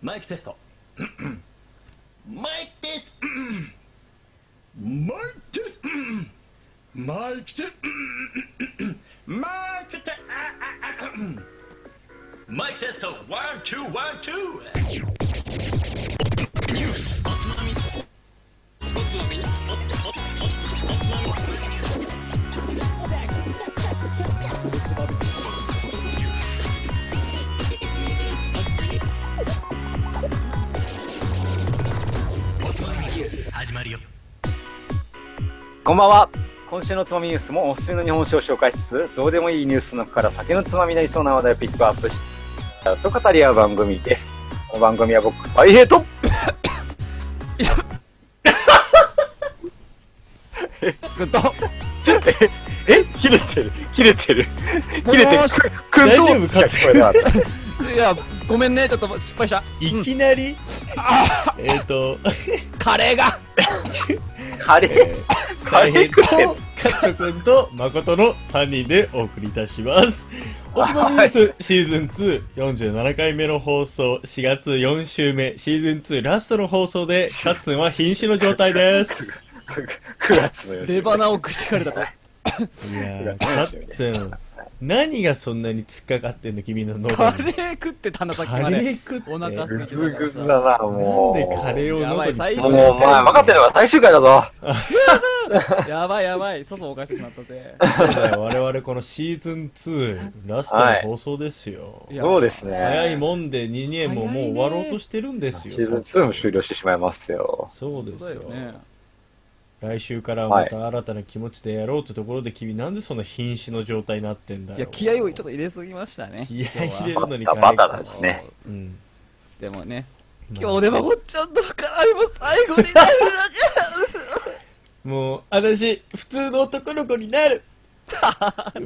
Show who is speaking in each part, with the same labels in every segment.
Speaker 1: マイクテストマイクテストマイクテストマイクテストマイクテストマイクテストワンツーワンツー
Speaker 2: こんばんは。今週のつまみニュースもおすすめの日本酒を紹介しつつ、どうでもいいニュースの中から酒のつまみになりそうな話題をピックアップしたと語り合う番組です。この番組は僕、大平と、
Speaker 3: くんと、
Speaker 2: ええ切れてる切れてる切れてる
Speaker 3: もし
Speaker 2: くくんと
Speaker 4: 大丈夫か
Speaker 2: しか聞こえなかっ
Speaker 3: いや、ごめんね、ちょっと失敗した。
Speaker 4: いきなり、えっと、
Speaker 3: カレーが
Speaker 2: た。カレー、カレー食ってる。
Speaker 4: カット君と誠の3人でお送りいたします。おつまみニュースシーズン2、47回目の放送、4月4週目、シーズン2ラストの放送で、カッツンは瀕死の状態です。
Speaker 2: 9月の
Speaker 3: 出
Speaker 2: 夜。
Speaker 3: 花をくしかれたと。
Speaker 4: いやー、カッツン、何がそんなに突っかかってんの、君の
Speaker 3: カ
Speaker 4: 喉
Speaker 3: レ
Speaker 4: に。
Speaker 3: ー食ってたんだ、さっき
Speaker 4: カ
Speaker 3: ま
Speaker 4: レ
Speaker 3: で。
Speaker 4: ー食って。
Speaker 3: お腹すい
Speaker 2: ぐ
Speaker 3: て
Speaker 2: ずぐずだな、もう。
Speaker 4: なんでカレーを喉に突っ
Speaker 3: やばい最
Speaker 4: 込
Speaker 3: 初
Speaker 4: ん
Speaker 3: に
Speaker 4: で
Speaker 2: もう、お前、分かってれば最終回だぞ。
Speaker 3: やばいやばい、粗相を犯してしまったぜ。
Speaker 4: そうだよ我々このシーズン2ラストの放送ですよ、
Speaker 3: いや
Speaker 2: そうですね。
Speaker 4: 早いもんで2年ももう
Speaker 3: 早いね
Speaker 4: 終わろうとしてるんですよ
Speaker 2: シーズン2も終了してしまいますよ。
Speaker 4: そうです
Speaker 3: そうだ
Speaker 4: よ
Speaker 3: よね。
Speaker 4: 来週からまた新たな気持ちでやろうってところで君なんでそんな瀕死の状態になってんだよ
Speaker 3: いや、気合をちょっと入れすぎましたね。
Speaker 4: 気合入れる
Speaker 2: バ
Speaker 4: のに
Speaker 2: タバタなんですね。
Speaker 4: うん
Speaker 3: でもね、
Speaker 4: まあ
Speaker 3: 今日でもこっちゃんとの絡みも最後になる
Speaker 4: もう私普通の男の子にな る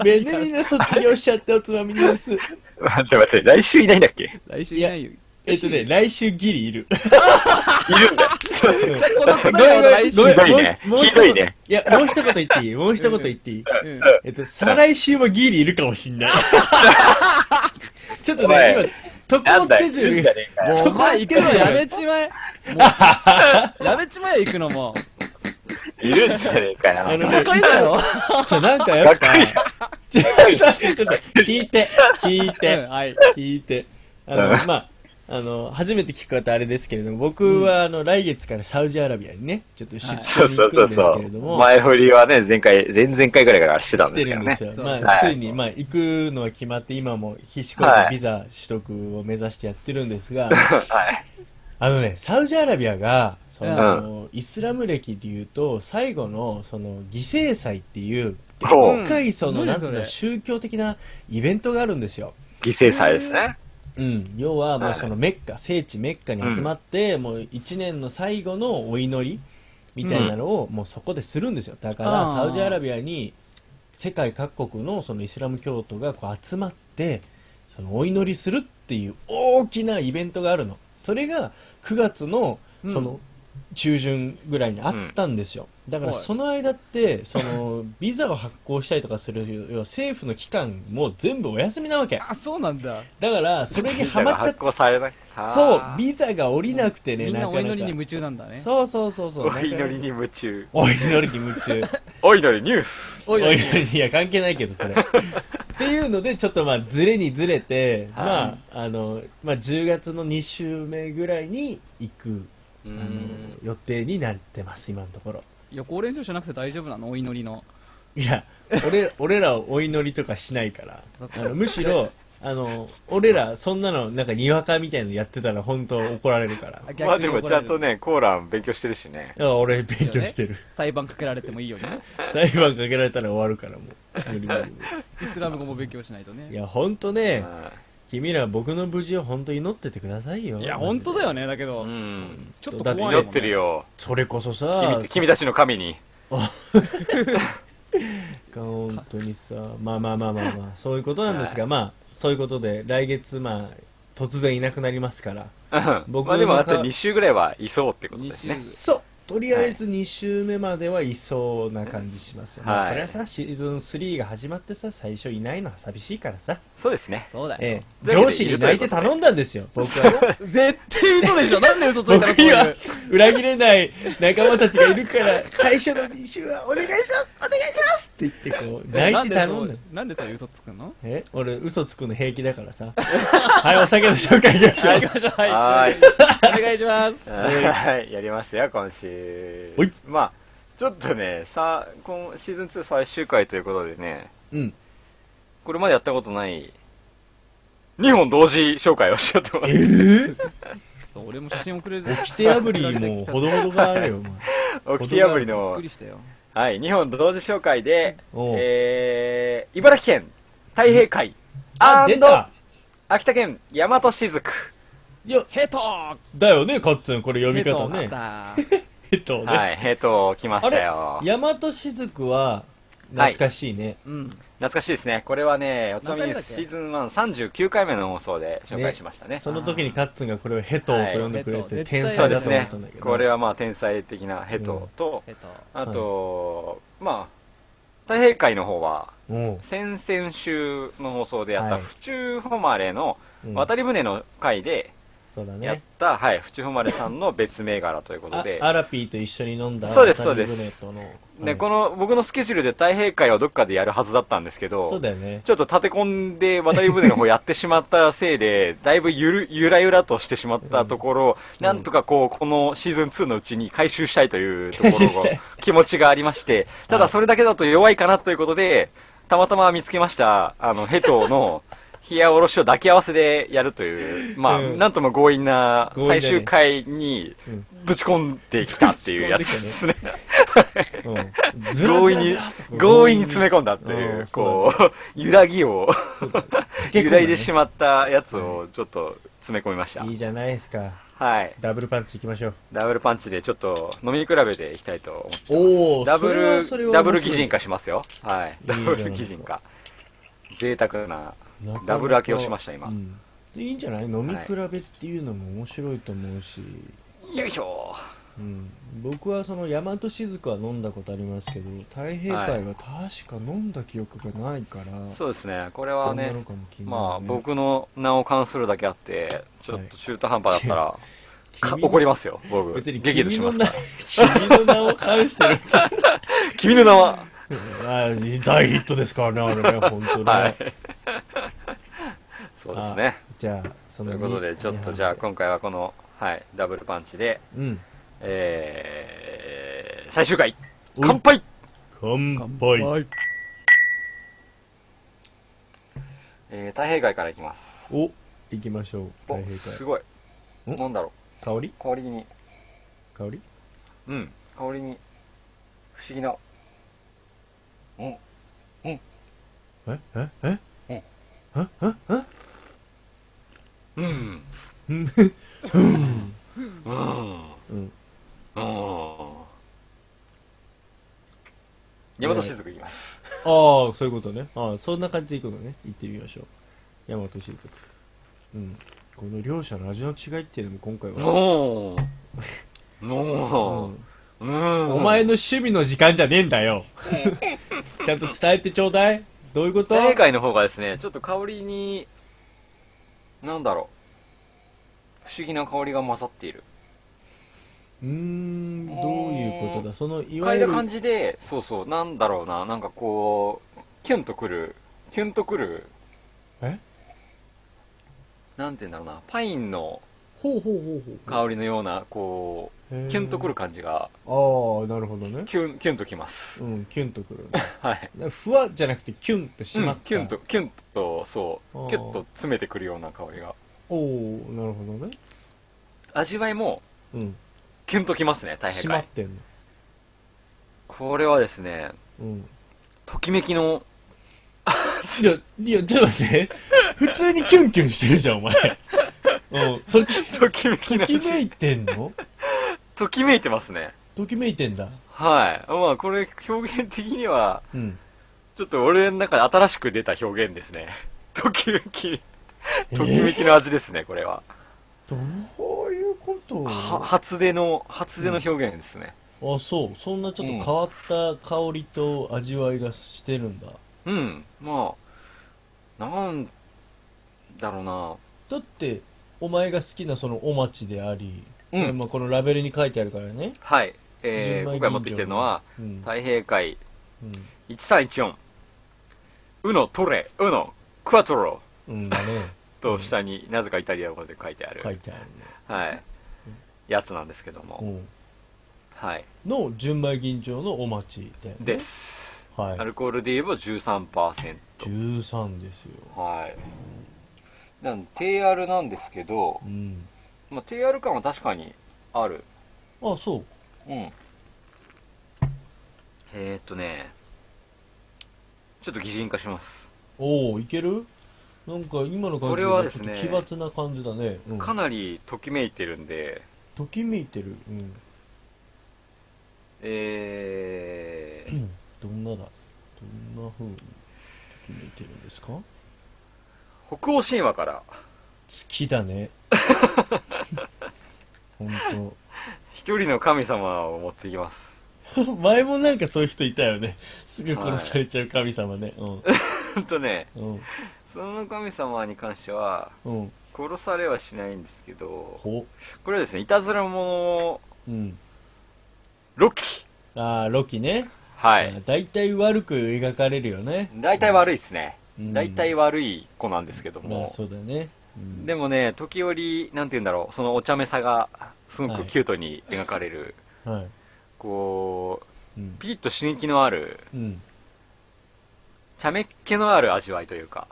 Speaker 4: めでみんな卒業しちゃったおつまみニュー ス
Speaker 2: 待って待って、来週いないんだっけい
Speaker 3: 来週いないよ。
Speaker 4: えっとね来週ギリいる
Speaker 2: るんだよ。
Speaker 3: この答
Speaker 4: ごめ
Speaker 3: え
Speaker 4: ん
Speaker 3: は
Speaker 4: ごめん
Speaker 3: 来週
Speaker 4: ご。めん
Speaker 2: ひどいね
Speaker 4: もう一
Speaker 2: ひどいね
Speaker 4: いや、もう一言言っていいもう一言言っていい
Speaker 3: うん
Speaker 4: えっと、再来週もギリいるかもし んない。ちょっと
Speaker 2: おい
Speaker 4: ね、今、
Speaker 2: な
Speaker 4: 特
Speaker 2: ん
Speaker 4: 攻
Speaker 2: だ
Speaker 4: ス
Speaker 2: よ。
Speaker 4: ケジュールが。
Speaker 3: もうお前行くのやめち まえ。もうやめちまえ行くのもう。
Speaker 2: いるんじゃねえかよ。
Speaker 4: あの
Speaker 3: バ
Speaker 4: ね、
Speaker 3: カいだろ。
Speaker 4: ちょ、なんかやっぱ、
Speaker 2: がっ
Speaker 4: ちょちょっと、聞いて、聞い
Speaker 3: うん
Speaker 4: て、
Speaker 3: はい。
Speaker 4: 聞いて。あの、まあ、あの、初めて聞く方あれですけれども、僕は、あの、来月からサウジアラビアにね、ちょっと出
Speaker 2: そう
Speaker 4: 張に
Speaker 2: そ
Speaker 4: 行
Speaker 2: うそ
Speaker 4: く
Speaker 2: う
Speaker 4: んです
Speaker 2: そ
Speaker 4: けれど
Speaker 2: う。
Speaker 4: も、
Speaker 2: 前振りはね、前回、前々回ぐらいからしてたん
Speaker 4: して
Speaker 2: ですけ
Speaker 4: る
Speaker 2: ど
Speaker 4: んで
Speaker 2: ね
Speaker 4: す。よ。
Speaker 3: そう
Speaker 4: ま
Speaker 2: は
Speaker 4: あ、
Speaker 2: い
Speaker 4: ついに、まあ、行くのは決まって、今も必死こい
Speaker 2: は
Speaker 4: て
Speaker 2: い
Speaker 4: ビザ取得を目指してやってるんです が、
Speaker 2: はい。
Speaker 4: あのね、サウジアラビアが、その、イスラム歴で言うと、最後の、その、犠牲祭っていう、で
Speaker 2: ほう
Speaker 4: っかい、その、
Speaker 3: うん
Speaker 4: なんつうんだ、
Speaker 3: 何
Speaker 4: 宗教的なイベントがあるんですよ。
Speaker 2: 犠牲祭ですね。
Speaker 4: うん。要は、も
Speaker 2: は
Speaker 4: う
Speaker 2: い
Speaker 4: その、メッカ、聖地メッカに集まって、もう、一年の最後のお祈り、みたいなのを、もうそこでするんですよ。だから、
Speaker 3: あー
Speaker 4: サウジアラビアに、世界各国の、その、イスラム教徒が、こう、集まって、その、お祈りするっていう、大きなイベントがあるの。それが、9月の、
Speaker 3: うん
Speaker 4: その、中旬ぐらいにあったんですよ、だから
Speaker 3: はい
Speaker 4: その間ってそのビザを発行したりとかする要は政府の機関も全部お休みなわけ
Speaker 3: あ、そうなんだ。
Speaker 4: だからそれにハマっちゃっ
Speaker 2: 発行されない。
Speaker 4: たそうビザが下りなくてね
Speaker 3: みんな
Speaker 4: な
Speaker 3: お
Speaker 4: か
Speaker 3: 祈りに
Speaker 4: なか
Speaker 3: 夢中なんだね。
Speaker 4: そうそうそうそう
Speaker 2: お祈りに夢中。
Speaker 4: お祈りに夢中
Speaker 2: お祈りニュース。
Speaker 3: お
Speaker 4: お
Speaker 3: いおい。
Speaker 4: 祈りいや関係ないけどそ れっていうのでちょっとまあずれにずれてまああのまあ10月の2週目ぐらいに行く
Speaker 2: う
Speaker 4: あの予定になってます今のところ
Speaker 3: 予行練習しなくて大丈夫なのお祈りの。
Speaker 4: いや、俺、 俺らお祈りとかしないから。
Speaker 3: そっか
Speaker 4: あのむしろ、あの、俺ら、そんなの、なんか、にわかみたいなのやってたら、本当怒られるから。い
Speaker 3: 逆に
Speaker 2: まあでも
Speaker 3: 怒
Speaker 2: ち
Speaker 3: ら
Speaker 2: ゃ
Speaker 3: れ
Speaker 2: ん
Speaker 3: る
Speaker 2: と。ね、コーラン勉強してるしね。
Speaker 4: や、俺、勉強してる。
Speaker 3: 裁判かけられてもいいよね。
Speaker 4: 裁判かけられたら終わるから、もう。無理無理無
Speaker 3: イスラム語も勉強しないと
Speaker 4: 理。い
Speaker 3: ね。
Speaker 4: や、本当ね、
Speaker 2: う
Speaker 4: 君ら、僕の無事を本当祈っててくださいよ。
Speaker 3: いや、本当だよね。だけど、
Speaker 2: ん。
Speaker 3: ちょっと怖いもんね
Speaker 2: 祈ってる。よ。
Speaker 4: それこそさ
Speaker 2: 君、君たちの神に。
Speaker 4: が本当にさまあまあまあまあまあそういうことなんですが、まあそういうことで来月まあ突然いなくなりますから
Speaker 2: うん
Speaker 4: 僕の
Speaker 2: まあでもあ
Speaker 4: か
Speaker 2: と2週ぐらいはいそうってことですね。
Speaker 3: 二週
Speaker 4: そうとりあえず2週目まではいそうな感じしますよね、
Speaker 2: はい
Speaker 4: それはさシーズン3が始まってさ最初いないのは寂しいからさ、
Speaker 2: そうですね。
Speaker 3: そうだよ。
Speaker 4: ええ、
Speaker 2: というわけで
Speaker 4: 上司
Speaker 2: い
Speaker 4: に
Speaker 2: るとい
Speaker 4: 泣
Speaker 2: うこと
Speaker 4: いて
Speaker 2: で
Speaker 4: 頼んだんですよ僕は
Speaker 3: 絶対嘘でしょなんで嘘つい
Speaker 4: 僕
Speaker 3: たの
Speaker 4: には裏切れない仲間たちがいるから 最初の2週は「お願いしますお願いします!」って言ってこう
Speaker 3: そういう
Speaker 4: 泣いて頼んだ
Speaker 3: なんでそうなんでそういう嘘つ くの
Speaker 4: え俺嘘つくの平気だから さはいお酒の紹介いきましょう
Speaker 3: 行きましょう
Speaker 2: は
Speaker 3: はいい。お願いします。
Speaker 2: はい、やりますよ、今週
Speaker 4: ほい。
Speaker 2: まあ、ちょっとね、さ、今シーズン2最終回ということでね、
Speaker 4: うん
Speaker 2: これまでやったことない、2本同時紹介をしようと思って。
Speaker 3: そう、俺も写真送れる。
Speaker 4: 規定破りもほどほどがあるよお前
Speaker 2: 起きて破り
Speaker 3: びっ
Speaker 2: の
Speaker 3: く、りしたよ。
Speaker 2: はい、2本同時紹介で、
Speaker 4: おう
Speaker 2: えー、茨城県太平会、
Speaker 4: あ出た
Speaker 2: 秋田県大和雫。
Speaker 4: いや
Speaker 3: ヘトー
Speaker 4: だよねカッツンこれ読み
Speaker 3: ヘ
Speaker 4: 方
Speaker 3: トー
Speaker 4: ね
Speaker 3: だ。
Speaker 4: えっとね、
Speaker 2: はい、えっと、来ま
Speaker 4: あ
Speaker 2: した
Speaker 4: れ
Speaker 2: よ。
Speaker 4: 大和雫は懐かしいね、
Speaker 3: うん。
Speaker 2: 懐かしいですね。これはね、おつまみニュースシ
Speaker 3: 何回目だっけ
Speaker 2: ーズン1 39回目の放送で紹介しましたね。
Speaker 4: その時にカッツンがこれをヘトーと呼んでくれて、
Speaker 3: はい
Speaker 4: 天
Speaker 2: そう
Speaker 4: 才
Speaker 2: で
Speaker 4: だ
Speaker 2: す
Speaker 4: と思っ
Speaker 2: ね
Speaker 4: たんだけ。ど、
Speaker 2: これはまあ天才的なヘトと、
Speaker 3: ヘトー。
Speaker 2: あと、まあ、太平会の方は、
Speaker 4: うん
Speaker 2: 先々週の放送でやっ
Speaker 4: は
Speaker 2: た
Speaker 4: い
Speaker 2: 府中誉れの
Speaker 4: うん
Speaker 2: 渡り船の回で
Speaker 4: そうだ
Speaker 2: やっ
Speaker 4: ね
Speaker 2: た、はい、府中誉れさんの別銘柄ということ
Speaker 4: あ
Speaker 2: で、
Speaker 4: アラピーと一緒に飲んだ
Speaker 2: そうですそうです
Speaker 4: アタリブネとのは
Speaker 2: ね、
Speaker 4: い
Speaker 2: この僕のスケジュールで太平会をどっかでやるはずだったんですけど、
Speaker 4: そうだよね
Speaker 2: ちょっと立て込んで渡り船の方やってしまったせい で、だいぶゆる、ゆらゆらとしてしまったところ、なんとかこう、このシーズン2のうちに回収したいというとこ
Speaker 4: 回
Speaker 2: ろ
Speaker 4: 収したい
Speaker 2: が、 気持ちがありまして、ただそれだけだと弱いかなということで、たまたま見つけました、あの、ヘト の、冷やおろしを抱き合わせでやるという、まあ、
Speaker 4: うん
Speaker 2: なんとも強引な
Speaker 4: 強引だね
Speaker 2: 最終回に
Speaker 4: うん
Speaker 2: ぶち込んできたっていうやつですね。
Speaker 4: うんずら
Speaker 2: 強
Speaker 4: ず
Speaker 2: 引
Speaker 4: らず
Speaker 2: に
Speaker 4: らっとこう、
Speaker 2: 強引に詰め込んだっていうう、
Speaker 4: ん
Speaker 2: こう、揺らぎ を。
Speaker 4: 駆け込ん
Speaker 2: 揺ら
Speaker 4: だね
Speaker 2: いでしまったやつをちょっと詰め込みました。
Speaker 4: いいじゃないですか
Speaker 2: はい。
Speaker 4: ダブルパンチいきましょう
Speaker 2: ダブルパンチでちょっと飲み比べていきたいと思ってます。
Speaker 4: おー
Speaker 2: ダ
Speaker 4: そ
Speaker 2: ブ
Speaker 4: れはそれ
Speaker 2: ル、
Speaker 4: は
Speaker 2: ダブル擬人化しますよ。はい。
Speaker 4: いいじ
Speaker 2: ダ
Speaker 4: ゃな
Speaker 2: ブ
Speaker 4: いですか
Speaker 2: ル擬人化。贅沢な
Speaker 4: なかなか
Speaker 2: ダブル開けをしました、今
Speaker 4: う。んでいいんじゃない飲み比べっていうのも面白いと思うし、
Speaker 2: よいしょ
Speaker 4: うん、僕はその大和雫は飲んだことありますけど太平会は確か飲んだ記憶がないから、
Speaker 2: そうですね。これは
Speaker 4: どうな
Speaker 2: ね
Speaker 4: の、かも気になるね
Speaker 2: まあ僕の名を冠するだけあって、ちょっと中途半端だったら、か
Speaker 4: 君の
Speaker 2: 怒りますよ、僕。
Speaker 4: 別に
Speaker 2: 激怒
Speaker 4: 君
Speaker 2: し
Speaker 4: の
Speaker 2: ます
Speaker 4: 名
Speaker 2: から。
Speaker 4: 君の名を冠してる
Speaker 2: 君の名は、
Speaker 4: あ大ヒットですからねあれね本当ね、
Speaker 2: はい。そうですね。
Speaker 4: じゃあそ
Speaker 2: とい
Speaker 4: の
Speaker 2: うことで、ちょっとじゃあ今回はこの、はい、ダブルパンチで、
Speaker 4: うん
Speaker 2: えー、最終回、
Speaker 4: おい
Speaker 2: 乾杯
Speaker 4: 乾杯
Speaker 3: い。
Speaker 2: えー、太平街からいきます。
Speaker 4: お行きましょう
Speaker 2: お
Speaker 4: 太、平
Speaker 2: す
Speaker 4: 会
Speaker 2: ごい。
Speaker 4: ん
Speaker 2: なんだろ
Speaker 4: 香り
Speaker 2: う、香りに、
Speaker 4: 香り
Speaker 2: うん、香りに、不思議な、うん、
Speaker 4: えええ
Speaker 2: え
Speaker 4: えええ
Speaker 2: うん、
Speaker 4: うん
Speaker 2: うん、
Speaker 4: うん
Speaker 2: うん。山田雫いきます。
Speaker 4: ああ、そういうことね。ああ、そんな感じでいくのね。行ってみましょう。大和雫。うん。この両者の味の違いっていうのも今回は。
Speaker 2: おー。
Speaker 4: う
Speaker 2: お
Speaker 4: ん
Speaker 2: ー。うん。
Speaker 4: お前の趣味の時間じゃねえんだよ。ちゃんと伝えてちょうだい。どういうこと
Speaker 2: 大会の方がですねちょっと香りになんだろう不思議な香りが混ざっている
Speaker 4: うーん、どういうことだ。その、い
Speaker 2: 嗅
Speaker 4: わ
Speaker 2: い
Speaker 4: ゆ
Speaker 2: だ
Speaker 4: る、
Speaker 2: 感じでそうそうなんだろうななんかこうキュンとくるキュンとくる
Speaker 4: え
Speaker 2: なんて言うんだろうなパインの
Speaker 4: ほうほうほうほう。
Speaker 2: 香りのようなこうキュンとくる感じが
Speaker 4: ああ、なるほどね。
Speaker 2: キュンキュンときます
Speaker 4: うん、キュンとくるね。
Speaker 2: はい
Speaker 4: だからふわじゃなくてキュンってしまった。
Speaker 2: うんキュンと。キュンとそう
Speaker 4: あー
Speaker 2: キュッと詰めてくるような香りが
Speaker 4: おおなるほどね。
Speaker 2: 味わいも
Speaker 4: うん。
Speaker 2: キュンときますね大
Speaker 4: し
Speaker 2: 変
Speaker 4: ま
Speaker 2: か
Speaker 4: ってんの。
Speaker 2: これはですね
Speaker 4: うん。
Speaker 2: ときめきの
Speaker 4: いや、いや、ちょっと待って。 普通にキュンキュンしてるじゃん、お前。うん。とき、
Speaker 2: ときめきの
Speaker 4: ときめ
Speaker 2: 味
Speaker 4: いてんの
Speaker 2: ときめいてますね
Speaker 4: ときめいてんだ。
Speaker 2: はいまあこれ表現的には
Speaker 4: うん。
Speaker 2: ちょっと俺の中で新しく出た表現ですね ときめき
Speaker 4: え
Speaker 2: ときめきの味ですねこれは
Speaker 4: どういうこと、
Speaker 2: は
Speaker 4: あ、
Speaker 2: 初出の、初出の表現ですね。
Speaker 4: そう。そんなちょっと変わった香りと味わいがしてるんだ。
Speaker 2: うん、まあ、なんだろうな。
Speaker 4: だって、お前が好きなそのお町であり、
Speaker 2: うん
Speaker 4: まあこのラベルに書いてあるからね。
Speaker 2: はい。えー、
Speaker 4: 純米
Speaker 2: 僕が持ってきてるのは、
Speaker 4: うん。
Speaker 2: 太平会
Speaker 4: う
Speaker 2: 1314、うのトレ、うのクワトロ
Speaker 4: ん。うんだね。
Speaker 2: と下になぜかイタリア語で書いてあ
Speaker 4: 書い
Speaker 2: る、
Speaker 4: てあるね。
Speaker 2: はい、やつなんですけど
Speaker 4: う
Speaker 2: も、
Speaker 4: ん。
Speaker 2: はい、
Speaker 4: の純米吟醸のお町だよね。
Speaker 2: です。
Speaker 4: はい
Speaker 2: ア。ルコールで言えば13%。
Speaker 4: 13ですよ。
Speaker 2: はい。なんで TR なんですけど
Speaker 4: う、ん。
Speaker 2: まあ、TR 感は確かにある。
Speaker 4: あ、そう。
Speaker 2: うん。えー、っとね、ちょっと擬人化します。
Speaker 4: おおいけるなんか今の感
Speaker 2: こ
Speaker 4: じ
Speaker 2: れはですね
Speaker 4: ちょっと奇抜な感じだね、うん、
Speaker 2: かなりときめいてるんで、
Speaker 4: ときめいてる、うん
Speaker 2: えー、
Speaker 4: どんな だどんな風にときめいてるんですか好
Speaker 2: 北欧神話から
Speaker 4: き だね本
Speaker 2: 一人の神様を持ってきます。
Speaker 4: 当。前もなんかそういう人いた よねすぐ殺されちゃう神様ね、
Speaker 2: ほんとね、
Speaker 4: うんうん
Speaker 2: その神様に関しては、
Speaker 4: うん
Speaker 2: 殺されはしないんですけど、
Speaker 4: ほ
Speaker 2: これはですね、いたずら者、
Speaker 4: うん
Speaker 2: ロキ。
Speaker 4: ああロキね、
Speaker 2: は
Speaker 4: あ
Speaker 2: い
Speaker 4: ー。大体悪く描かれるよね
Speaker 2: 大体悪いですね。
Speaker 4: うん
Speaker 2: 大体悪い子なんですけど
Speaker 4: まあ
Speaker 2: も。
Speaker 4: そうだね、うん
Speaker 2: でもね、時折、なんて言うんだろう、そのお茶目さが、すご
Speaker 4: は
Speaker 2: く
Speaker 4: い
Speaker 2: キュートに描かれる、
Speaker 4: はい
Speaker 2: こう、
Speaker 4: うん、
Speaker 2: ピリッと刺激のある、
Speaker 4: うん、
Speaker 2: 茶目っ気のある味わいというか、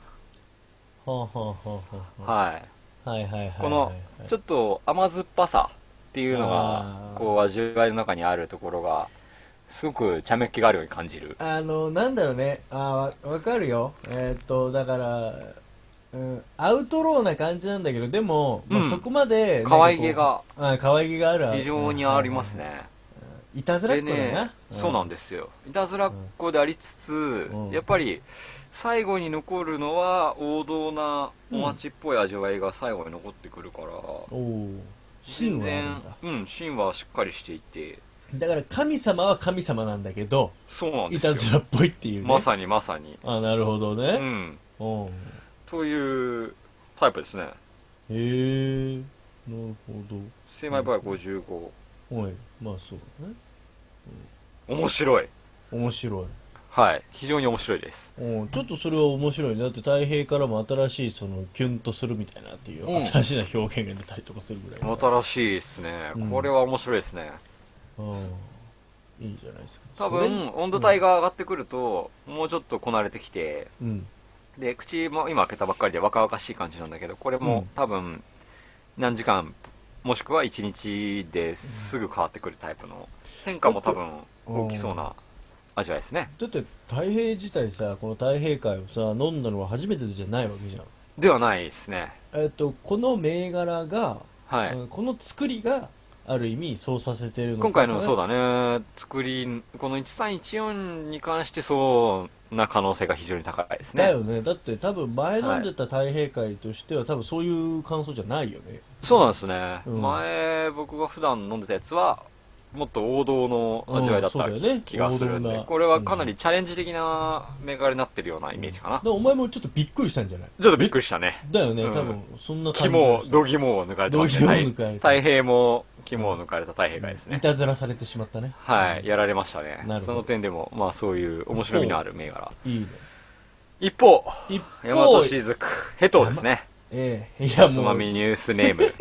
Speaker 4: はあはあはあはあはあ
Speaker 2: はい。
Speaker 4: はいはいはいはいはい。
Speaker 2: この、ちょっと甘酸っぱさっていうのが
Speaker 4: あ、ー
Speaker 2: こう、味わいの中にあるところが、すごく茶目っ気があるように感じる。
Speaker 5: あの、なんだろうね。あーわ、わかるよ。えーっと、だから、うん、アウトローな感じなんだけど、でも、ま
Speaker 2: うん
Speaker 5: あ、そこまで、
Speaker 2: 可愛げ
Speaker 5: なんか
Speaker 2: が
Speaker 5: こう、あー可愛げがある。
Speaker 2: 非常にあります。ね。
Speaker 5: いたずらっ
Speaker 2: で
Speaker 5: 子だ
Speaker 2: ね
Speaker 5: な。、
Speaker 2: そうなんですよ。いたずらっ子でありつつ、
Speaker 4: うん
Speaker 2: やっぱり、最後に残るのは、王道なお町っぽい味わいが最後に残ってくるから、
Speaker 4: おお。神話なんだ。
Speaker 2: 全然うん、芯はしっかりしていて、
Speaker 4: だから神様は神様なんだけど、
Speaker 2: そうなん
Speaker 4: い
Speaker 2: です
Speaker 4: た
Speaker 2: よ。
Speaker 4: ずらっぽいっていうね。
Speaker 2: まさにまさに。
Speaker 4: あ、なるほど
Speaker 2: う
Speaker 4: ね。
Speaker 2: ん。
Speaker 4: うん。
Speaker 2: というタイプですね。
Speaker 4: へえ。なるほ
Speaker 2: 精米バイ55。
Speaker 4: ど。おい、まあそうだね。
Speaker 2: 面白い。
Speaker 4: 面白い。
Speaker 2: はい。非常に面白いです。
Speaker 4: うん、ちょっとそれは面白いね。だって太平からも新しいそのキュンとするみたいなっていう、
Speaker 2: うん
Speaker 4: 新しいな表現が出たりとかするぐらいだか
Speaker 2: 新
Speaker 4: ら。
Speaker 2: しいですね
Speaker 4: う。ん
Speaker 2: これは面白いですね。
Speaker 4: うん。いいじゃないですか。
Speaker 2: 多
Speaker 4: それ
Speaker 2: 分、温度帯が上がってくると、もうちょっとこなれてきて、
Speaker 4: うん。
Speaker 2: で、口も今開けたばっかりで若々しい感じなんだけど、これ
Speaker 4: うん
Speaker 2: も多分、何時間、もしくは1日ですぐ変わってくるタイプの、変化も多分大きそうな味わいですね。
Speaker 4: だって太平自体さこの太平会をさ飲んだのは初めてじゃないわけじゃん
Speaker 2: ではないですね。
Speaker 4: えっとこの銘柄が、
Speaker 2: は
Speaker 4: う
Speaker 2: い。
Speaker 4: んこの作りがある意味そうさせてるの
Speaker 2: 今回のそう
Speaker 4: だ
Speaker 2: だね、作り、この1314に関してそうな可能性が非常に高いですね。
Speaker 4: だよねだって多分前飲んでた太平会としては多分そういう感想じゃないよね
Speaker 2: そうなんですね、
Speaker 4: うん
Speaker 2: 前僕が普段飲んでたやつはもっと王道の味わいだった
Speaker 4: うんそうだよね
Speaker 2: 気がするんで、
Speaker 4: 王道な
Speaker 2: これはかなりチャレンジ的な銘柄になってるようなイメージかな、
Speaker 4: だからお前もちょっとびっくりしたんじゃない
Speaker 2: ちょっとびっくりしたね
Speaker 4: だよね、
Speaker 2: うん
Speaker 4: 多分そんな感じ
Speaker 2: 肝を
Speaker 4: がした
Speaker 2: 度肝を抜かれてます
Speaker 4: 度肝を
Speaker 2: ね
Speaker 4: 抜かれて
Speaker 2: 太太平も肝を抜かれた太平がです
Speaker 4: い
Speaker 2: ね、
Speaker 4: たずらされてしまったね
Speaker 2: はいやられましたね
Speaker 4: なるほど
Speaker 2: その点でもまあそういう面白みのある銘柄
Speaker 4: いいね
Speaker 2: 一方
Speaker 4: 一
Speaker 2: 大和
Speaker 4: 方
Speaker 2: しずくヘトですね
Speaker 4: ええいや
Speaker 2: つ
Speaker 4: も
Speaker 2: ま
Speaker 4: う
Speaker 2: みニュースネーム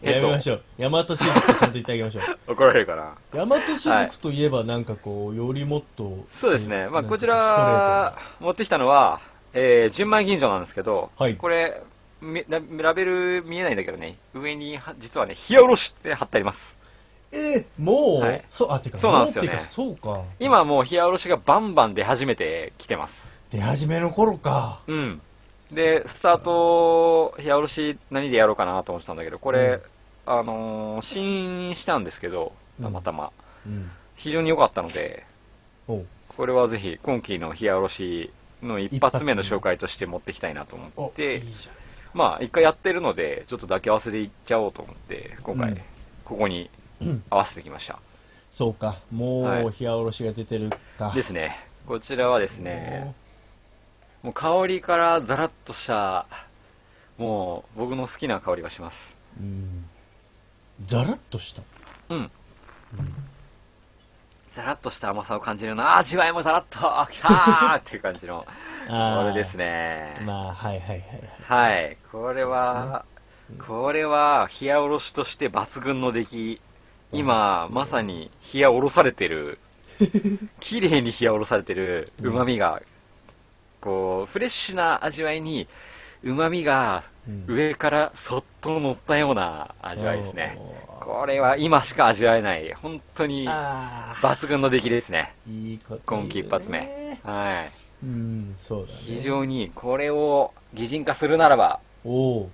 Speaker 4: や
Speaker 2: ヘ
Speaker 4: め
Speaker 2: ト
Speaker 4: ましょう大和しずくちゃんと言ってあげま しょう
Speaker 2: 怒られるかな
Speaker 4: 大和雫といえばなんかこう、よりもっと
Speaker 2: そうですね、まあ、
Speaker 4: なんか
Speaker 2: こち
Speaker 4: ストレ
Speaker 2: ら
Speaker 4: ー
Speaker 2: 持ってきたのは、えー、純米吟醸なんですけど、
Speaker 4: はい
Speaker 2: これみラ、ラベル見えないんだけどね、上には実はね、冷やおろしって貼ってあります。
Speaker 4: トなえもう、
Speaker 2: はい
Speaker 4: そうあてか
Speaker 2: そうなんですよね
Speaker 4: もうてかそうか
Speaker 2: 今はもう冷やおろしがバンバン出始めてきてます。
Speaker 4: 出始めの頃か
Speaker 2: うん。で、スタート、冷やおろし何でやろうかなと思ってたんだけど、これ、あのー試飲したんですけど、
Speaker 4: うん
Speaker 2: たまたま、
Speaker 4: うん
Speaker 2: 非常に良かったので、
Speaker 4: おう
Speaker 2: これはぜひ今期の冷やおろしの一発目の紹介として持ってきたいなと思
Speaker 4: お
Speaker 2: って
Speaker 4: いい、じゃん
Speaker 2: まあ一回やってるのでちょっとだけ忘れいっちゃおうと思って今
Speaker 4: うん
Speaker 2: 回ここに合わせてきました。
Speaker 4: そうか。もう、
Speaker 2: はい
Speaker 4: 冷やおろしが出てるか。
Speaker 2: ですね。こちらはですね、もう香りからザラッとした、もう僕の好きな香りがします。
Speaker 4: うん。ザラッとした。
Speaker 2: うん。ザラッとした甘さを感じるな。味わいもザラッと、きゃーっていう感じの、
Speaker 4: あー
Speaker 2: これですね。
Speaker 4: まあ、はいはいはい。
Speaker 2: はい。これは、これは、冷やおろしとして抜群の出来。今、まさに、冷やおろされてる、 綺麗に冷やおろされてる旨味が、こう、フレッシュな味わいに、旨味が
Speaker 4: うん
Speaker 2: 上からそっと乗ったような味わいですね。これは今しか味わえない、本当に
Speaker 4: ああ。
Speaker 2: 抜群の出来ですね。
Speaker 4: いいこと言う
Speaker 2: 今
Speaker 4: ね
Speaker 2: 季一発目。。はい。
Speaker 4: うん、そうだね。
Speaker 2: 非常に、これを擬人化するならば、
Speaker 4: おお。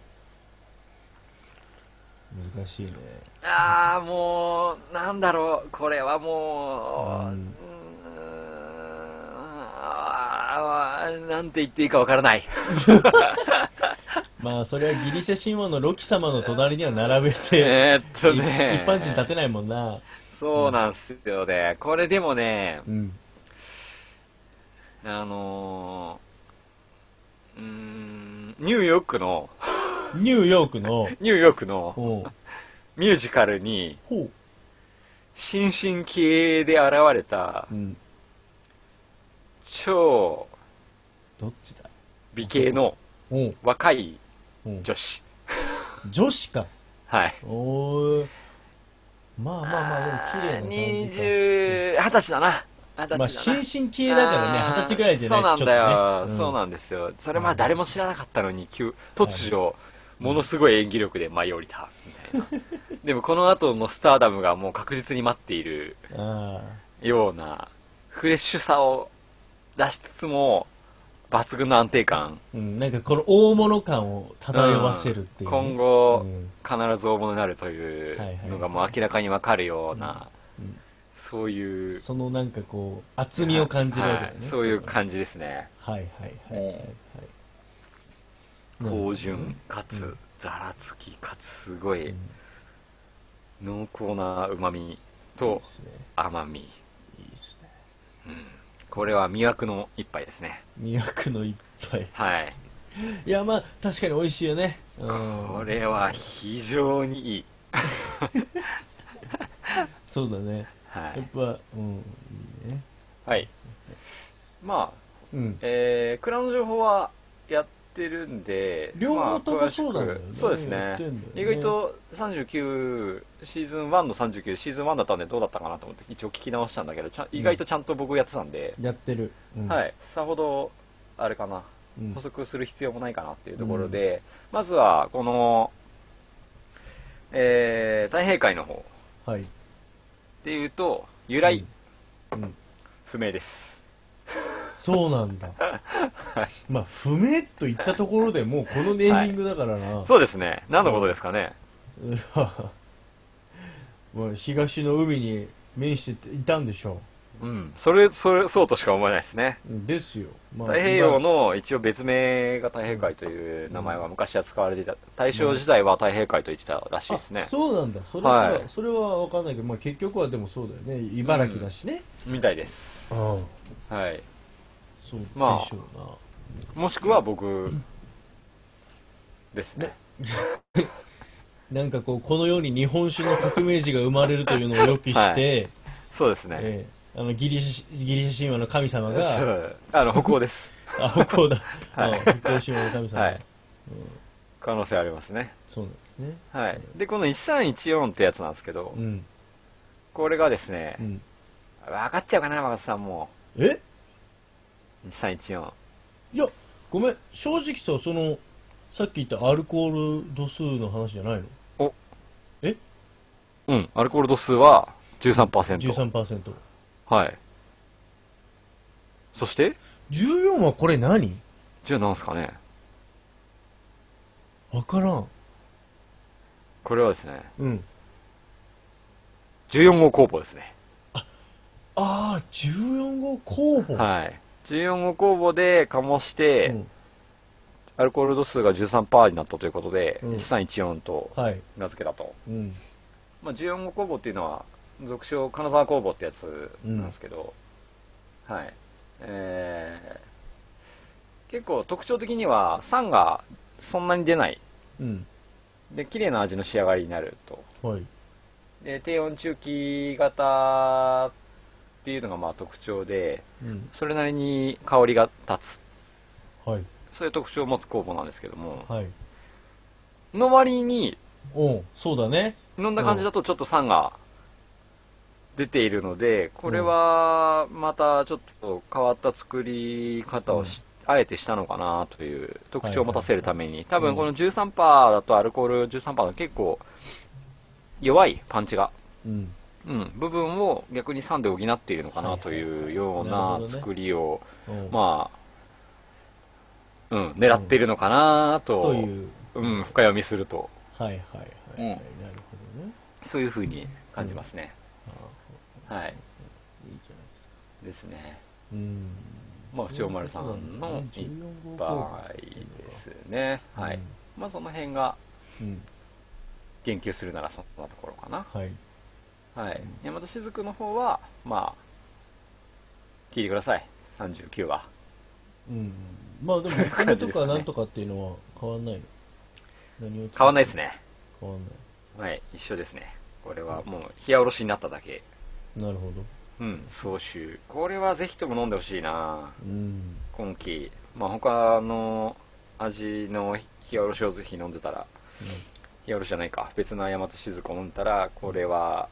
Speaker 4: 難しいね。
Speaker 2: ああもうなんだろうこれはもう、う
Speaker 4: う
Speaker 2: ー
Speaker 4: ん
Speaker 2: ん、あーなんて言っていいかわから ない
Speaker 4: まあ、それはギリシャ神話のロキ様の隣には並べて、
Speaker 2: えーっと
Speaker 4: い一
Speaker 2: ね
Speaker 4: 般人立てないもんな。
Speaker 2: そうなんすよねこれでもね
Speaker 4: うん。
Speaker 2: あのーうーんニューヨークの
Speaker 4: ニューヨークの、
Speaker 2: ニューヨークの
Speaker 4: おう
Speaker 2: ミュージカルに
Speaker 4: ほ
Speaker 2: 新進気鋭で現れた
Speaker 4: う。うん。
Speaker 2: 超
Speaker 4: どっちだ
Speaker 2: 美形の
Speaker 4: おう
Speaker 2: 若い
Speaker 4: おう
Speaker 2: 女子
Speaker 4: 女子か。
Speaker 2: はい
Speaker 4: おー。まあまあまあ、でも綺麗な感
Speaker 2: 二
Speaker 4: じか。
Speaker 2: 十、二十歳だな。二十歳だな。
Speaker 4: まあ、新進気鋭だからね、二十歳ぐらいじゃない
Speaker 2: そうなんだよ、
Speaker 4: ちょっとね
Speaker 2: そうなんですよ。それまあ誰も知らなかったのに、急、突如、ものすごい演技力で舞い降りた。みたいな。でもこの後のスターダムがもう確実に待っている
Speaker 4: あ
Speaker 2: ような、フレッシュさを出しつつも、抜群の安定感。
Speaker 4: ーうん、なんかこの大物感を漂わせるっていうね、
Speaker 2: 今後、
Speaker 4: うん
Speaker 2: 必ず大物になるとい
Speaker 4: はいはいう
Speaker 2: のがもう明らかにわかるような、
Speaker 4: うん
Speaker 2: そういう、
Speaker 4: そのなんかこう厚みを感じるわけだよね、
Speaker 2: はいそういう感じですね。
Speaker 4: はいはいはいはいはい、
Speaker 2: 芳醇か
Speaker 4: う
Speaker 2: つ
Speaker 4: ん
Speaker 2: ざらつきかつすご
Speaker 4: うん
Speaker 2: い
Speaker 4: い
Speaker 2: 濃厚な旨味
Speaker 4: いで
Speaker 2: と
Speaker 4: すね
Speaker 2: 甘み
Speaker 4: いいですね
Speaker 2: これは魅惑の一杯ですね
Speaker 4: 魅惑の一杯
Speaker 2: はい
Speaker 4: いやまあ確かに美味しいよねうん
Speaker 2: これは非常にいい
Speaker 4: そうだね
Speaker 2: は
Speaker 4: やっ
Speaker 2: い、
Speaker 4: ぱうんいいね
Speaker 2: はい、まあ
Speaker 4: うん
Speaker 2: えー、蔵の情報はやってるんで
Speaker 4: 両
Speaker 2: ま
Speaker 4: 方
Speaker 2: あ
Speaker 4: とも
Speaker 2: 詳しく
Speaker 4: そうなんだよね
Speaker 2: そうです
Speaker 4: や
Speaker 2: ね
Speaker 4: ってんだ
Speaker 2: 意
Speaker 4: よね
Speaker 2: 外と39シーズン1の39シーズン1だったんでどうだったかなと思って一応聞き直したんだけどちゃん意外とちゃんと僕やってたんで、
Speaker 4: やってる、うん
Speaker 2: はい、さほどあれかな、
Speaker 4: うん
Speaker 2: 補足する必要もないかなっていうところで、まずはこの、えー、太平会の方
Speaker 4: はい
Speaker 2: でいうと、由来
Speaker 4: うんうん
Speaker 2: 不明です。
Speaker 4: そうな んだまあ不明といったところでもうこのネーミングだからな、
Speaker 2: そうですね、何のことですかね。
Speaker 4: うわ まあ東の海に面していたんでしょ
Speaker 2: うん、それ、それ、そうとしか思えないですね。
Speaker 4: ううんですよ、まあ
Speaker 2: 太平洋の一応別名が太平海という名前は昔は使われていた。大正時代は太平海と言ってたらしいですね
Speaker 4: あ。そうなんだそれは、
Speaker 2: はい
Speaker 4: それは分かんないけど、まあ、結局はでもそうだよね茨城だしね、
Speaker 2: みたいです。
Speaker 4: ああ
Speaker 2: はい。
Speaker 4: そうでしょうな、
Speaker 2: まあもしくは僕、ですね。
Speaker 4: なんかこうこのように日本酒の革命児が生まれるというのを予期して、
Speaker 2: はいそうですね。
Speaker 4: ええあのギリシャギリシャ神話の神様
Speaker 2: そ
Speaker 4: が
Speaker 2: うあの北欧です
Speaker 4: あ北欧だ、
Speaker 2: はい
Speaker 4: あ北欧神話の神様、
Speaker 2: はい可能性ありますね
Speaker 4: そうなんですね
Speaker 2: はいでこの1314ってやつなんですけど、
Speaker 4: うん
Speaker 2: これがですね、
Speaker 4: うん
Speaker 2: 分かっちゃうかな若狭さんも
Speaker 4: え
Speaker 2: う1314
Speaker 4: いや、ごめん、正直さ、その、さっき言ったアルコール度数の話じゃないの
Speaker 2: うんアルコール度数は 13%,
Speaker 4: 13%。
Speaker 2: はいそして
Speaker 4: 14はこれ何
Speaker 2: じゃあなんすかね
Speaker 4: わからん。
Speaker 2: これはですね
Speaker 4: うん。
Speaker 2: 14号工房ですね
Speaker 4: ああ、14号酵母。
Speaker 2: はい14号工房で醸して、
Speaker 4: うん
Speaker 2: アルコール度数が13%になったということで、
Speaker 4: うん
Speaker 2: 1314と
Speaker 4: はい。
Speaker 2: 名付けたと
Speaker 4: うん。
Speaker 2: まあ、14号工房っていうのは俗称金沢工房ってやつなんですけど、はいえー結構特徴的には酸がそんなに出ない
Speaker 6: うん
Speaker 2: で綺麗な味の仕上がりになると
Speaker 6: はい
Speaker 2: で低温中期型っていうのがまあ特徴で
Speaker 6: うん
Speaker 2: それなりに香りが立つ
Speaker 6: はい
Speaker 2: そういう特徴を持つ工房なんですけども
Speaker 6: はい
Speaker 2: の割に
Speaker 6: おうそうだね
Speaker 2: 飲んだ感じだとちょっと酸が出ているのでこれはまたちょっと変わった作り方をし、あえてしたのかなという特徴を持たせるために多分この13%だとアルコール13%の結構弱いパンチが、
Speaker 6: うん
Speaker 2: うん、部分を逆に酸で補っているのかなというよ
Speaker 6: はい
Speaker 2: う
Speaker 6: はいはいなる
Speaker 2: な
Speaker 6: ほどね
Speaker 2: 作りを、
Speaker 6: おう
Speaker 2: まあ、うん、狙っているのかなと
Speaker 6: という
Speaker 2: うん、深読みすると
Speaker 6: はいはいはい、
Speaker 2: うん
Speaker 6: なるほどね
Speaker 2: そういうふうに感じますね。
Speaker 6: あ
Speaker 2: はい
Speaker 6: あいいじゃないですか
Speaker 2: ですね。
Speaker 6: うん
Speaker 2: まあ、不長丸さんの一杯ですね。はい。まあ、その辺が
Speaker 6: うん
Speaker 2: 言及するならそんなところかな。
Speaker 6: はい
Speaker 2: はい。山田雫の方は、まあ、聞いてください。39話。
Speaker 6: うんまあで もお
Speaker 2: 感
Speaker 6: 金
Speaker 2: じ
Speaker 6: と
Speaker 2: ですか
Speaker 6: か
Speaker 2: ね
Speaker 6: なんとかっていうのは変わんないの何を
Speaker 2: 変わんないです
Speaker 6: ね
Speaker 2: ね。
Speaker 6: 変わんない
Speaker 2: はい。一緒ですね。これはもう、冷やおろしになっただけ。
Speaker 6: なるほど
Speaker 2: うん、総集。これはぜひとも飲んでほしいな
Speaker 6: うん
Speaker 2: 今季。まあ、他の味の冷やおろしをぜひ飲んでたら、いやるじゃないか別の大和雫を飲んだらこれは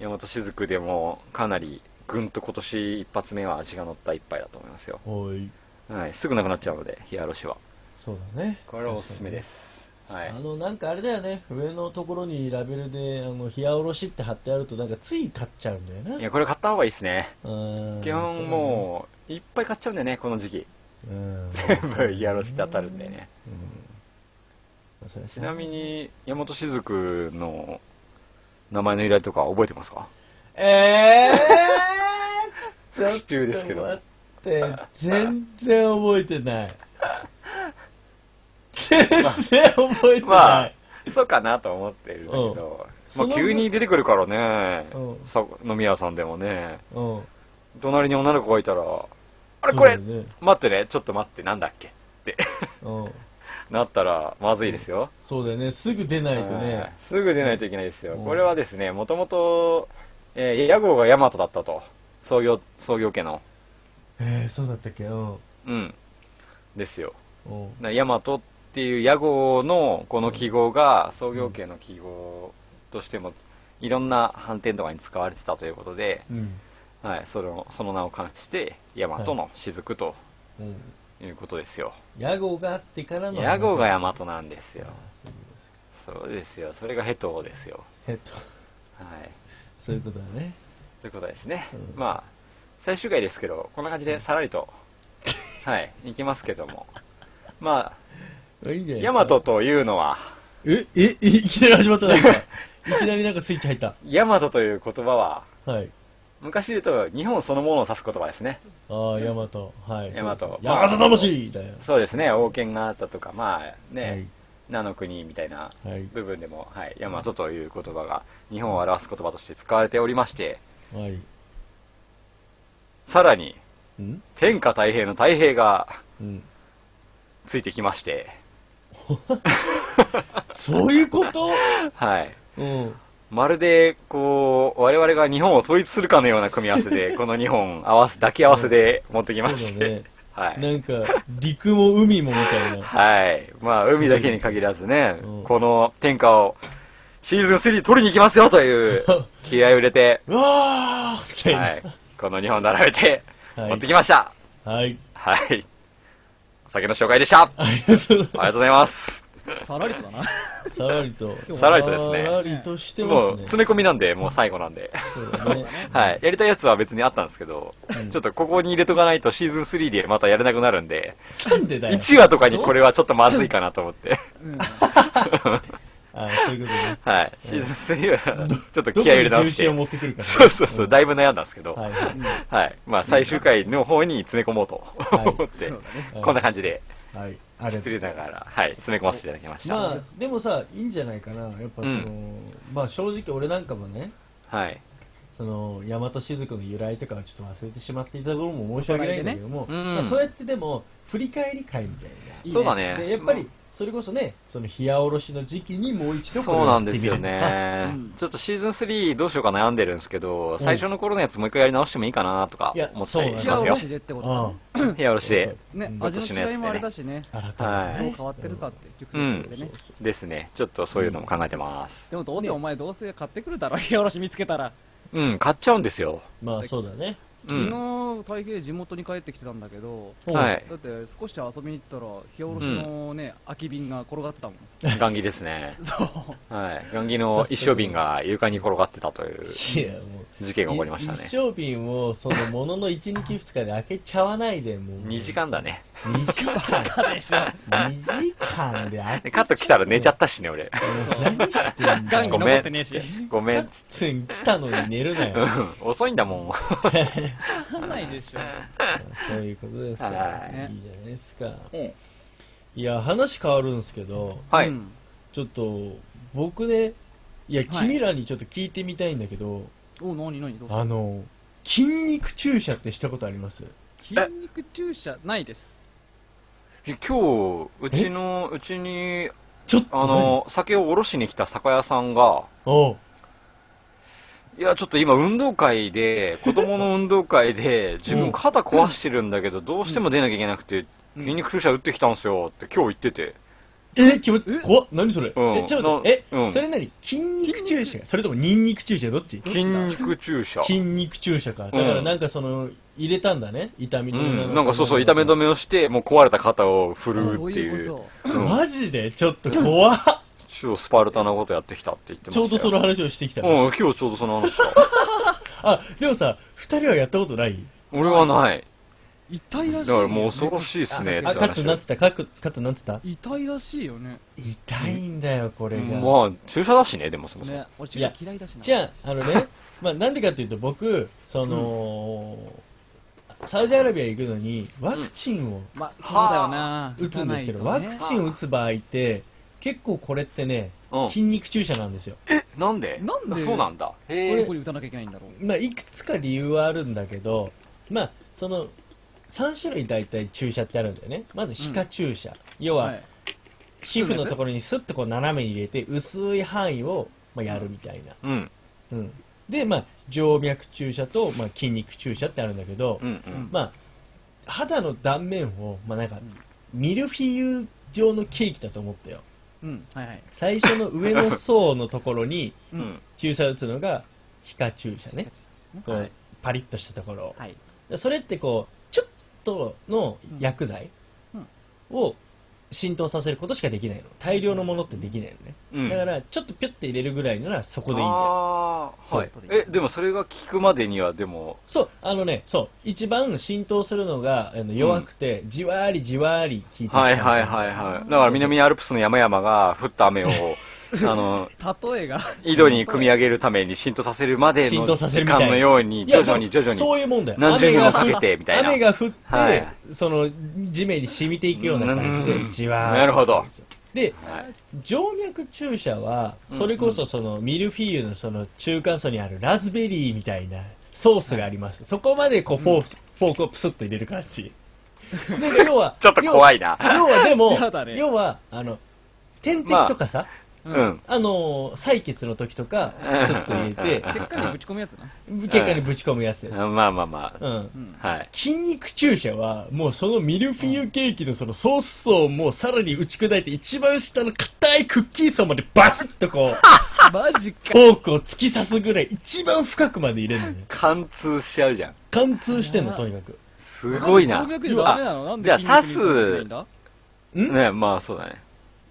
Speaker 2: 大和雫でもかなりぐんと今年一発目は味が乗った一杯だと思いますよ、
Speaker 6: はい
Speaker 2: はい、すぐなくなっちゃうので冷やおろしは
Speaker 6: そうだね
Speaker 2: これはおすすめです、はい
Speaker 4: あ、のなんかあれだよね上のところにラベルであの冷やおろしって貼ってあるとなんかつい買っちゃうんだよない
Speaker 2: やこれ買った方がいいですね
Speaker 4: うん
Speaker 2: 基本もういっぱい買っちゃうんだよねこの時期
Speaker 4: そうだね うん
Speaker 2: 全部冷やおろしで当たるんだよね
Speaker 4: まあそれは
Speaker 2: ち
Speaker 4: 知ら
Speaker 2: な
Speaker 4: ない
Speaker 2: みに大和雫の名前の由来とか覚えてますか
Speaker 4: えー、ちょっと
Speaker 2: 中ですけど
Speaker 4: 待って全然覚えてない 全然覚えてない、
Speaker 2: まあそうかなと思ってるんだけど、
Speaker 4: うんそ
Speaker 2: ま
Speaker 4: の
Speaker 2: あ、急に出てくるからね、
Speaker 4: うん
Speaker 2: さ飲み屋さんでもね
Speaker 4: うん
Speaker 2: 隣に女の子がいたら「あれ
Speaker 4: そう
Speaker 2: こ
Speaker 4: だ
Speaker 2: れ、
Speaker 4: よね
Speaker 2: 待ってねちょっと待って なんだっけ?」
Speaker 4: うん
Speaker 2: なったらまずいですよ、
Speaker 4: そうだよねすぐ出ないと
Speaker 2: はい
Speaker 4: ね
Speaker 2: すぐ出ないといけないですよ、
Speaker 4: うん
Speaker 2: これはですねもともと屋号が大和だったと創業創業家の
Speaker 4: えー、そうだったっけうんうん
Speaker 2: うんですよな大和っていう屋号のこの記号が創業家の記号としてもいろんな反転とかに使われてたということで、
Speaker 6: うん
Speaker 2: はい、そのその名を冠して大和の雫と
Speaker 6: うん
Speaker 2: いうことですよ、
Speaker 4: 屋号があってからの話
Speaker 2: 屋号が大和なんですよ
Speaker 4: あそうですか
Speaker 2: そうですよそれがヘトですよ
Speaker 4: えっと
Speaker 2: はい
Speaker 4: そういうことだね
Speaker 2: ということですね、
Speaker 4: うん
Speaker 2: まあ最終回ですけどこんな感じでさらりとはいいきますけど もま
Speaker 4: いいんじゃ
Speaker 2: あ
Speaker 4: ない
Speaker 2: 大和というのは
Speaker 6: えええいきなり始まったなん かいきなりなんかスイッチ入った
Speaker 2: 大和という言葉は
Speaker 6: はい
Speaker 2: 昔で言うと日本そのものを指す言葉ですね
Speaker 6: ああヤマトはい
Speaker 2: ヤマト
Speaker 6: ヤマト魂だよ
Speaker 2: そうですね王権があったとかまあね、
Speaker 6: はい
Speaker 2: 名の国みたいな
Speaker 6: はい
Speaker 2: 部分でも、はい、大和という言葉が日本を表す言葉として使われておりまして
Speaker 6: はい
Speaker 2: さらに
Speaker 6: うん
Speaker 2: 天下太平の太平が
Speaker 6: うん
Speaker 2: ついてきまして
Speaker 6: そういうこと
Speaker 2: はい
Speaker 6: うん
Speaker 2: まるでこう我々が日本を統一するかのような組み合わせで この日本合わせ抱き合わせで持ってきまし
Speaker 6: そうだ
Speaker 2: て、
Speaker 6: ね
Speaker 2: はい、
Speaker 6: なんか陸も海もみたいな
Speaker 2: はいまあ海だけに限らずね、
Speaker 6: うん
Speaker 2: この天下をシーズン3取りに行きますよと いう気合を入れて、
Speaker 6: うわーみたいな
Speaker 2: はい、この日本並べて
Speaker 6: はい
Speaker 2: 持ってきました、
Speaker 6: はい。
Speaker 2: はい。お酒の紹介でした。あり
Speaker 6: ありがとうござい
Speaker 2: がとうございます。
Speaker 3: さらりとだな
Speaker 6: ます。さらりと。
Speaker 2: さらりとですね
Speaker 6: さらりとしてま
Speaker 2: もう
Speaker 6: すね。
Speaker 2: 詰め込みなんで、もう最後なんで。
Speaker 6: そうだね。
Speaker 2: はい。やりたいやつは別にあったんですけど、ちょっとここに入れとかないとシーズン3でまたやれなくなるんで、
Speaker 6: なんでだよ。
Speaker 2: 1話とかにこれはちょっとまずいかなと思って。
Speaker 6: あそういうことね。
Speaker 2: はい。シーズン3はちょっと
Speaker 6: どこ
Speaker 2: 気合い入れ
Speaker 6: に
Speaker 2: 直
Speaker 6: 重
Speaker 2: し
Speaker 6: 心を持
Speaker 2: て。
Speaker 6: ってくるかね。
Speaker 2: そうそうそう、だいぶ悩んだんですけど、
Speaker 6: は
Speaker 2: はいい。
Speaker 6: はい。
Speaker 2: まあ最終回の方に詰め込もうと
Speaker 6: い
Speaker 2: 思って
Speaker 3: そう、だね
Speaker 2: こんな感じで
Speaker 6: はい。
Speaker 4: あれ
Speaker 2: 失礼ながら、はい、詰め込ませていただきました。
Speaker 4: まあでもさいいんじゃないかなやっぱその、
Speaker 2: うん
Speaker 4: まあ正直俺なんかもね
Speaker 2: はい。
Speaker 4: その大和雫の由来とかをちょっと忘れてしまっていたところも申し訳ないんだけども、
Speaker 2: うん
Speaker 4: まあ、そうやってでも振り返り会みたい
Speaker 1: いい
Speaker 2: そうだね
Speaker 4: な、でやっぱりそれこそねその冷やおろしの時期にもう一度これ
Speaker 2: そ
Speaker 4: を
Speaker 2: う
Speaker 4: や
Speaker 2: な
Speaker 4: っ
Speaker 2: ん
Speaker 4: て
Speaker 2: です
Speaker 4: みる
Speaker 2: よ
Speaker 4: とか
Speaker 2: ね。ちょっとシーズン3どうしようか悩んでるんですけど、最初の頃のやつもう一回やり直してもいいかなとか
Speaker 4: いや
Speaker 2: 思ったり
Speaker 4: そう
Speaker 2: し
Speaker 4: な
Speaker 2: ま
Speaker 4: ん
Speaker 2: す
Speaker 4: で
Speaker 2: よ
Speaker 3: し。でってこと
Speaker 4: あ
Speaker 2: 部屋おろしで。
Speaker 3: ね
Speaker 4: うん
Speaker 3: 味の違いもあれだしね
Speaker 4: あ改
Speaker 2: は
Speaker 4: めて
Speaker 3: どう
Speaker 4: ね
Speaker 3: 変わってるかって
Speaker 2: う
Speaker 3: 直接でね
Speaker 2: ん。ですね。ちょっとそういうのも考えてます。
Speaker 3: でもどうせお前どうせ買ってくるだろ冷やおろし見つけたら
Speaker 2: うん、買っちゃうんですよ。
Speaker 4: まあそうだね
Speaker 2: う
Speaker 3: 昨日
Speaker 2: ん。
Speaker 3: 大平地元に帰ってきてたんだけど
Speaker 2: はい。
Speaker 3: だって少し遊びに行ったら冷やおろしのね空き瓶が転がってたもん
Speaker 2: ガンギですね。
Speaker 3: そう
Speaker 2: はい。ガンギの一升瓶が床に転がってたという
Speaker 4: いやもう
Speaker 2: 事件が起こりました
Speaker 4: い
Speaker 2: ね。
Speaker 4: 一生瓶をそのものの1日2日で開けちゃわないでもう
Speaker 2: 2時間だね。
Speaker 4: 2時間2時間で開
Speaker 2: で
Speaker 4: け
Speaker 2: カット来たら寝ちゃったしね、 俺。
Speaker 4: 何してんの
Speaker 3: ガンギ
Speaker 2: ご
Speaker 3: 残
Speaker 2: め
Speaker 3: っ
Speaker 2: ん
Speaker 3: てねえし
Speaker 2: ごめ ん。
Speaker 4: つん来たのに寝るな
Speaker 2: う
Speaker 4: よ
Speaker 2: ん。遅いんだもん。
Speaker 3: かないでしょ
Speaker 4: そういうことですか
Speaker 2: はい
Speaker 4: いいじゃないですか
Speaker 1: うん
Speaker 4: いや話変わるんですけど
Speaker 2: は
Speaker 3: う
Speaker 2: い。
Speaker 3: ん
Speaker 4: ちょっと僕ねいや君らにちょっと聞いてみたいんだけど、
Speaker 3: お何何どうし
Speaker 4: あの筋肉注射ってしたことあります
Speaker 3: た筋肉注射ないです
Speaker 2: 今日、うちの、うちに、
Speaker 4: ちょっと
Speaker 2: あの、酒を卸しに来た酒屋さんが、
Speaker 4: 何おう
Speaker 2: いや、ちょっと今運動会で、子供の運動会 で、自分肩壊してるんだけど、どうしても出なきゃいけなくて、
Speaker 3: うん
Speaker 2: 筋肉注射打ってきたんですよって今日言ってて。
Speaker 4: え気持ち怖っ何それ、
Speaker 2: うん
Speaker 4: えちょっと待ってえ、
Speaker 2: なうん
Speaker 4: それ何筋肉注射それともニンニク注射どっち
Speaker 2: 筋肉注射。
Speaker 4: 筋肉注射かだからなんかその入れたんだね痛み
Speaker 2: う
Speaker 4: 止めの
Speaker 2: ん。なんかそうそう、痛め止めをして、もう壊れた肩を振る
Speaker 3: そう
Speaker 2: って
Speaker 3: い
Speaker 2: いうう
Speaker 3: こ。
Speaker 2: うん
Speaker 4: マジでちょっと怖っ
Speaker 2: 超スパルタなことやってきたって言ってまし
Speaker 4: ち
Speaker 2: た
Speaker 4: ょ
Speaker 2: よ。
Speaker 4: うどその話をしてきたの、
Speaker 2: うん、今日ちょうどその話だ。
Speaker 4: あでもさ2人はやったことない
Speaker 2: 俺はない。
Speaker 3: と痛いら
Speaker 2: だ
Speaker 3: しい
Speaker 2: か
Speaker 3: よね
Speaker 2: らもう恐ろしいっすね、
Speaker 4: あ
Speaker 2: って
Speaker 4: カット
Speaker 2: 話
Speaker 4: なってたカットカットなってた
Speaker 3: 痛いらしいよね
Speaker 4: 痛いんだよこれが、
Speaker 2: まあ、注射だしね、でもそもそも。
Speaker 3: ね俺注射嫌いだしな
Speaker 4: じゃああのね まあなんでかっていうと僕その、サウジアラビア行くのにワクチンを
Speaker 3: まあそうだよな
Speaker 4: 打つんですけど、
Speaker 3: 打た
Speaker 4: ワ
Speaker 3: ないとね
Speaker 4: クチンを打つ場合って結構これってね、
Speaker 2: うん
Speaker 4: 筋肉注射なんですよ
Speaker 2: なんで
Speaker 3: なんで
Speaker 2: そうなんだ。へ
Speaker 3: そ
Speaker 2: え
Speaker 3: こ。に打たなきゃいけないんだろう
Speaker 4: まあ、いくつか理由はあるんだけど、まあ、その3種類大体注射ってあるんだよねまず皮下注射、要は
Speaker 3: はい
Speaker 4: 皮膚のところにスッとこう斜めに入れて薄い範囲をまあやるみたいな、
Speaker 2: うん。
Speaker 4: うん、で、まあ、静脈注射と、まあ、筋肉注射ってあるんだけど、
Speaker 2: うんうん。
Speaker 4: まあ、肌の断面を、まあ、なんかミルフィーユ状のケーキだと思ったよ
Speaker 3: うんはいはい
Speaker 4: 最初の上の層のところに
Speaker 3: う
Speaker 2: うんん。
Speaker 4: 注射打つのが皮下注射ねこ
Speaker 3: は
Speaker 4: う
Speaker 3: い
Speaker 4: パリッとしたところを
Speaker 3: はい
Speaker 4: それってこうちょっとの薬剤
Speaker 3: うん
Speaker 4: を浸透させることしかできないの大量のものってできないのね、
Speaker 2: うん。
Speaker 4: だからちょっとピュッて入れるぐらいならそこでいいんだよ
Speaker 2: ああー、はい
Speaker 3: そう。
Speaker 2: え、でもそれが効くまでには、でも、
Speaker 4: そうあのねそう一番浸透するのがあの弱くて、じわーりじわーり効いてる
Speaker 2: はいはい
Speaker 4: い
Speaker 2: はいはい。だから南アルプスの山々が降った雨 を、あの、
Speaker 3: 例えが
Speaker 2: 井戸に汲み上げるために浸透させるまで
Speaker 4: 浸
Speaker 2: の
Speaker 4: 透させ
Speaker 2: 時
Speaker 4: るみたい
Speaker 2: 間
Speaker 4: な
Speaker 2: のように、
Speaker 4: いや
Speaker 2: 徐々に徐々
Speaker 4: そ
Speaker 2: に。
Speaker 4: ういうもんだよ
Speaker 2: 何十
Speaker 4: 雨
Speaker 2: 年も
Speaker 4: が
Speaker 2: か
Speaker 4: 降
Speaker 2: け、
Speaker 4: って
Speaker 2: みたいな。
Speaker 4: 雨が降って、
Speaker 2: はい
Speaker 4: その地面に染みていくような感じ
Speaker 2: う
Speaker 4: で
Speaker 2: ん
Speaker 4: じわーっと
Speaker 2: なるほど
Speaker 4: で
Speaker 2: はい
Speaker 4: 静脈注射はそれこそそのミルフィーユのその中間層にあるラズベリーみたいなソースがあります、そこまでこうフォース、フォークをプスッと入れる感じで要は
Speaker 2: ちょっと怖
Speaker 4: い
Speaker 2: いな。
Speaker 4: 要は要はで
Speaker 3: や
Speaker 4: も、
Speaker 3: だね
Speaker 4: 要はあの点滴とかさ、
Speaker 3: う
Speaker 2: うん。
Speaker 4: あの採血の時とかプスッと入れて
Speaker 3: 結果にぶち込むやつな
Speaker 4: 結果にぶち込むやつです、
Speaker 2: まあまあま
Speaker 4: うん
Speaker 3: う、ん
Speaker 2: あ。はい。
Speaker 4: 筋肉注射はもうそのミルフィーユケーキのそのソース層をもうさらに打ち砕いて一番下の硬いクッキー層までバシッとこう
Speaker 3: マジか
Speaker 4: フォークを突き刺すぐらい一番深くまで入れるのね
Speaker 2: 貫通しちゃうじゃん。
Speaker 4: 貫通してんのとにかく
Speaker 2: すごいな。
Speaker 3: 動脈瘤ダメなのなんで
Speaker 2: あじゃあ刺す
Speaker 3: 筋肉に痛くないんだ
Speaker 2: ね、まあそうだね。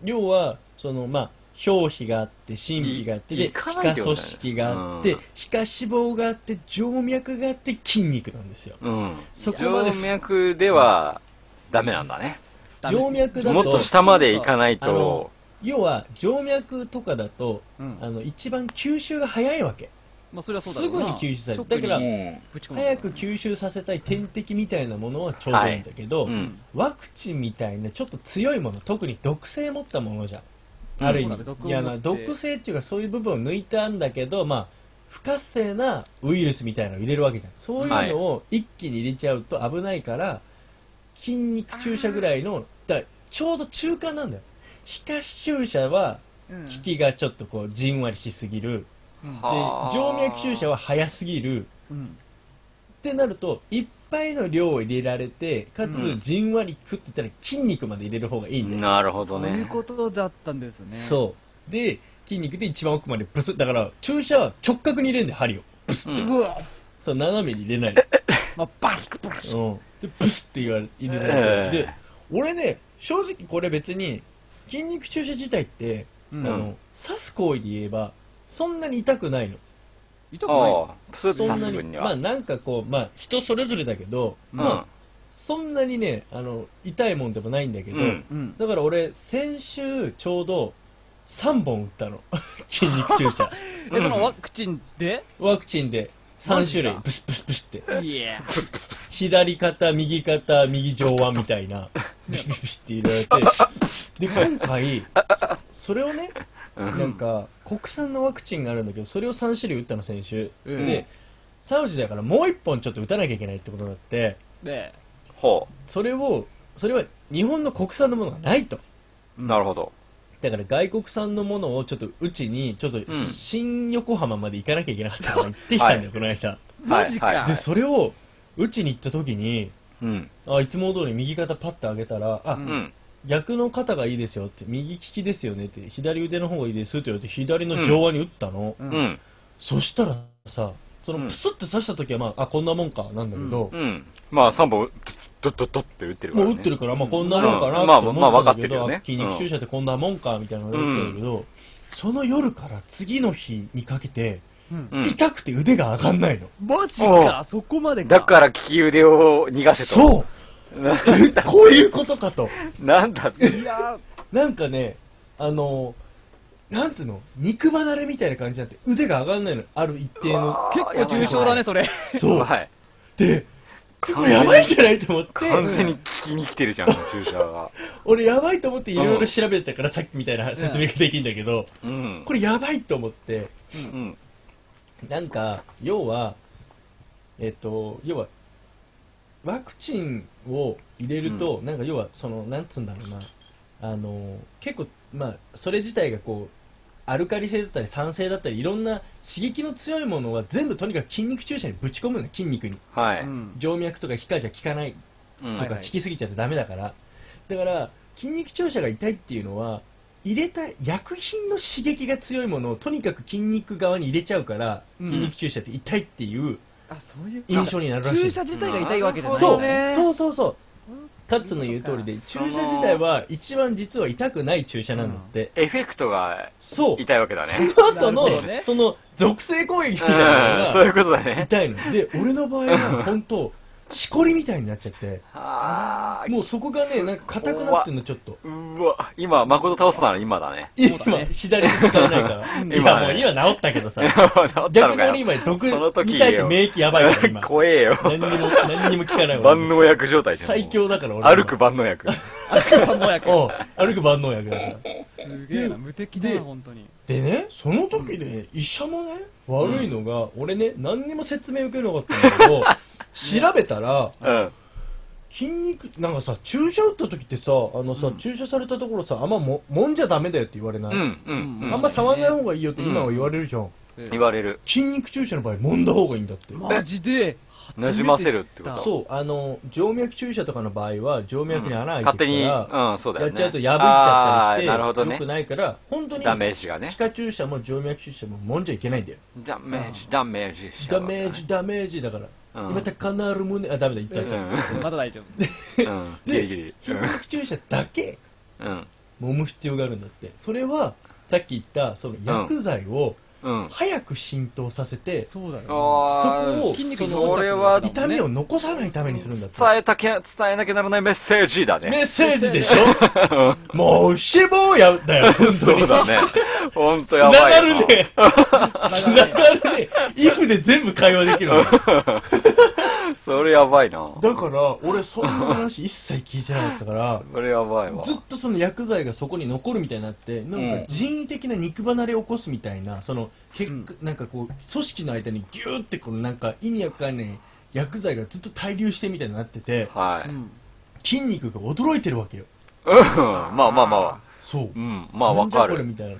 Speaker 4: 要はそのまあ表皮があって真皮があって
Speaker 2: い
Speaker 4: で
Speaker 2: い
Speaker 4: 皮
Speaker 2: か
Speaker 4: 下
Speaker 2: ないっ
Speaker 4: 組
Speaker 2: てことだね
Speaker 4: 織があっ
Speaker 2: う
Speaker 4: て
Speaker 2: ん
Speaker 4: 皮下脂肪があって静脈があって筋肉なんですよ
Speaker 2: うん。
Speaker 4: そこまで
Speaker 2: 静脈では、ダメなんだね。
Speaker 3: ダメ
Speaker 4: 静脈だ
Speaker 2: もっと
Speaker 4: と
Speaker 2: 下まで行かない
Speaker 4: あ
Speaker 2: と
Speaker 4: の、要は静脈とかだと
Speaker 3: うん
Speaker 4: あの一番吸収が早いわけ
Speaker 3: まあそれはそうだ
Speaker 4: す
Speaker 3: ろう
Speaker 4: ぐに
Speaker 3: な
Speaker 4: 吸収され
Speaker 3: 直
Speaker 4: るだか
Speaker 3: に
Speaker 4: ら
Speaker 1: うん
Speaker 3: ぶち込む
Speaker 4: 早く吸収させたい点滴みたいなものはちょうどいいんだけど、
Speaker 1: うん
Speaker 4: ワクチンみたいなちょっと強いもの特に毒性持ったものじゃん
Speaker 1: うん
Speaker 4: ある意
Speaker 3: そう
Speaker 4: 味
Speaker 3: だね毒を
Speaker 4: いや
Speaker 3: 持
Speaker 4: な
Speaker 3: って
Speaker 4: 毒性っていうかそういう部分を抜いたんだけど、まあ、不活性なウイルスみたいなのを入れるわけじゃんそういうのを一気に入れちゃうと危ないから、筋肉注射ぐらいのだからちょうど中間なんだよ皮下注射は
Speaker 3: うん
Speaker 4: 効きがちょっとこうじんわりしすぎる
Speaker 3: うん
Speaker 4: で
Speaker 2: あー
Speaker 4: 静脈注射は早すぎる
Speaker 3: うん
Speaker 4: ってなるといっぱいの量を入れられてか
Speaker 2: う
Speaker 4: つ
Speaker 2: ん
Speaker 4: じんわり食ってたら筋肉まで入れる方がいいんだよ、
Speaker 2: なるほど
Speaker 3: そういう
Speaker 2: ね。
Speaker 3: ことだったんですね
Speaker 4: そうで筋肉で一番奥までブスッだから注射は直角に入れるんだよ針をブスッて、
Speaker 2: う
Speaker 3: うわ
Speaker 4: そう斜めに入れないの、
Speaker 3: まあバシッバシッ
Speaker 4: うん、でブスッて言われ入れられて、で俺ね正直これ別に筋肉注射自体って、
Speaker 3: うん
Speaker 4: あの刺す行為で言えばそんなに痛くないの
Speaker 3: 痛くない
Speaker 2: あ
Speaker 3: の
Speaker 2: あ、プスッ
Speaker 4: そ
Speaker 2: て
Speaker 4: ん
Speaker 2: 刺
Speaker 4: な
Speaker 2: す
Speaker 4: に
Speaker 2: 分に
Speaker 4: まあ
Speaker 2: は。
Speaker 4: なんかこうまあ人それぞれだけど
Speaker 3: ま
Speaker 4: そんなにねあの痛いもんでもないんだけど、
Speaker 2: うん
Speaker 3: うん
Speaker 4: だから俺先週ちょうど3本打ったの 筋肉注 射
Speaker 3: えそのワクチンで
Speaker 4: ワクチンで3種類
Speaker 3: マジか
Speaker 4: ブシブシブシって
Speaker 3: いや
Speaker 4: 左肩右肩右上腕みたいなブシブシブシって入れられてで今回そそれをねなんか国産のワクチンがあるんだけどそれを3種類打ったの先週、
Speaker 3: うん
Speaker 4: でサウジだからもう1本ちょっと打たなきゃいけないってことになって
Speaker 3: で
Speaker 2: ほ
Speaker 4: それをそれは日本の国産のものがないと
Speaker 2: う。なるほど。
Speaker 4: だから外国産のものをちょっとうちにちょっと
Speaker 2: ん
Speaker 4: 新横浜まで行かなきゃいけなかったから行ってきたんだよ、
Speaker 2: はい
Speaker 4: この間
Speaker 3: マジか
Speaker 2: はいはい
Speaker 4: でそれをうちに行った時に
Speaker 2: うん。
Speaker 4: あいつも通り右肩パッと上げたらあ、
Speaker 3: うん
Speaker 2: うん。
Speaker 4: 逆の肩がいいですよって右利きですよねって左腕の方がいいですって言われて左の上腕に打ったの、
Speaker 3: うん
Speaker 2: うん。
Speaker 4: そしたらさそうの
Speaker 2: ん
Speaker 4: プスって刺した時はまああこんなもんかなんだけど、
Speaker 2: うん。まあ3本、ドッドッドッって打ってるから。
Speaker 4: もう打ってる
Speaker 2: か
Speaker 4: から、まあ、こんなもんか
Speaker 2: う
Speaker 4: なん
Speaker 2: まあ
Speaker 4: って
Speaker 2: まあ
Speaker 4: 思
Speaker 2: 分か
Speaker 4: った
Speaker 2: っ
Speaker 4: んだ
Speaker 2: て
Speaker 4: け
Speaker 2: るよ
Speaker 4: ど、
Speaker 2: ね
Speaker 4: 筋肉注射ってこんなもんかみたいなのが言ってたけど、その夜から次の日にかけて、
Speaker 3: うん
Speaker 2: ら。うん。
Speaker 4: 痛くて腕が上がんないの。
Speaker 3: マジかそこまでか
Speaker 2: だから利き腕を逃がせと。
Speaker 4: そうえこういうことかと。
Speaker 2: なんだって。
Speaker 3: いや
Speaker 4: なんかね、あの、なんつうの、肉離れみたいな感じになって腕が上がんないの。ある一定の。
Speaker 3: 結構重症だねそれ
Speaker 4: そう。
Speaker 2: はい。
Speaker 4: で、これやばいんじゃないと思って、
Speaker 2: 完全に利きに来てるじゃん、注射が。
Speaker 4: 俺やばいと思っていろいろ調べてたからさっきみたいな説明ができるんだけど、
Speaker 2: うん
Speaker 4: こ。れやばいと思って、
Speaker 2: うん。
Speaker 4: なんか、要は、えっと、要は、ワクチンを入れると、なんか要は、その、なんつうんだろうな、あの、結構、まあ、それ自体がこう、アルカリ性だったり酸性だったりいろんな刺激の強いものは全部とにかく筋肉注射にぶち込むの筋肉に
Speaker 2: はい。
Speaker 3: う
Speaker 2: うん
Speaker 3: ん
Speaker 4: 静脈とか皮下じゃ効かない
Speaker 2: うん
Speaker 4: とか
Speaker 3: は
Speaker 4: 効
Speaker 3: い
Speaker 4: きすぎちゃってダメだから、だから筋肉注射が痛いっていうのは入れた薬品の刺激が強いものをとにかく筋肉側に入れちゃうから、
Speaker 3: うん
Speaker 4: 筋肉注射って痛いっていう
Speaker 3: あそういう
Speaker 4: 印象になるらしい
Speaker 3: 注射自体が痛いわけじゃない
Speaker 4: そう
Speaker 3: ね
Speaker 4: そうそうそうカッツの言う通りで注
Speaker 2: その
Speaker 4: 射自体は一番実は痛くない注射なんだって、
Speaker 2: エフェクトが
Speaker 4: そう
Speaker 2: 痛いわけだね。
Speaker 4: その後の
Speaker 3: なるほどね
Speaker 4: その属性攻撃み
Speaker 2: う
Speaker 4: たいなの
Speaker 2: ん。
Speaker 4: が
Speaker 2: そういうことだね。
Speaker 4: 痛いので俺の場合 は本当しこりみたいになっちゃって
Speaker 2: あー
Speaker 4: もうそこがねなんか硬くなってんのちょっと
Speaker 2: うわ、今、誠倒したの今だね。
Speaker 4: 今
Speaker 3: そうだね
Speaker 4: 左手使えないから
Speaker 2: ね
Speaker 4: 今もう今治ったけどさ
Speaker 2: 治ったの
Speaker 4: 逆に
Speaker 2: か
Speaker 4: 俺
Speaker 2: よ。
Speaker 4: 今毒
Speaker 2: その時
Speaker 4: に対して免疫 やばいから今
Speaker 2: 怖えよ。
Speaker 4: 何にも何にも効かない
Speaker 2: 万能薬状態じゃん。
Speaker 4: 最。強だから俺
Speaker 2: 歩く万能薬。
Speaker 3: もやけ
Speaker 4: おう歩く万能薬だから
Speaker 3: すげえな無敵だ
Speaker 4: で
Speaker 3: な本当に
Speaker 4: でねその時ね、医者もね悪いのが、俺ね何にも説明受けなかったんだけ ど調べたら
Speaker 2: うん。
Speaker 4: 筋肉なんかさ注射打った時ってさあのさ、注射されたところさあんまももんじゃダメだよって言われない、
Speaker 2: うん、うん、う
Speaker 4: あ
Speaker 2: ん
Speaker 4: んま触らない方がいいよって今は言われるじゃん、
Speaker 2: 言われる。
Speaker 4: 筋肉注射の場合揉んだ方がいいんだって、
Speaker 3: マジで
Speaker 2: なじませるってこと
Speaker 4: そうあの静脈注射とかの場合は静脈に穴開い
Speaker 2: 勝手
Speaker 4: て
Speaker 2: に、
Speaker 4: る
Speaker 2: う
Speaker 4: から、
Speaker 2: ん、そうだよ
Speaker 4: や
Speaker 2: ね。
Speaker 4: っちゃうと破いちゃったりして
Speaker 2: あーなるほど
Speaker 4: よく
Speaker 2: ね。
Speaker 4: ないから本当に
Speaker 2: ダメージがね
Speaker 4: 皮。下注射も静脈注射も揉んじゃいけないんだよ
Speaker 2: ダメージ、ダメージしちゃ
Speaker 4: ダ
Speaker 2: うわけだね
Speaker 4: メージ、ダメージだから、
Speaker 2: うん
Speaker 4: 今高なる胸あダメだ言ったじゃん、
Speaker 3: まだ大丈 夫
Speaker 2: うん。うん。ギ
Speaker 4: で
Speaker 2: リギリ。
Speaker 4: 筋肉注射だけ
Speaker 2: うん。
Speaker 4: 揉む必要があるんだってそれはさっき言ったその薬剤を
Speaker 2: うん。
Speaker 4: 早く浸透させて
Speaker 3: そうだよ
Speaker 2: あ
Speaker 4: そこを筋
Speaker 3: 肉に
Speaker 2: それ
Speaker 3: 乗
Speaker 2: は
Speaker 3: っ
Speaker 2: 伝
Speaker 3: たって
Speaker 4: 痛みを残さないためにするんだって
Speaker 2: えたけ、伝えなきゃならないメッセージだね。
Speaker 4: メッセージでしょもう死亡やだよ本当
Speaker 2: そ
Speaker 4: に
Speaker 2: うだね。ほんと
Speaker 4: つ
Speaker 2: や
Speaker 4: な
Speaker 2: ばい
Speaker 4: が
Speaker 2: よな。
Speaker 4: るねつながるね if で全部会話できるのだか
Speaker 2: それやばいな。
Speaker 4: ら俺そんな話一切聞いてなかったから
Speaker 2: それやばいわ。
Speaker 4: ずっとその薬剤がそこに残るみたいになってなん
Speaker 2: うん
Speaker 4: か人為的な肉離れを起こすみたいなその結果、なんかこう組織の間にギューってこのなんか意味わかんない薬剤がずっと滞留してみたいになってて
Speaker 2: はい。うん。
Speaker 3: ん
Speaker 4: 筋肉が驚いてるわけよ
Speaker 2: まあまあまあ。
Speaker 4: そう
Speaker 2: うん。まあわか
Speaker 4: なんじゃこれ
Speaker 2: る。
Speaker 4: みたいな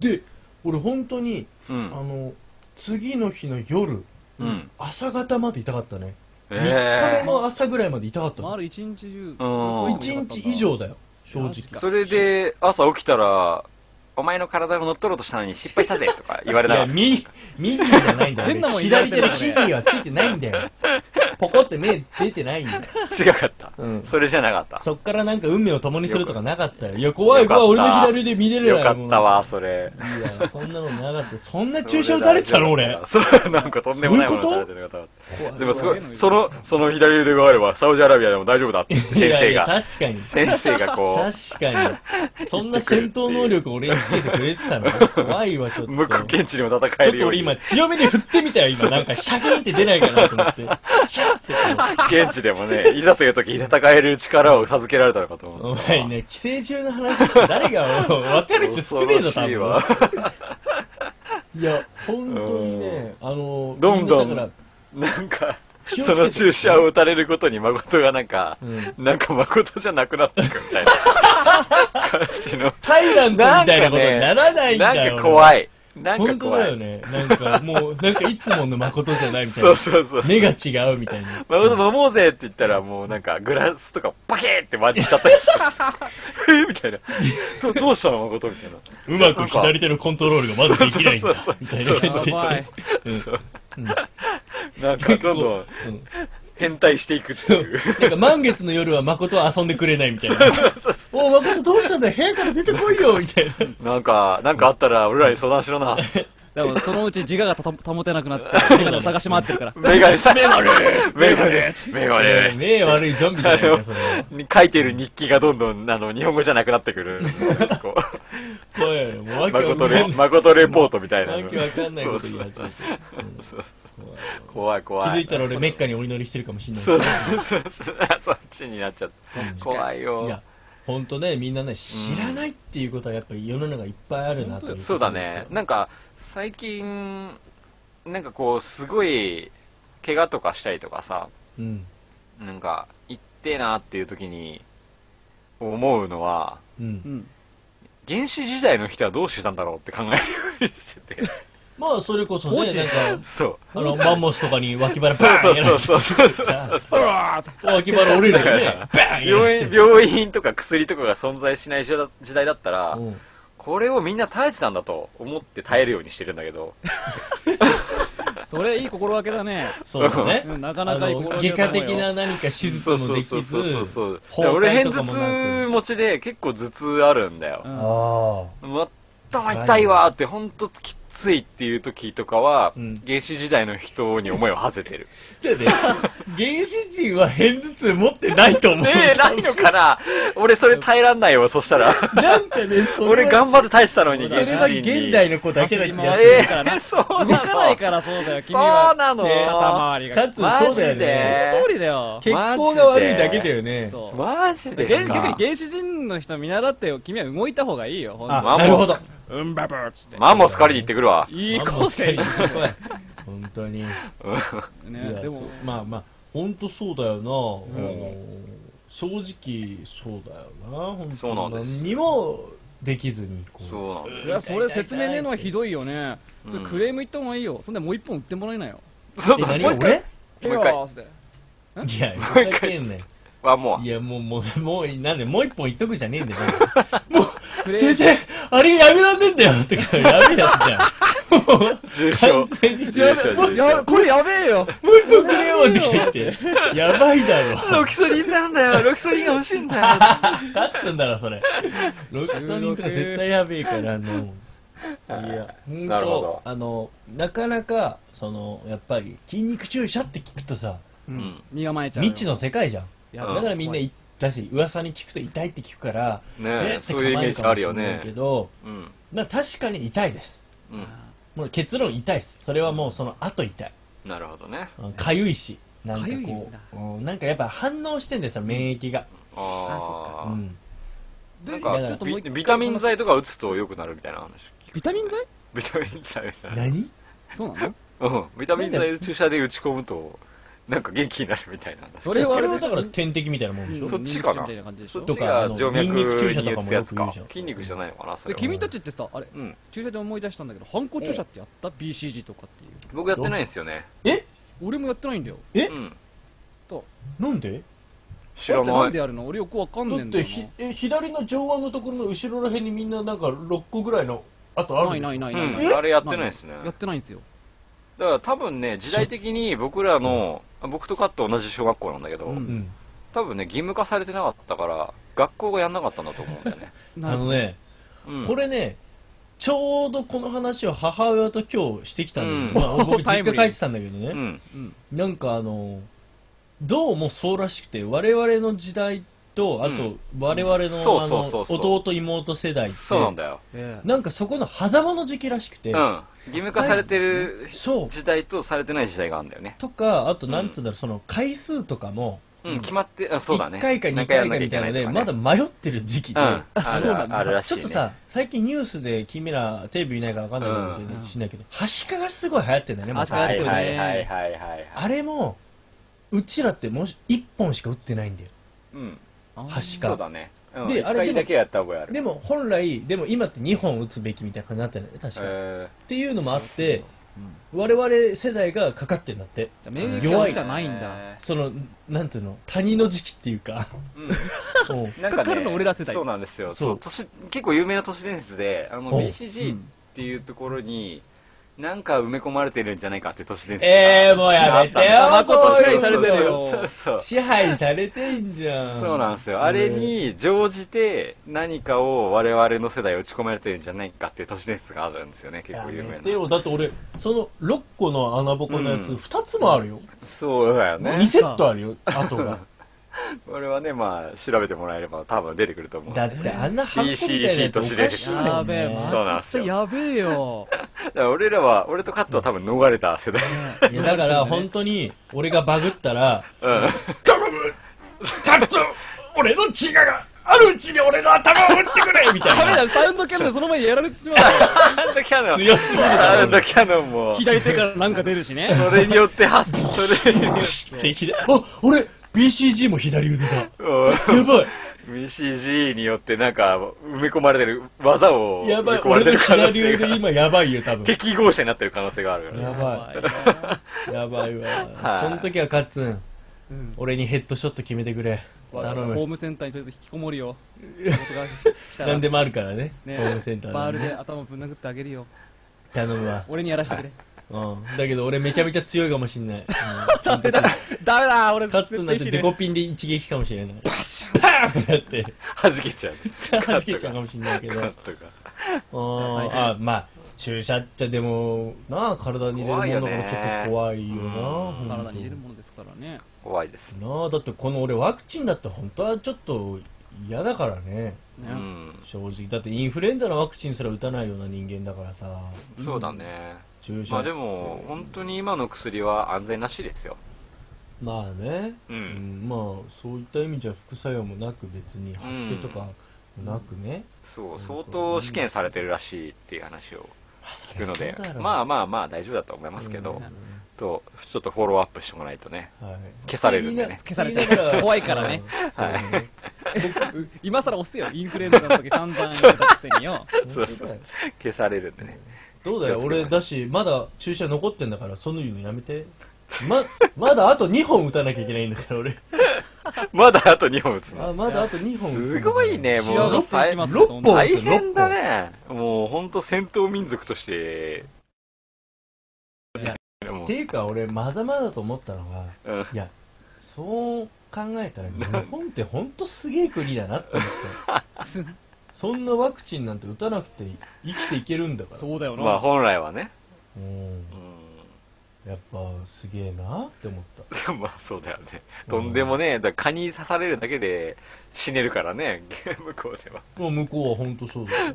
Speaker 4: で俺本当に
Speaker 2: う
Speaker 4: あ
Speaker 2: ん。
Speaker 4: の次の日の夜
Speaker 2: うん。
Speaker 4: 朝方まで痛かったね、3
Speaker 2: え
Speaker 4: 日の朝ぐらいまで痛かったの
Speaker 3: 丸一日中
Speaker 2: うん
Speaker 4: 1日以上だよ正直
Speaker 3: マジ
Speaker 2: え
Speaker 3: か
Speaker 2: それで、朝起きたら、お前の体を乗っ取ろうとしたのに失敗したぜとか言われ
Speaker 4: いや、
Speaker 2: た。
Speaker 4: 右、右じゃないんだよ。
Speaker 3: 変なもん入れ
Speaker 4: 左
Speaker 3: て
Speaker 4: 手
Speaker 3: る
Speaker 4: の
Speaker 3: ね
Speaker 4: ヒーはついてないんだよ。ポコって目出てないんだよ。
Speaker 2: 違かった
Speaker 4: うん。
Speaker 2: それじゃなかった。
Speaker 4: そっからなんか運命を共にするとかなかったよ。いや、怖い
Speaker 2: よかっ
Speaker 4: 怖
Speaker 2: た
Speaker 4: い。俺の左で見れる
Speaker 2: よかったわ、それ。
Speaker 4: いや、そんなのなかった。そんな注射打たれてたの俺。
Speaker 2: そう、なんかとんでもないもの
Speaker 4: そう
Speaker 2: 打
Speaker 4: い
Speaker 2: た
Speaker 4: う
Speaker 2: れ
Speaker 4: こ
Speaker 2: てる方。
Speaker 3: 怖
Speaker 2: でもすごい
Speaker 3: 怖、
Speaker 2: その、その左腕があれば、サウジアラビアでも大丈夫だって、先
Speaker 4: いや
Speaker 2: 生
Speaker 4: いや、
Speaker 2: が。
Speaker 4: 確かに。
Speaker 2: 先生がこ
Speaker 4: 確かに。そんな戦闘能力俺につけてくれてたの怖いわ、ちょっ
Speaker 2: う、
Speaker 4: と。
Speaker 2: 向こう
Speaker 4: ち
Speaker 2: 現地にも戦え
Speaker 4: ょ
Speaker 2: る
Speaker 4: っと
Speaker 2: よう
Speaker 4: 俺
Speaker 2: に、
Speaker 4: 今強めに振ってみたよ、今。なんかシャキーンって出ないかなと 思って。シャッてこう。
Speaker 2: 現地でもね、いざという時に戦える力を授けられたのかと思
Speaker 4: お
Speaker 2: う。
Speaker 4: 前ね、寄生虫の話して誰が分かる人少ねえぞ、多
Speaker 2: 恐ろしい
Speaker 4: 分
Speaker 2: わ。
Speaker 4: いや、本当にね、あの、
Speaker 2: どんどん
Speaker 4: みなだか
Speaker 2: なんか、
Speaker 4: 気をつけ
Speaker 2: そ
Speaker 4: て
Speaker 2: の注射を打たれることに誠がなんか、
Speaker 4: ん
Speaker 2: なんか誠じゃなくなっていくみたい な感じの。
Speaker 4: ら、タイランドみたいなことにならないんだよ。
Speaker 2: なんか怖い。なんか
Speaker 4: 本当
Speaker 2: 怖
Speaker 4: だ
Speaker 2: い。
Speaker 4: よね。なんかもう、なんかいつもの誠じゃないみたいな。
Speaker 2: そうそうそう。
Speaker 4: 目が違うみたいな。
Speaker 2: 誠飲もうぜって言ったら、もうなんかグラスとかパケーって割っちゃったりして。えみたいな。どどうしたの誠みたいな。
Speaker 4: うまく左手のコントロールがまだできないん
Speaker 2: そう
Speaker 4: だ
Speaker 2: そうそう。
Speaker 4: みたいな感じで
Speaker 3: やばい
Speaker 2: なんかどんどん
Speaker 4: うん
Speaker 2: 変態していくっていう。
Speaker 4: なんか満月の夜は誠は遊んでくれないみたいな。おう、誠どうしたんだよ部屋から出てこいよみたいな。
Speaker 2: なんか、なんかあったら俺らに相談しろな。
Speaker 3: でもそのうち自我がたた保てな くなってメガネを探し回ってるから
Speaker 2: メガネさ、メガネメガネメガネ
Speaker 4: 目悪いゾンビじゃないか、それは。
Speaker 2: 書いてる日記がどんどん、あの、日本語じゃなくなってくる。こ
Speaker 4: 怖いよね。もう
Speaker 2: う、
Speaker 4: わけわか
Speaker 2: 誠
Speaker 4: んない
Speaker 2: レ、。誠レポートみたいな
Speaker 4: わ
Speaker 2: の
Speaker 4: け。わかんないこと言い
Speaker 2: そう
Speaker 4: 始めて
Speaker 2: そう
Speaker 4: うん怖
Speaker 2: 怖い
Speaker 4: い気
Speaker 2: 怖い。
Speaker 4: づいたら俺メッカにお祈りしてるかもしれない
Speaker 2: そうそうそう。そっちになっちゃった。怖い
Speaker 4: い
Speaker 2: よ
Speaker 4: や。ほんとねみんなね知らないっていうことはやっぱり世の中いっぱいあるなということです
Speaker 2: そ
Speaker 4: よ
Speaker 2: うだね。なんか、最近、なんかこう、すごい、怪我とかしたりとかさ、
Speaker 4: うん
Speaker 2: なんか、行ってえなっていう時に、思うのは、
Speaker 4: う
Speaker 3: うんん
Speaker 2: 原始時代の人はどうしてたんだろうって考えるようにしてて。
Speaker 4: まあそれこそねなんか
Speaker 2: そう。
Speaker 4: あのマンモスとかに脇腹
Speaker 2: そう
Speaker 4: バ
Speaker 2: そ
Speaker 4: ーン
Speaker 2: うそうそうそうそうそう。
Speaker 4: やられて脇腹折れるよねバーンやら
Speaker 2: 病
Speaker 4: れ
Speaker 2: 院
Speaker 4: て
Speaker 2: 病院とか薬とかが存在しない時代だ時代だったら、
Speaker 4: うん
Speaker 2: これをみんな耐えてたんだと思って耐えるようにしてるんだけど、
Speaker 3: それいい心がけだね
Speaker 4: そうだね
Speaker 3: うんなか
Speaker 4: あ
Speaker 3: なかいい心
Speaker 4: の
Speaker 3: が
Speaker 4: 外
Speaker 3: け
Speaker 4: 科
Speaker 3: だと思うよ
Speaker 4: 的な何か手術もできず
Speaker 2: そうそうそうそうそう。
Speaker 4: 崩
Speaker 2: 俺
Speaker 4: 壊
Speaker 2: 偏
Speaker 4: と
Speaker 2: 頭
Speaker 4: かもなく
Speaker 2: 痛持ちで結構頭痛あるんだよ。
Speaker 3: うん
Speaker 4: ああ
Speaker 2: もっと痛いわーって本当きついっていう時とかは、
Speaker 4: うん
Speaker 2: 原始時代の人に思いを馳せてる。
Speaker 4: じゃあね原始人は偏頭痛持ってないと思う
Speaker 2: ねえ、ないのかな俺それ耐えらんないわ、そしたら。
Speaker 4: なんかねそれは
Speaker 2: 俺頑張って耐えてたのに、
Speaker 4: それ
Speaker 2: 原始
Speaker 4: は
Speaker 2: 人に。
Speaker 4: 現代の子だけだ気がする
Speaker 2: えー、そうなの
Speaker 3: 動かないからそうだよ君
Speaker 2: そう
Speaker 3: は
Speaker 2: なの、
Speaker 3: ね肩周りが
Speaker 4: かつそうだよね
Speaker 3: その通りだよ
Speaker 4: 血行が悪いだけだよね
Speaker 3: そう
Speaker 2: マジで
Speaker 3: 原逆に原始人の人見習ってよ君は動いた方がいいよほん
Speaker 4: あ
Speaker 3: と
Speaker 2: マンモス
Speaker 4: なるほど
Speaker 3: うんばばっつって
Speaker 2: マンモス狩りに行ってくるわ。
Speaker 3: いい子せね
Speaker 4: 本当にいや
Speaker 3: で
Speaker 4: そ
Speaker 3: も
Speaker 4: うまあまあ本当そうだよな、うん正直そうだよな本当
Speaker 2: そうなんです
Speaker 4: 何にもできずにこう
Speaker 2: そうなんだよ
Speaker 3: いやそれ説明ねえのはひどいよね
Speaker 2: うん
Speaker 3: それクレーム言った方がいいよそんでもう一本売ってもらえないよ
Speaker 2: そう
Speaker 4: え
Speaker 2: だ
Speaker 4: 何
Speaker 2: ね。もう一回。もう一回
Speaker 4: 俺
Speaker 3: 手を合わせて
Speaker 4: いやもう一回言ってんね
Speaker 2: ワンモア
Speaker 4: んい。やもうもうもうなんでもう一本言っとくじゃねえんだよも
Speaker 3: ク
Speaker 4: う
Speaker 3: レ
Speaker 4: 先
Speaker 3: ー
Speaker 4: 生あれやめらんねえんだよとかやべえやつじゃん
Speaker 2: 重症。重症、
Speaker 4: 完全にもう
Speaker 3: ム
Speaker 2: 重
Speaker 3: や
Speaker 2: 症。
Speaker 3: これやべえよ
Speaker 4: 一本くれよって言って やばいだろ
Speaker 2: ロキソニンなんだよ。ロキソニンが欲しいんだよ。
Speaker 4: 勝つんだろそれロキソニンとか絶対やべえからあのいや、本
Speaker 2: なるほど
Speaker 4: 当あの、なかなか、その、やっぱり、筋肉注射って聞くとさ、
Speaker 3: うんん、身構えちゃうよ
Speaker 4: 未知の世界じゃん。
Speaker 3: や
Speaker 2: うん
Speaker 3: ば
Speaker 4: だ
Speaker 3: い
Speaker 4: からみんな
Speaker 3: 怖い
Speaker 4: い、だし、噂に聞くと痛いって聞くから、
Speaker 2: ね
Speaker 4: え
Speaker 2: え
Speaker 4: って
Speaker 2: そういうイメージあるよ
Speaker 4: 構えかもしれないけ
Speaker 2: ね
Speaker 4: ど、
Speaker 2: うん
Speaker 4: まあ確かに痛いです。
Speaker 2: うん
Speaker 4: もう結論痛いです。それはもうその後痛い。
Speaker 2: なるほどね
Speaker 4: うん痒いし、なんか
Speaker 3: 痒い
Speaker 4: こ
Speaker 3: んだ
Speaker 4: う、うんなんかやっぱ反応してんだよ、その免疫が。う
Speaker 2: ああ
Speaker 4: ん。
Speaker 3: で
Speaker 2: なん
Speaker 4: ちょ
Speaker 2: か
Speaker 4: っ
Speaker 3: とも
Speaker 2: ビ
Speaker 3: う一回
Speaker 2: ビタミン剤とか打つと良くなるみたいな話
Speaker 3: ビタミン剤
Speaker 2: ビタミン剤みたいな
Speaker 4: 何
Speaker 3: そう なの
Speaker 2: うんビタミン剤注射で打ち込むとなんか元気になるみたいな
Speaker 4: そ
Speaker 2: そ
Speaker 4: れはあれはだから点滴みたいなもんでし
Speaker 2: そ
Speaker 4: ょ
Speaker 2: っちかな
Speaker 3: みたいな感じでしょ
Speaker 2: っ
Speaker 4: と
Speaker 2: ち
Speaker 4: かあ
Speaker 2: が
Speaker 4: の
Speaker 2: 静脈
Speaker 4: ニンニク注
Speaker 2: に
Speaker 4: 射と
Speaker 2: 打
Speaker 4: か
Speaker 2: つ
Speaker 4: もよ
Speaker 2: や
Speaker 4: く
Speaker 2: つ
Speaker 4: 言う
Speaker 2: か
Speaker 4: じゃん
Speaker 2: 筋肉じゃないのかなそれ
Speaker 3: で
Speaker 2: は
Speaker 3: 君たちってさあれ
Speaker 2: うん
Speaker 3: 注射で思い出したんだけど反抗注射ってやった BCG とかっていう
Speaker 2: 僕やってないんですよね
Speaker 4: え
Speaker 3: 俺もやってないんだよ
Speaker 4: え
Speaker 2: うん
Speaker 4: なんで
Speaker 2: 知
Speaker 3: だ
Speaker 2: ら
Speaker 3: ってな
Speaker 2: なん
Speaker 3: で
Speaker 2: い
Speaker 3: やるの俺よくわかん
Speaker 4: だっ
Speaker 3: ねえんだ
Speaker 4: て
Speaker 3: よ
Speaker 4: ひえ左の上腕のところの後ろらへんにみんななんか6個ぐらいの跡
Speaker 3: な
Speaker 4: あ
Speaker 3: な
Speaker 4: る
Speaker 3: い
Speaker 4: んで
Speaker 3: な
Speaker 4: す
Speaker 3: いないないない
Speaker 2: うんあれやってないですね
Speaker 3: やってないんですよ
Speaker 2: だから多分ね時代的に僕らのあ僕とカット同じ小学校なんだけど、
Speaker 3: うん
Speaker 4: うん
Speaker 2: 多分ね義務化されてなかったから学校がやんなかったんだと思うんだよ ね、
Speaker 3: な
Speaker 4: あのね
Speaker 2: うん、
Speaker 4: これねちょうどこの話を母親と今日してきたんだけど、
Speaker 2: うん
Speaker 4: まあ、僕
Speaker 3: タ
Speaker 4: 実
Speaker 3: イム
Speaker 4: 家
Speaker 3: リー
Speaker 4: 帰ってたんだけどね、
Speaker 2: うん
Speaker 3: うん
Speaker 4: なんかあのどうもそうらしくて我々の時代とあ
Speaker 2: う
Speaker 4: と
Speaker 2: ん
Speaker 4: 我々の,、
Speaker 2: そうそうそうそう
Speaker 4: あの弟妹世代って
Speaker 2: そうなんだよ、
Speaker 3: ええ
Speaker 4: なんかそこの狭間の時期らしくて、
Speaker 2: うん、義務化されてる
Speaker 4: そう
Speaker 2: 時代とされてない時代があるんだよね、
Speaker 4: とかあとなんつうんだろう、その回数とかも
Speaker 2: うん、決まってあそうだね
Speaker 4: 1回か2回かみたいなので、まだ迷ってる時期で、
Speaker 2: うん
Speaker 4: あ
Speaker 2: ある
Speaker 4: そうなんだ
Speaker 2: あるらしいね
Speaker 4: ちょっとさ最近ニュースで君らテレビ見ないから分かんないかもしれないしないけど、はしかがすごい流行ってんだよねもう
Speaker 3: は
Speaker 2: はい
Speaker 3: い
Speaker 2: は
Speaker 3: はいい
Speaker 2: は
Speaker 3: はい
Speaker 2: は
Speaker 3: い
Speaker 2: いはい
Speaker 4: あれもうちらってもし1本しか打ってないんだよ
Speaker 2: うん
Speaker 3: あ
Speaker 4: はし
Speaker 2: そう
Speaker 4: か
Speaker 2: だね、うん、
Speaker 4: で
Speaker 2: で
Speaker 4: あ
Speaker 2: あ
Speaker 4: れで
Speaker 2: れ
Speaker 4: も
Speaker 2: だけやった覚えある
Speaker 4: でも本来でも今って2本打つべきみたいな感じになってるんだよね確か、
Speaker 2: え
Speaker 4: っていうのもあって、我々世代がかかってんだって
Speaker 3: じゃあ
Speaker 2: ー
Speaker 3: 免疫
Speaker 4: 弱
Speaker 3: はいじゃないんだ
Speaker 2: え
Speaker 4: そのなんていうの谷の時期っていうか
Speaker 2: ーうん
Speaker 4: もう
Speaker 2: なん
Speaker 3: かかるの俺ら世代
Speaker 2: そうなんですよ
Speaker 4: そう
Speaker 2: そう都市結構有名な都市伝説であの
Speaker 4: お
Speaker 2: BCG っていうところになんか埋め込まれてるんじゃないかって都市伝説
Speaker 4: えーもうやめてよ
Speaker 2: あったんです
Speaker 3: そうそうそう
Speaker 2: そうそう
Speaker 4: 支配されてんじゃん
Speaker 2: そうなんですよあれに乗じて何かを我々の世代打ち込まれてるんじゃないかっていう都市伝説があるんですよね結
Speaker 4: や
Speaker 2: 構有名
Speaker 4: めて
Speaker 2: な
Speaker 4: よだって俺その6個の穴ぼこのやつ
Speaker 2: うん
Speaker 4: 2つもあるよ、
Speaker 2: そうだよ
Speaker 4: 二
Speaker 2: ね
Speaker 4: 2セットあるよ後が
Speaker 2: これはねまあ調べてもらえれば多分出てくると思うんで
Speaker 4: だ
Speaker 2: すよ
Speaker 4: ってあんな箱みたいなやつおかしいんだよ
Speaker 3: やべえ
Speaker 4: ね
Speaker 3: ま
Speaker 2: そうなんですよ
Speaker 3: めっちゃやべえよ
Speaker 2: だから俺らは俺とカットは多分逃れた世代
Speaker 4: いやだから本当に俺がバグったら
Speaker 2: うん
Speaker 4: カット俺の血があるうちに俺の頭を打ってくれみたい
Speaker 3: ダメ
Speaker 4: な
Speaker 3: だサウンドキャンでその前にやられてし まうよ
Speaker 2: サウンドキャノン
Speaker 4: 強すぎるだろ
Speaker 2: サウンドキャノンも
Speaker 3: 左手からなんか出るしね
Speaker 2: それによって発それによって
Speaker 4: で左 あ俺 BCG も左腕だやばい
Speaker 2: BCG によってなんか埋め込まれてる技を
Speaker 4: や
Speaker 2: 埋め
Speaker 4: ばい
Speaker 2: 込まれ
Speaker 4: 俺
Speaker 2: て
Speaker 4: の
Speaker 2: る可能
Speaker 4: 左
Speaker 2: 性
Speaker 4: 腕
Speaker 2: が
Speaker 4: 今やばいよ多分
Speaker 2: 適合者になってる可能性があるからね
Speaker 4: やばいやばいわ
Speaker 2: はい
Speaker 4: その時はカッツン
Speaker 3: うん
Speaker 4: 俺にヘッドショット決めてくれ
Speaker 3: わ
Speaker 4: 頼
Speaker 3: ホー
Speaker 4: む
Speaker 3: ムセンターにとりあえず引きこもる よ仕事が来たら
Speaker 4: 何でもあるからねホ
Speaker 3: ね
Speaker 4: ームセンタ
Speaker 3: バ
Speaker 4: ー
Speaker 3: ー
Speaker 4: で
Speaker 3: ル
Speaker 4: ね
Speaker 3: で頭ぶん殴ってあげるよ
Speaker 4: 頼むわ
Speaker 3: 俺にやらしてくれ
Speaker 4: うんだけど俺めちゃめちゃ強いかもしんない
Speaker 3: ダメだダメだ俺
Speaker 4: カッツンなんて
Speaker 3: 絶対死
Speaker 4: デ
Speaker 3: ね
Speaker 4: コピンで一撃かもしれないパシャンパーンってやって
Speaker 2: 弾けちゃう
Speaker 4: 弾けちゃうかもしんないけど
Speaker 2: カットが
Speaker 4: あ
Speaker 3: 大変
Speaker 4: あまあ注射ってでもなあ体に入れるものだからちょっと怖いよな
Speaker 2: 怖
Speaker 3: 体に入れる
Speaker 4: も
Speaker 3: ものですからね
Speaker 2: 怖いです
Speaker 4: のなあだってこの俺ワクチンだって本当はちょっと嫌だからね
Speaker 2: う
Speaker 3: ね
Speaker 2: ん
Speaker 4: 正直だってインフルエンザのワクチンすら打たないような人間だからさ
Speaker 2: そうだね
Speaker 4: 注射
Speaker 2: まあでも本当に今の薬は安全なしですよ
Speaker 4: まあね、
Speaker 2: うん
Speaker 4: うんまあそういった意味じゃ副作用もなく別に発生とかもなくね、
Speaker 2: そう相当試験されてるらしいっていう話を聞くので
Speaker 4: そりゃそうだろう
Speaker 2: まあまあまあ大丈夫だと思いますけどとちょっとフォローアップしてもらえないとね
Speaker 4: はい、
Speaker 2: 消されるんでね
Speaker 3: 消されちゃうから怖いからね
Speaker 4: そうだね
Speaker 3: 今更押せよインフルエンザの時散々やってたくせによ
Speaker 2: そうそう消されるんでね
Speaker 4: どうだ
Speaker 2: 気
Speaker 4: よ
Speaker 2: をつけて
Speaker 4: 俺だしまだ注射残ってんだからその言うのやめてままだあと2本打たなきゃいけないんだから俺
Speaker 2: まだあと2本打つの
Speaker 4: あまだあと2本打つんだ
Speaker 2: す
Speaker 4: から
Speaker 2: ごいね
Speaker 3: 白
Speaker 2: も
Speaker 3: が
Speaker 2: う
Speaker 3: ついてます
Speaker 4: 六
Speaker 3: どんど
Speaker 4: 本
Speaker 3: ん
Speaker 2: 大変だねもう本当戦闘民族としても
Speaker 4: っていうか俺まだまだと思ったのが
Speaker 2: ううん
Speaker 4: いや そう考えたら日本って本当すげえ国だなって思った
Speaker 3: す
Speaker 4: そんなワクチンなんて打たなくて生きていけるんだから
Speaker 3: そうだよな、
Speaker 2: まあ本来はね。
Speaker 4: うんやっぱすげえなって思った
Speaker 2: うん。 まあそうだよね。とんでもねえ、だから蚊に刺されるだけで死ねるからね、向こうでは。
Speaker 4: もう向こうは本当そうだよ、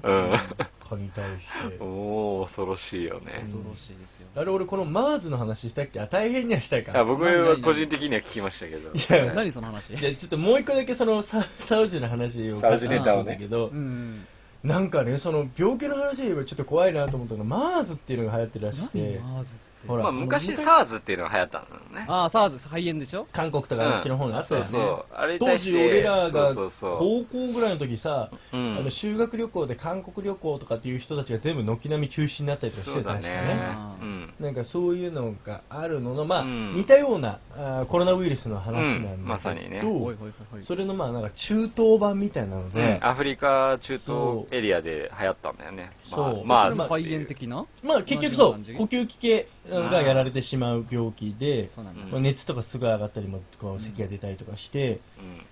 Speaker 4: 蚊に対して
Speaker 2: おお恐ろしいよね。
Speaker 3: 恐ろしいですよ
Speaker 4: あれ俺この MERS の話したっけあ大変にはしたいか
Speaker 2: あ僕は個人的には聞きましたけど。
Speaker 4: や
Speaker 2: はい
Speaker 3: 何その話
Speaker 4: じゃあちょっともう一個だけそのササウジの話を
Speaker 2: サウジネタをね
Speaker 4: だけど、
Speaker 3: うん
Speaker 4: なんかねその病気の話で言えばちょっと怖いなと思ったのが MERS っていうのが流行ってるらしく
Speaker 3: 何
Speaker 4: て
Speaker 3: マーズって
Speaker 4: ほら
Speaker 2: まあ昔 SARS っていうのが流行ったんだよね。
Speaker 3: ああ SARS 肺炎でしょ
Speaker 4: 韓国と
Speaker 2: うん
Speaker 4: かあっちの方にあったよね、
Speaker 2: そうそう。あれに
Speaker 4: 当
Speaker 2: 対して
Speaker 4: 時俺らが
Speaker 2: そうそうそ
Speaker 4: 高校ぐらいの時さ、
Speaker 2: う。うん
Speaker 4: あの修学旅行で韓国旅行とかっていう人たちが全部軒並み中止になったりとかし
Speaker 2: そ
Speaker 4: て
Speaker 2: う
Speaker 4: た
Speaker 2: だ
Speaker 4: んですよね
Speaker 2: ね
Speaker 3: あ。ー
Speaker 2: うん。
Speaker 4: なんかそういうのがあるのの、まあ
Speaker 2: うん
Speaker 4: 似たようなあーコロナウイルスの話なんだけど、
Speaker 2: うんまさにね
Speaker 3: おいおいおいおい
Speaker 4: それのまあなんか中東版みたいなので、
Speaker 2: アフリカ中東エリアで流行ったんだよね。
Speaker 4: そう
Speaker 2: まあ、
Speaker 3: それ
Speaker 2: ま
Speaker 3: も
Speaker 2: あ、
Speaker 3: 肺炎的な
Speaker 4: まあ結局そう
Speaker 3: 同じような感じ
Speaker 4: 呼吸器系がやられてしまう病気で
Speaker 3: そうなんだ、
Speaker 2: うん
Speaker 4: まあ熱とかすぐ上がったりもこう咳が出たりとかして、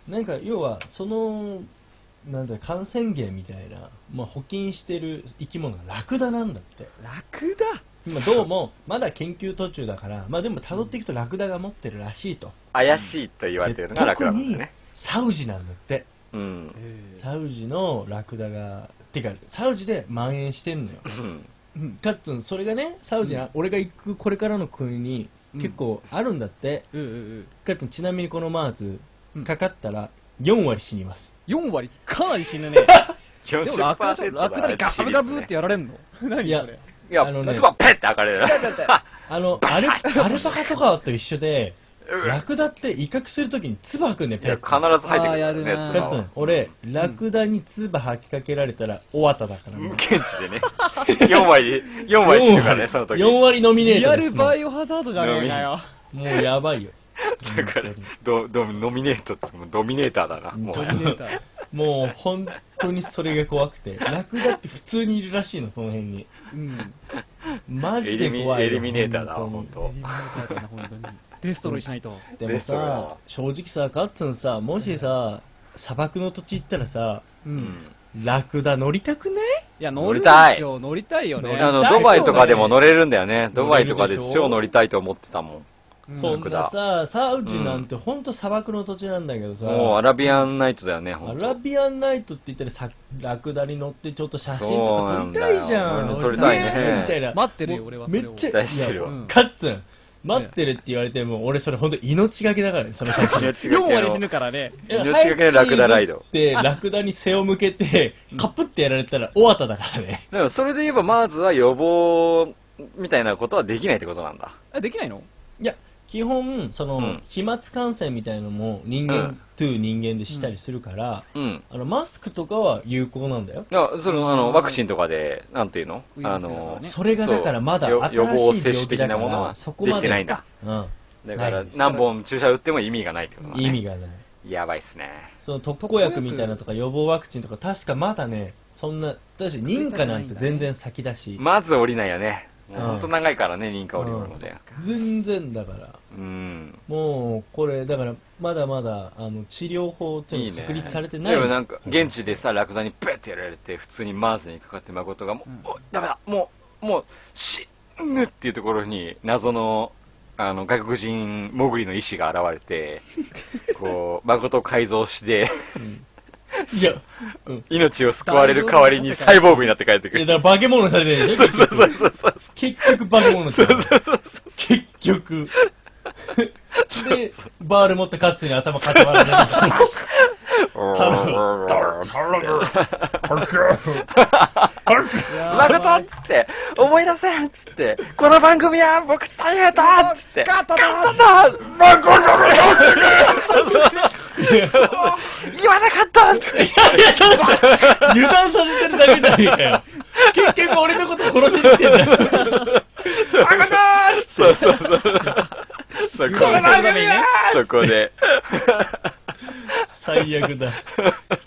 Speaker 2: うん
Speaker 4: なんか要はそのなんだ感染源みたいな、まあ、補菌してる生き物がラクダなんだって
Speaker 3: 楽だ
Speaker 4: 今ど うもまだ研究途中だから、まあ、でも辿っていくとラクダが持ってるらしいと、
Speaker 2: 怪しいと言われてるのが楽
Speaker 4: 特
Speaker 2: なんだ
Speaker 4: に
Speaker 2: ね。
Speaker 4: サウジなんだって
Speaker 2: うん。
Speaker 4: サウジのラクダがてかサウジで蔓延してんのよ
Speaker 2: うん
Speaker 4: かっつんそれがねサウジ、に俺が行くこれからの国に結構あるんだって、
Speaker 3: うんうん
Speaker 4: かっつんちなみにこのマーズ
Speaker 3: うん
Speaker 4: かかったら4割死にます、
Speaker 3: うん4割かなり死ぬ ねでも
Speaker 2: 40%
Speaker 3: ラクダラクダにガブガブってやられんの何
Speaker 4: いや
Speaker 3: それ
Speaker 2: いや、
Speaker 4: あのね
Speaker 2: ズボンペッて開かれる。
Speaker 4: あのアルアルパカとかと一緒で
Speaker 2: うん
Speaker 4: ラクダって威嚇するときに唾吐くんだよ
Speaker 2: いや、
Speaker 4: ペッ
Speaker 2: 必ず入ってくるから
Speaker 3: あーやるな
Speaker 2: ね、
Speaker 4: かっつん俺、ラクダに唾吐きかけられたら終わっただから、
Speaker 2: 無検知でね。4割、4割死ぬからね、その時。
Speaker 4: 4割ノミネー
Speaker 3: リ
Speaker 4: ト
Speaker 3: ア
Speaker 4: で
Speaker 3: ル
Speaker 4: すも
Speaker 3: バ
Speaker 4: ん
Speaker 3: イオハザードじゃねえかよ
Speaker 4: もうやばいよ
Speaker 2: だから、ど、ど、ノミネートって、もうドミネーターだな、もう
Speaker 3: ド。ミネーター
Speaker 4: もう本当にそれが怖くてラクダって普通にいるらしいのその辺に
Speaker 3: うん
Speaker 4: マ
Speaker 2: エ
Speaker 4: ジ
Speaker 2: リ
Speaker 4: で
Speaker 2: ミ
Speaker 4: 怖い
Speaker 2: エ
Speaker 4: よ
Speaker 2: リミネーターだわ、本
Speaker 4: 本当
Speaker 2: 当。
Speaker 3: 本当にデストロイしないと
Speaker 4: にでも
Speaker 2: ですよ
Speaker 4: さ正直さカッツンさもしさ砂漠の土地行ったらさ
Speaker 3: うん
Speaker 2: うん
Speaker 4: ラクダ乗りたくない
Speaker 3: いや乗
Speaker 2: 乗り
Speaker 3: り
Speaker 2: た
Speaker 3: た
Speaker 2: い
Speaker 3: い乗りたいよね
Speaker 2: あの、
Speaker 4: 大丈夫
Speaker 2: ドバイとかでも乗れるんだよね。
Speaker 4: 乗れるでしょ
Speaker 2: ドバイとかで超乗りたいと思ってたもん。
Speaker 3: うん
Speaker 4: そ
Speaker 2: うん
Speaker 4: なさサウジなんて本当砂漠の土地なんだけどさ
Speaker 2: もうアラビアンナイトだよね、
Speaker 4: ア
Speaker 2: 本当
Speaker 4: ラビアンナイトって言ったらさラクダに乗ってちょっと写真とか撮りたいじゃん
Speaker 2: そうなんだよ俺も撮りたいね
Speaker 4: えみたいな
Speaker 3: 待ってるよ俺はそ
Speaker 4: め
Speaker 3: れを
Speaker 4: っちゃ
Speaker 2: 期待してるわ
Speaker 4: いや
Speaker 3: うん
Speaker 4: カッツン待ってるって言われても俺それ本当命がけだからねその写真
Speaker 3: 4割死ぬからね
Speaker 2: 命がけのラクダライド
Speaker 4: でラクダに背を向けてカプってやられたら終わっただからね
Speaker 2: でもそれで言えば、まずは予防みたいなことはできないってことなんだ。
Speaker 3: えできないの
Speaker 4: いや基本その、
Speaker 2: うん
Speaker 4: 飛沫感染みたいのも人間、
Speaker 2: うん
Speaker 4: と人間でしたりするから、
Speaker 2: うん。
Speaker 4: あのマスクとかは有効なんだよ
Speaker 2: いや、その、あの、ワクチンとかで、なんていうの
Speaker 3: ウイルス
Speaker 2: あ
Speaker 3: だから
Speaker 2: の
Speaker 3: ね、
Speaker 4: それがだからまだ
Speaker 2: そう予
Speaker 4: 新
Speaker 2: 防
Speaker 4: し
Speaker 2: 接
Speaker 4: い
Speaker 2: 種
Speaker 4: 病気
Speaker 2: 的
Speaker 4: だか
Speaker 2: なもの
Speaker 4: ら
Speaker 2: は
Speaker 4: そこ
Speaker 2: で
Speaker 4: ま
Speaker 2: き
Speaker 4: で
Speaker 2: てないんだ。
Speaker 4: うん、
Speaker 2: だか
Speaker 4: な
Speaker 2: ら
Speaker 4: いです
Speaker 2: 何本注射打っても意味がないってことだね。
Speaker 4: 意味がない
Speaker 2: やばいっすね。
Speaker 4: その特効薬みたいなとか予防ワクチンとか確かまだねそんな私認可なんて全然先だし
Speaker 2: まず降りないよね。もう
Speaker 4: うん
Speaker 2: ほんと長いからね、認可降りるので。
Speaker 4: 全然だから
Speaker 2: うん。
Speaker 4: もうこれだからまだまだあの治療法って
Speaker 2: い
Speaker 4: い
Speaker 2: いう
Speaker 4: の
Speaker 2: ね。
Speaker 4: が確立されてない
Speaker 2: でもなんか、現地でさ、ラクダにブッてやられて、普通にマーズにかかって誠が、もう、おダメだもう、もう、死ぬっていうところに、謎の、あの、外国人潜りの意志が現れ て、こう、誠を改造して、
Speaker 4: いや
Speaker 2: 命を救われる代わりにサイボーグになって帰ってく
Speaker 4: いや
Speaker 2: る。
Speaker 4: だから化け物にされてるでし
Speaker 2: そ
Speaker 4: ょ
Speaker 2: うそうそうそうそう。
Speaker 4: 結局化け物にされてる結局でバール持ってカッツに頭固まられてる
Speaker 2: ラクダっつって、思い出せっつって、この番組は僕大変だっつって、ガタだガタだそうそう言わなかった
Speaker 4: いや、ちょっと待って油断させてるだけじゃねえかよ。結局俺のこと殺しに来てんだよ。
Speaker 2: そうそうそう。そこ で、そこで、
Speaker 4: 最悪だ。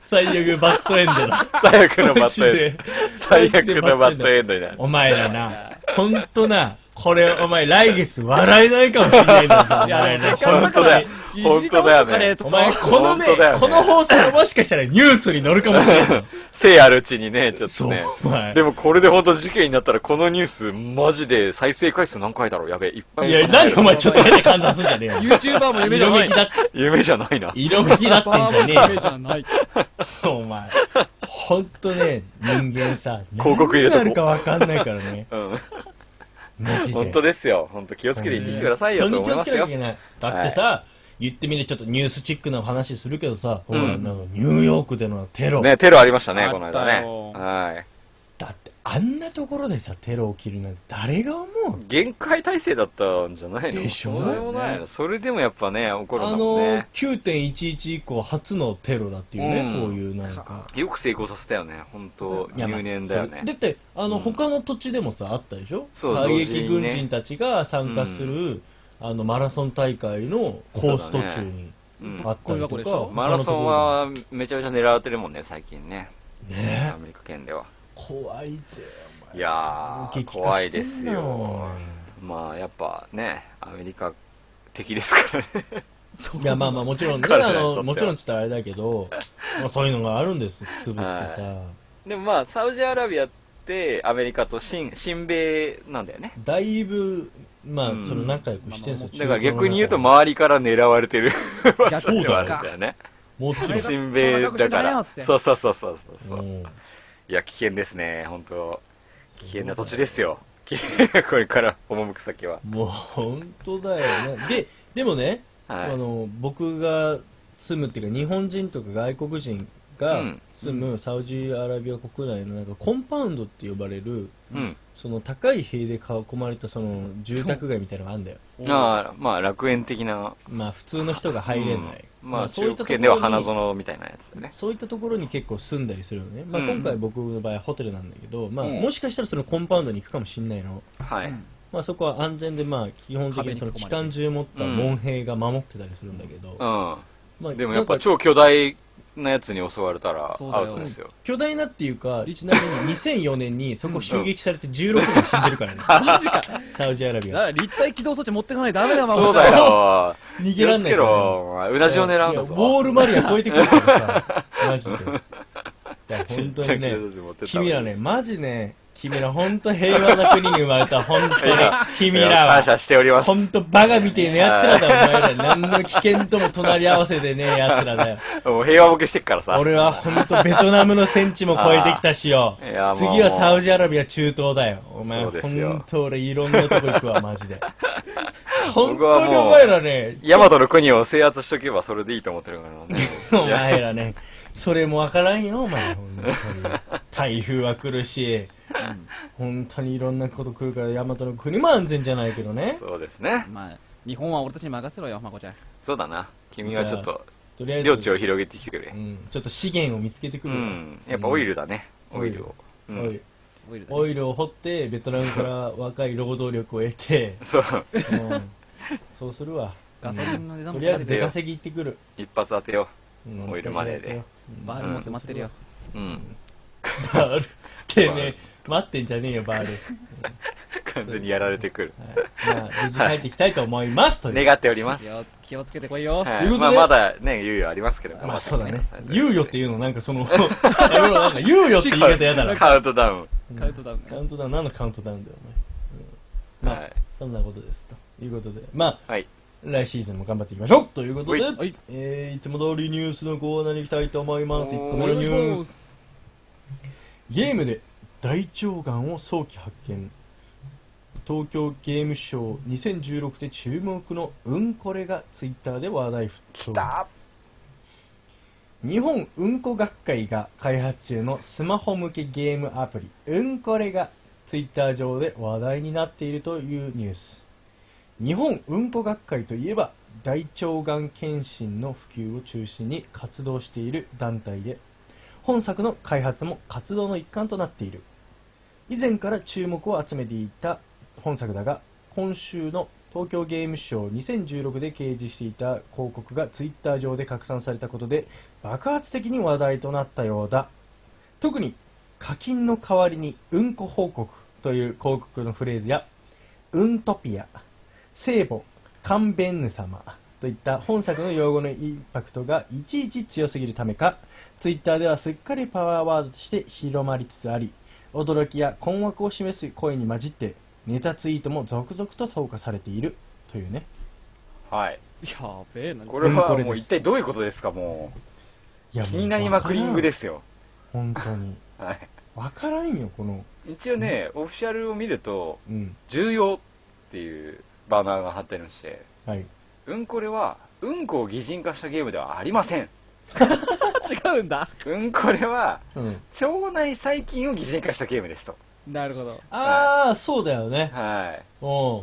Speaker 4: 最悪バッドエンドだ。
Speaker 2: 最悪のバ
Speaker 4: マ
Speaker 2: ッ
Speaker 4: ジ
Speaker 2: ドエン
Speaker 4: で
Speaker 2: ド。。最悪のバッドエンドになる。
Speaker 4: お前らな、ほんとな、これお前来月笑えないかもしれないんだぞ。お
Speaker 3: いや
Speaker 4: 前
Speaker 3: でもせ
Speaker 4: ら
Speaker 3: っかくだ
Speaker 4: ほ
Speaker 3: か
Speaker 4: んと
Speaker 3: ら
Speaker 2: 本当だよね
Speaker 4: だ
Speaker 3: せっイージータウンのカレーと
Speaker 4: お前、このね
Speaker 2: 本当だよね
Speaker 4: この放送がもしかしたらニュースに載るかもしれない。
Speaker 2: せいあるうちにね、ちょっと
Speaker 4: そう
Speaker 2: ね。、
Speaker 4: お前
Speaker 2: で。もこれで本当事件になったら、このニュース、マジで再生回数何回だろうやべえ、いっ ぱい。
Speaker 4: いや、なんでお前ちょっと変で換算すんじゃねえよ。
Speaker 3: YouTuber も夢じゃ
Speaker 4: 色
Speaker 3: な
Speaker 4: め
Speaker 3: い
Speaker 4: きだって、
Speaker 2: 夢じゃないな。
Speaker 4: 色めきだってんじゃね
Speaker 3: 夢じゃない
Speaker 4: えよ、お前。ほんとね、人間さ、
Speaker 2: 広告入れとこ
Speaker 4: 何があるかわかんないからね。
Speaker 2: うん。
Speaker 4: マジで。
Speaker 2: 本当ですよ。本当気をつけて生きてくださいよと思いますよ
Speaker 4: 本当に気をつ。けなきゃいけない。だってさ、言ってみてちょっとニュースチックな話するけどさ、ほら
Speaker 2: うん
Speaker 4: なんかニューヨークでのテロ、
Speaker 2: ね、テロありましたね、この
Speaker 3: あった
Speaker 2: 間ね。
Speaker 3: よ
Speaker 2: は
Speaker 4: だってあんなところでさ、テロ起きるなんて誰が思う
Speaker 2: い。限界体制だったんじゃないの
Speaker 4: でしょ
Speaker 2: そうでもないの。それでもやっぱね、起こるん
Speaker 4: あ
Speaker 2: だもん
Speaker 4: のー
Speaker 2: ね。
Speaker 4: 9.11以降初のテロだっていうね、
Speaker 2: うん
Speaker 4: こういうなんか。
Speaker 2: よく成功させたよね。本当
Speaker 4: いやまあ
Speaker 2: 入念だよ
Speaker 4: そ
Speaker 2: ね
Speaker 4: れ。だってあの、他の土地でもさあったでしょ
Speaker 2: そう同
Speaker 4: 退
Speaker 2: 時
Speaker 4: 役
Speaker 2: に
Speaker 4: 軍
Speaker 2: ね
Speaker 4: 人たちが参加する、あのマラソン大会のコース途中に
Speaker 2: うん
Speaker 4: あったりと
Speaker 3: ゴミ箱でし
Speaker 4: か、
Speaker 3: ょ
Speaker 2: マラソンはめちゃめちゃ狙われてるもんね、最近ね。
Speaker 4: ね
Speaker 2: アメリカ圏では。
Speaker 4: 怖いぜ
Speaker 2: いやー、
Speaker 4: 激化
Speaker 2: 怖い
Speaker 4: し
Speaker 2: で
Speaker 4: て
Speaker 2: す
Speaker 4: んなよ
Speaker 2: よ。まあ、やっぱね、アメリカ的ですからね。
Speaker 4: いやまあまあもちろんね
Speaker 2: 彼ら
Speaker 4: あ
Speaker 2: にとっては
Speaker 4: のもちろんちょっとあれだけど、まあ、そういうのがあるんですくすぶってさ、
Speaker 2: でもまあ、サウジアラビアってアメリカと親親米なんだよね。
Speaker 4: だいぶまあ
Speaker 2: うん
Speaker 4: その仲良くしてんすよ、
Speaker 2: だから逆に言うと
Speaker 4: まあ
Speaker 2: 周りから狙われてる
Speaker 3: 逆
Speaker 4: そう
Speaker 2: のはあ
Speaker 4: だ
Speaker 2: るんだよね。
Speaker 4: もちろん、
Speaker 2: 親米だか
Speaker 3: 仲良くしなよ
Speaker 2: ら。
Speaker 3: っつって
Speaker 2: そうそうそうそうそう。
Speaker 4: うん
Speaker 2: いや、危険ですね、本当危険な土地ですよ。危険これから赴く先は。
Speaker 4: もう本当だよねででもね、
Speaker 2: はい
Speaker 4: あの僕が住むっていうか日本人とか外国人が
Speaker 2: うん
Speaker 4: 住むサウジアラビア国内のなんかコンパウンドって呼ばれる
Speaker 2: うん。
Speaker 4: その高い塀で囲まれたその住宅街みたいなのがあるんだよ
Speaker 2: ああ、まあ、楽園的な。
Speaker 4: まあ普通の人が入れない、
Speaker 2: うんまあ、
Speaker 4: そうい
Speaker 2: 中
Speaker 4: った
Speaker 2: 国
Speaker 4: ところ
Speaker 2: 圏
Speaker 4: に
Speaker 2: では花園みたいなやつだね。
Speaker 4: そういったところに結構住んだりするのね、まあ、
Speaker 2: うん
Speaker 4: 今回僕の場合はホテルなんだけど、まあ、
Speaker 2: うん
Speaker 4: もしかしたらそのコンパウンドに行くかもしれないの、
Speaker 2: はい。
Speaker 3: うん
Speaker 4: まあ、そこは安全でまあ基本的にその
Speaker 3: 壁に囲まれて
Speaker 4: 機関銃持った門兵が守ってたりするんだけど、
Speaker 2: うん。
Speaker 4: まあ、
Speaker 2: でもやっぱ
Speaker 4: なんか
Speaker 2: 超巨大なやつに襲われたら
Speaker 3: そうだ
Speaker 2: ア
Speaker 3: よ
Speaker 2: ウトですよ。
Speaker 4: 巨大なっていうかちなみに2004年にそこ襲撃されて16人死んでるからね
Speaker 3: マ ジかだか
Speaker 4: サウジアラビア
Speaker 3: ら立体起動装置持ってかないとダメだよマ
Speaker 2: そ
Speaker 3: モ
Speaker 2: う
Speaker 3: ちゃん
Speaker 2: だよ。
Speaker 4: 逃
Speaker 2: 気
Speaker 4: げ
Speaker 2: を
Speaker 4: ら
Speaker 2: つ
Speaker 4: んな
Speaker 2: け
Speaker 4: いからね
Speaker 2: ろ。お前うなじを狙うんだぞ。
Speaker 4: いやウォールマリア超えてくるからさマジでだから本当にね君らね、マジね、君ら本当平和な国に生まれた、本当に
Speaker 2: いや、
Speaker 4: 君
Speaker 2: いや
Speaker 4: ら
Speaker 2: 感
Speaker 4: は、
Speaker 2: 謝しております。
Speaker 4: 本当バカみてえな奴らだ、お前ら。何の危険とも隣り合わせでねえ奴ら だよ。
Speaker 2: もう平和ボケしてっからさ。
Speaker 4: 俺は本当ベトナムの戦地も超えてきたしよ
Speaker 2: あーいやも。う
Speaker 4: 次はサウジアラビア中東だよ。お前、
Speaker 2: そうですよ
Speaker 4: 本当俺いろんなとこ行くわ、マジで。本
Speaker 2: 僕はもう
Speaker 4: 当にお前らね、
Speaker 2: ヤマトの国を制圧しとけばそれでいいと思ってるからね。
Speaker 4: お前らね、それもわからんよ、お 前。本当に台風は来るし、本当にいろんなこと来るから、大和の国も安全じゃないけどね。
Speaker 2: そうですね。
Speaker 3: まあ日本は俺たちに任せろよまこちゃん
Speaker 2: そうだな。君はちょっと、
Speaker 4: とりあえず、
Speaker 2: 領地を広げてきてくれ
Speaker 4: う。ん、ちょっと資源を見つけてく
Speaker 2: う
Speaker 4: るわ、
Speaker 2: ん。やっぱオイルだね。オイルを。う
Speaker 4: オイ
Speaker 2: ん。
Speaker 4: ル。
Speaker 3: オイルだね
Speaker 4: オイルを掘って、ベトナムから若い労働力を得て、
Speaker 2: そう。
Speaker 4: うん、そうするわ。
Speaker 3: ガソリンの値段
Speaker 4: と
Speaker 3: も
Speaker 4: りあえ
Speaker 3: 下
Speaker 4: ず
Speaker 3: げ
Speaker 4: 出
Speaker 3: て
Speaker 2: で
Speaker 4: 稼ぎ行ってくる。
Speaker 2: 一発当てよ
Speaker 4: うん
Speaker 2: オイルマネーで。
Speaker 3: バールも迫ってるよ
Speaker 2: う。うん。
Speaker 4: バール。てめえ、待ってんじゃねえ よ、バール。
Speaker 2: 完全にやられてくる。
Speaker 4: はい、まあ、無事帰ってきたいと思います。という
Speaker 2: 願っております
Speaker 3: 気。を気をつけてこいよ
Speaker 2: は
Speaker 4: という
Speaker 2: い。
Speaker 4: こと
Speaker 2: ま
Speaker 4: で
Speaker 2: あまだね、猶予ありますけど。
Speaker 4: まあそうだね。
Speaker 2: 猶
Speaker 4: 猶予っていうのなんかその、 やめろなんか猶予って言い方やだな。カ
Speaker 2: カウントダウン。
Speaker 3: カウントダウン
Speaker 4: ウントダウン、何のカウントダウンだよ、お前。うんま
Speaker 2: は
Speaker 4: あ、
Speaker 2: い。
Speaker 4: そんなことです。ということで、まあ、
Speaker 2: はい
Speaker 4: 来シーズンも頑張っていきましょうということで、
Speaker 2: はい
Speaker 3: はい
Speaker 4: えーいつも通りニュースのコーナーに行きたいと思います。1個目のニュース。
Speaker 3: ス
Speaker 4: ゲームで大腸がんを早期発見。東京ゲームショー2016で注目のうんこれがツイッターで話題沸騰。日本うんこ学会が開発中のスマホ向けゲームアプリうんこれがツイッター上で話題になっているというニュース日本うんこ学会といえば大腸がん検診の普及を中心に活動している団体で本作の開発も活動の一環となっている以前から注目を集めていた本作だが今週の東京ゲームショー2016で掲示していた広告がツイッター上で拡散されたことで爆発的に話題となったようだ特に課金の代わりにうんこ報告という広告のフレーズやうんとぴあ聖母カンベンヌ様とといった本作の用語のインパクトがいちいち強すぎるためかツイッターではすっかりパワーワードとして広まりつつあり驚きや困惑を示す声に混じってネタツイートも続々と投下されているというね
Speaker 2: はい。
Speaker 3: やべえな
Speaker 2: これは
Speaker 4: うんこ
Speaker 2: も
Speaker 4: れ
Speaker 2: う
Speaker 4: です
Speaker 2: 一体どういうことですか、も
Speaker 4: いや
Speaker 2: う。気になりまくりングですすよ。
Speaker 4: 本当に
Speaker 2: はい。
Speaker 4: わからんよこの
Speaker 2: 一応ね、オフィシャルを見ると、
Speaker 4: うん
Speaker 2: 重要っていうバナーが貼ってありまして、
Speaker 4: はい
Speaker 2: うんこれは、うんこを擬人化したゲームではありません。
Speaker 3: 違うんだ
Speaker 2: うんこれは、
Speaker 4: うん
Speaker 2: 腸内細菌を擬人化したゲームですと。
Speaker 3: なるほど
Speaker 4: ああそうだよね
Speaker 2: はい。
Speaker 4: うん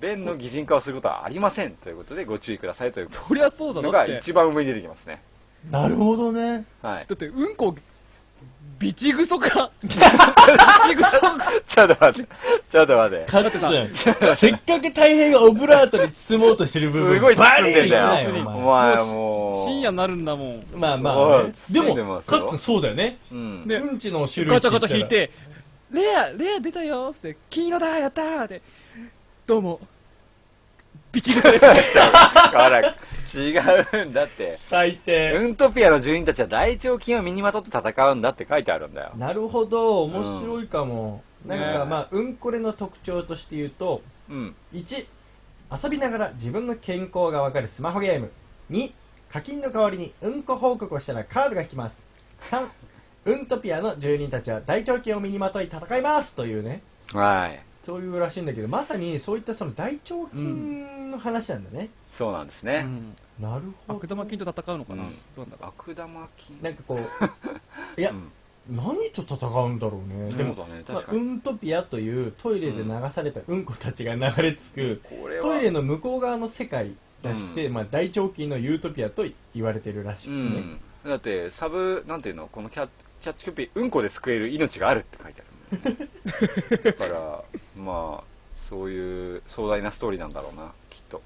Speaker 2: 便の擬人化をすることはありませんということでご注意くださいという
Speaker 3: そりゃそうだ
Speaker 2: の
Speaker 3: だっ
Speaker 2: が
Speaker 3: て
Speaker 2: 一番上に出てきますね。
Speaker 4: なるほどね
Speaker 2: はい。
Speaker 3: だってうんこビチグソかビチグソか
Speaker 2: ちょっと待って、ちょっと待って。
Speaker 4: カッツンせっかく大平がオブラートに包もうとしてる部分
Speaker 2: すごい包んでん
Speaker 4: バ
Speaker 2: だ
Speaker 4: リ
Speaker 2: よ
Speaker 4: ーンい。
Speaker 2: お
Speaker 4: かないよ
Speaker 2: 前
Speaker 3: もうし
Speaker 2: もう。
Speaker 3: 深夜になるんだもん
Speaker 4: お前まあまあ
Speaker 2: そう
Speaker 4: ねで
Speaker 2: 包んでま
Speaker 4: も
Speaker 2: すよ
Speaker 4: カッツンそうだよね
Speaker 2: うん。
Speaker 3: ね
Speaker 4: うんちの種類
Speaker 3: ガ
Speaker 4: って
Speaker 3: チャ
Speaker 4: 言
Speaker 3: ガ
Speaker 4: った
Speaker 3: チ
Speaker 4: ら
Speaker 3: ャ引いて「レアレア出たよ」っつって「金色だやったー」って「どうもビチグソです」
Speaker 2: あら、違うんだって。
Speaker 4: 最低
Speaker 2: うんとピアの住人たちは大腸菌を身にまとって戦うんだって書いてあるんだよ。
Speaker 4: なるほど面白いかもなん
Speaker 2: ね
Speaker 4: かまあうんこれの特徴として言うと
Speaker 2: うん。
Speaker 4: 1遊びながら自分の健康がわかるスマホゲーム2課金の代わりにうんこ報告をしたらカードが引きます3うんとピアの住人たちは大腸菌を身にまとい戦いますというね
Speaker 2: はい。
Speaker 4: そういうらしいんだけどまさにそういったその大腸菌の話なんだね、
Speaker 2: そうなんです
Speaker 3: う
Speaker 2: ね。
Speaker 3: ん
Speaker 4: なるほど
Speaker 3: 悪玉菌と戦うのかな、
Speaker 2: うん
Speaker 3: どうなんだろ
Speaker 2: 悪玉菌
Speaker 4: なんかこういや、
Speaker 2: うん
Speaker 4: 何と戦うんだろうね、で
Speaker 2: そう
Speaker 4: も、
Speaker 2: だね、
Speaker 4: まあ
Speaker 2: 確、か
Speaker 4: ウ
Speaker 2: に。
Speaker 4: ントピアというトイレで流されたうんこたちが流れ着く、
Speaker 2: これは。
Speaker 4: トイレの向こう側の世界らしくて、
Speaker 2: う
Speaker 4: まあ、大腸菌のユートピアと言われてるらしく
Speaker 2: う
Speaker 4: てね、
Speaker 2: ん。だって、サブ、なんていうの、このキャキャッチコピー、うんこで救える命があるって書いてあ る。だから、まあ、そういう壮大なストーリーなんだろうな、きっと。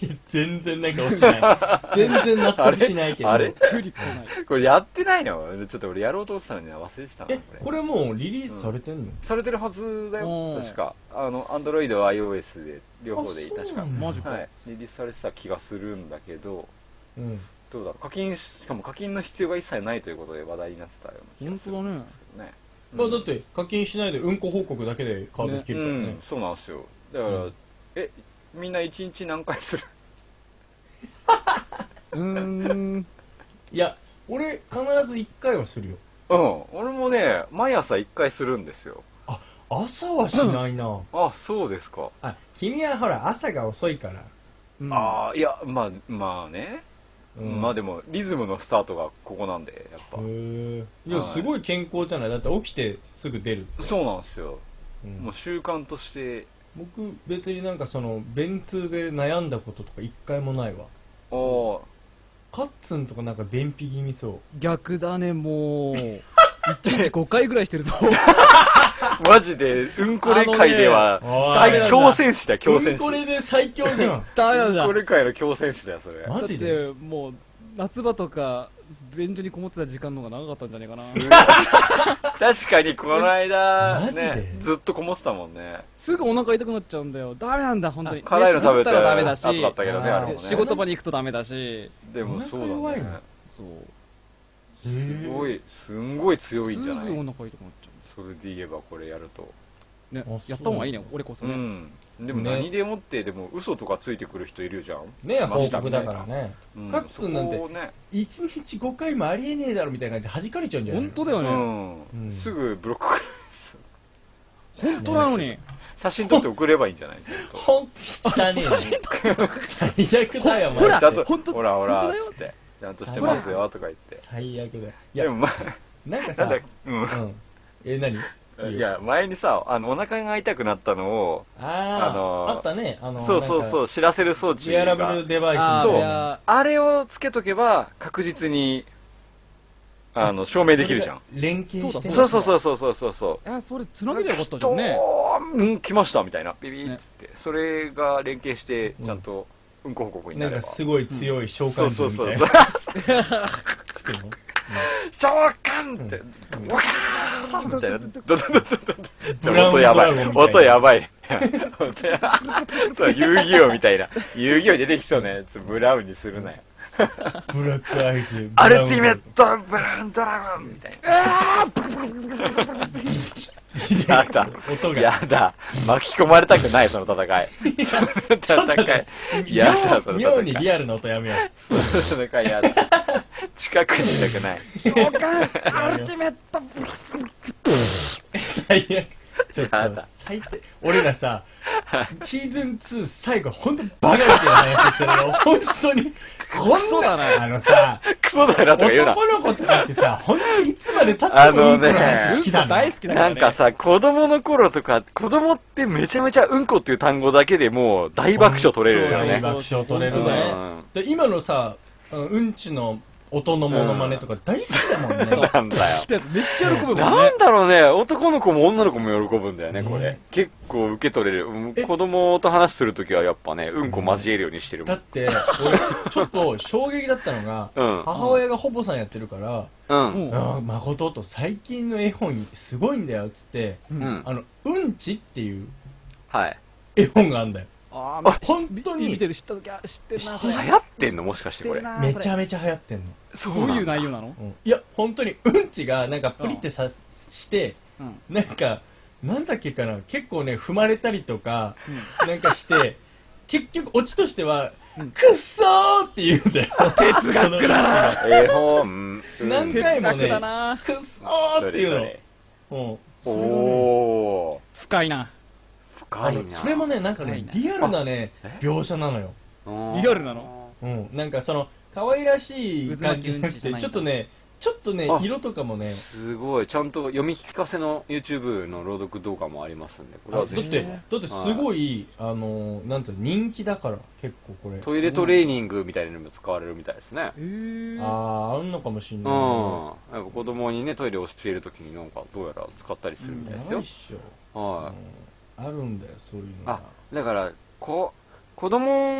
Speaker 4: いや全然なんか落ち ない全然納得しないけど
Speaker 2: あれ
Speaker 3: うクリコない
Speaker 2: これやってないのちょっと俺やろうと思ってたのにな忘れてたな、
Speaker 4: えこれもうリリースされてんの、
Speaker 2: されてるはずだよ、
Speaker 3: うん
Speaker 2: 確か。あの、アンドロイド、iOS で、両方でいい、
Speaker 4: あ
Speaker 2: 確か
Speaker 4: そう。なんだ
Speaker 3: マジか
Speaker 2: はい。リリースされてた気がするんだけど、
Speaker 4: うん
Speaker 2: どうだろう。課金し、しかも課金の必要が一切ないということで話題になってたような気が
Speaker 3: 本
Speaker 2: する
Speaker 3: 当だね
Speaker 2: ね。
Speaker 4: まあだって課金しないでうんこ報告だけでカード引けるからね
Speaker 2: うん、そうなんですよだから、
Speaker 4: うん
Speaker 2: えみんな一日何回す る
Speaker 3: うーん
Speaker 4: いや俺必ず1回はするよ
Speaker 2: うん俺もね毎朝1回するんですよ
Speaker 4: 朝はしないな、
Speaker 2: あそうですか、
Speaker 4: あ君はほら朝が遅いから、
Speaker 3: うん
Speaker 2: ああいやまあまあね、
Speaker 4: うん
Speaker 2: まあでもリズムのスタートがここなんでやっぱ、
Speaker 4: へえい
Speaker 2: は
Speaker 4: や
Speaker 2: い
Speaker 4: すごい健康じゃないだって起きてすぐ出る、
Speaker 2: そうなんですよ、
Speaker 4: うん
Speaker 2: もう習慣として
Speaker 4: 僕別になんかその便通で悩んだこととか一回もない
Speaker 2: あ
Speaker 4: わ
Speaker 2: あ
Speaker 4: カッツンとかなんか便秘気味そ
Speaker 3: 逆だね もう一日5回ぐらい してるぞ
Speaker 2: マジでうんこれ界では
Speaker 4: あのね
Speaker 2: 最
Speaker 4: あー
Speaker 2: 強戦士だよ
Speaker 4: う
Speaker 2: 強戦士
Speaker 4: これで最強じ ゃん
Speaker 3: ダメ
Speaker 2: うん
Speaker 3: だ
Speaker 2: これ界の強戦士だよそれ
Speaker 4: マ
Speaker 3: だっ
Speaker 4: ジで
Speaker 3: てもう夏場とか便所にこもってた時間の方が長かったんじゃないかな
Speaker 2: 確かにこの間
Speaker 4: マジで
Speaker 2: ねずっとこもってたもんね
Speaker 3: すぐお腹痛くなっちゃうんだよダメなんだ本当に
Speaker 2: 辛いの食べた
Speaker 3: 飯食ったらダメだし
Speaker 2: 後だったけどね
Speaker 4: あー
Speaker 2: あれもね
Speaker 3: 仕事場に行くとダメだし
Speaker 2: でもそう
Speaker 4: お腹
Speaker 2: だ
Speaker 4: 弱い
Speaker 2: ね
Speaker 4: の
Speaker 3: そう
Speaker 2: すごいすんごい強いんじゃない
Speaker 3: すぐお腹痛くなっちゃ
Speaker 2: それで言えばこれやると
Speaker 3: うね
Speaker 4: あそう
Speaker 3: やった方がいいね俺こそうね、
Speaker 2: んでも
Speaker 4: ね
Speaker 2: 何でもってでも嘘とかついてくる人いるじゃん
Speaker 4: ね
Speaker 2: ま
Speaker 4: 報
Speaker 2: した
Speaker 4: 告だからね
Speaker 2: うん
Speaker 4: カッツンなんて
Speaker 2: そこをね
Speaker 4: 1日5回もありえねえだろみたいな感じで弾かれちゃうんじゃない
Speaker 3: 本当
Speaker 4: だ
Speaker 3: だよね、
Speaker 2: う
Speaker 4: うんん
Speaker 2: すぐブロックくる
Speaker 3: 本当なのに
Speaker 2: 写真撮って送ればいいんじゃない
Speaker 4: 本当汚ねえね最悪だよマジ
Speaker 3: ほ
Speaker 4: で
Speaker 3: ら
Speaker 2: ちゃんと
Speaker 3: ほんと
Speaker 2: ほらほら
Speaker 3: ほんとだよ
Speaker 2: つってちゃんとしてますよとか言って
Speaker 4: 最悪だよい
Speaker 2: でも
Speaker 4: や
Speaker 2: ま
Speaker 4: なんか
Speaker 2: な
Speaker 4: さ
Speaker 2: んだうん
Speaker 4: うんえ何いい
Speaker 2: い
Speaker 4: よ
Speaker 2: や前にさあのお腹が痛くなったのを
Speaker 4: あー
Speaker 2: あのー
Speaker 4: あったねあの
Speaker 2: そうそうそうう知らせる装置
Speaker 4: リアラブ
Speaker 2: が
Speaker 4: ルデバイス
Speaker 3: あ
Speaker 2: そう
Speaker 3: ーい
Speaker 4: あ
Speaker 3: や
Speaker 2: あれをつけとけば確実にあの証明できるじゃん
Speaker 4: 連携してね
Speaker 2: そうそうそうそうそうそうそう
Speaker 3: いやそれつなげりゃよかったじゃんね
Speaker 2: うん来ましたみたいなビビッつって、それが連携してちゃんとうんこ報告に
Speaker 4: な
Speaker 2: なんれば
Speaker 4: かすごい強い召
Speaker 2: そう
Speaker 4: 喚
Speaker 2: そ
Speaker 4: 獣
Speaker 2: う
Speaker 4: み
Speaker 2: そう
Speaker 4: たい
Speaker 2: そ
Speaker 4: な
Speaker 2: う
Speaker 4: つくの
Speaker 2: 召喚 って、わかーみたいな、どどどどど
Speaker 4: ブラウン
Speaker 2: 音やば
Speaker 4: ド
Speaker 2: い、
Speaker 4: ラゴンみたいな
Speaker 2: 音やばい。本当やそう、遊戯王みたいな。遊戯王に出てきそうなやつ、ブラウンにするなよ。
Speaker 4: ブラックアイズ。
Speaker 2: アルティメットブラウンドラゴンみたいな。やだ。
Speaker 4: 音が。
Speaker 2: やだ。巻き込まれたくない、その戦い。その戦い。やだ、その
Speaker 4: 妙に
Speaker 2: 戦い。
Speaker 4: リアルな音やめよう。
Speaker 2: その戦いやだ。近くにいたくない。
Speaker 3: 召喚アルティメット
Speaker 4: 最悪。ちょっ
Speaker 2: や
Speaker 4: と
Speaker 2: だ、
Speaker 4: 最低。俺らさ、シーズン2最後、ほんとバカみたいな話してるよ。ほんとに。こんな、あのさ、
Speaker 2: クソだよなとか言うな。
Speaker 4: 男の子とかってさ、ほんとにいつまで経ってもいい子の
Speaker 2: あの
Speaker 4: 話
Speaker 2: ね
Speaker 4: 好きだ
Speaker 3: 大
Speaker 4: ね。
Speaker 3: 好きだから
Speaker 2: なん
Speaker 3: ね
Speaker 2: かさ、子供の頃とか、子供ってめちゃめちゃうんこっていう単語だけでもう大爆笑取れるよね。
Speaker 4: 爆笑取れる
Speaker 3: そう
Speaker 4: ね
Speaker 3: そ。
Speaker 4: で今のさ、うんうんちの音のモノマネとか大好きだもん
Speaker 2: う
Speaker 4: ね。
Speaker 2: んなんだよ。
Speaker 3: ってやつめっちゃ喜ぶもんね
Speaker 2: なんだろうね、男の子も女の子も喜ぶんだよね、
Speaker 4: そう
Speaker 2: これ。結構受け取れるうん
Speaker 4: え。
Speaker 2: 子供と話するときはやっぱね、うんこ交えるようにしてるも
Speaker 4: だっ
Speaker 2: ん。
Speaker 4: て、俺、ちょっと衝撃だったのが、
Speaker 2: うん。
Speaker 4: 母親がほぼさんやってるから、
Speaker 2: うん。
Speaker 4: あ誠と最近の絵本すごいんだよっつって、
Speaker 2: うん。
Speaker 4: あの、うんちっていう
Speaker 2: はい。
Speaker 4: 絵本があるんだよ。
Speaker 3: あー
Speaker 4: 本当に
Speaker 3: 見てる知った時は知ってるなそ
Speaker 2: 流
Speaker 3: れ
Speaker 2: 行ってんのもしかしてこれ。
Speaker 4: めちゃ
Speaker 3: め
Speaker 4: めちゃ流行ってんの。
Speaker 2: そ
Speaker 3: どういう
Speaker 2: な
Speaker 3: 内容なの
Speaker 4: うんいや、本当にうんちがなんかプリってさして、
Speaker 3: うん
Speaker 4: なんか、なんだっけかな、結構ね、踏まれたりとか、なんかして、結局、オチとしては、くっそーって言うんだよ。哲学だな
Speaker 2: 絵本。うん
Speaker 4: 何回
Speaker 3: 哲学だな
Speaker 4: くっそーっていう
Speaker 2: ど
Speaker 4: の。
Speaker 2: れ
Speaker 4: うん
Speaker 2: どれおー。
Speaker 3: 深いな
Speaker 2: 深
Speaker 4: あ
Speaker 2: い
Speaker 4: の
Speaker 2: な。
Speaker 4: それもね、なんか
Speaker 3: 深い
Speaker 4: ね
Speaker 3: な、
Speaker 4: リアルなね
Speaker 2: あえ、
Speaker 4: 描写なのよ。
Speaker 2: うん、
Speaker 3: リアルなの
Speaker 4: うん、なんかその、可愛らしい感じじゃなく
Speaker 3: 渦巻きうんちじゃ
Speaker 4: て、
Speaker 3: ない
Speaker 4: ちょっとね、ちょっとね
Speaker 2: あ、
Speaker 4: 色とかもね、
Speaker 2: すごいちゃんと読み聞かせの YouTube の朗読動画もありますんでこれ
Speaker 4: だ
Speaker 2: は
Speaker 4: っ
Speaker 2: ぜ
Speaker 4: て、だってすごい、あの、なんていうの人気だから、結構これ
Speaker 2: ひ。トイレトレーニングみたいなのにも使われるみたいですね
Speaker 3: えー
Speaker 4: あー、あんのかもしん
Speaker 2: うん
Speaker 4: ないけど。
Speaker 2: やっぱ子供にねトイレを教えるときになんかどうやら使ったりするみたいです
Speaker 4: ない
Speaker 2: よ
Speaker 4: っ、しょ。
Speaker 2: は
Speaker 4: あるんだよ、そういうのが
Speaker 2: あ。い、だからこ子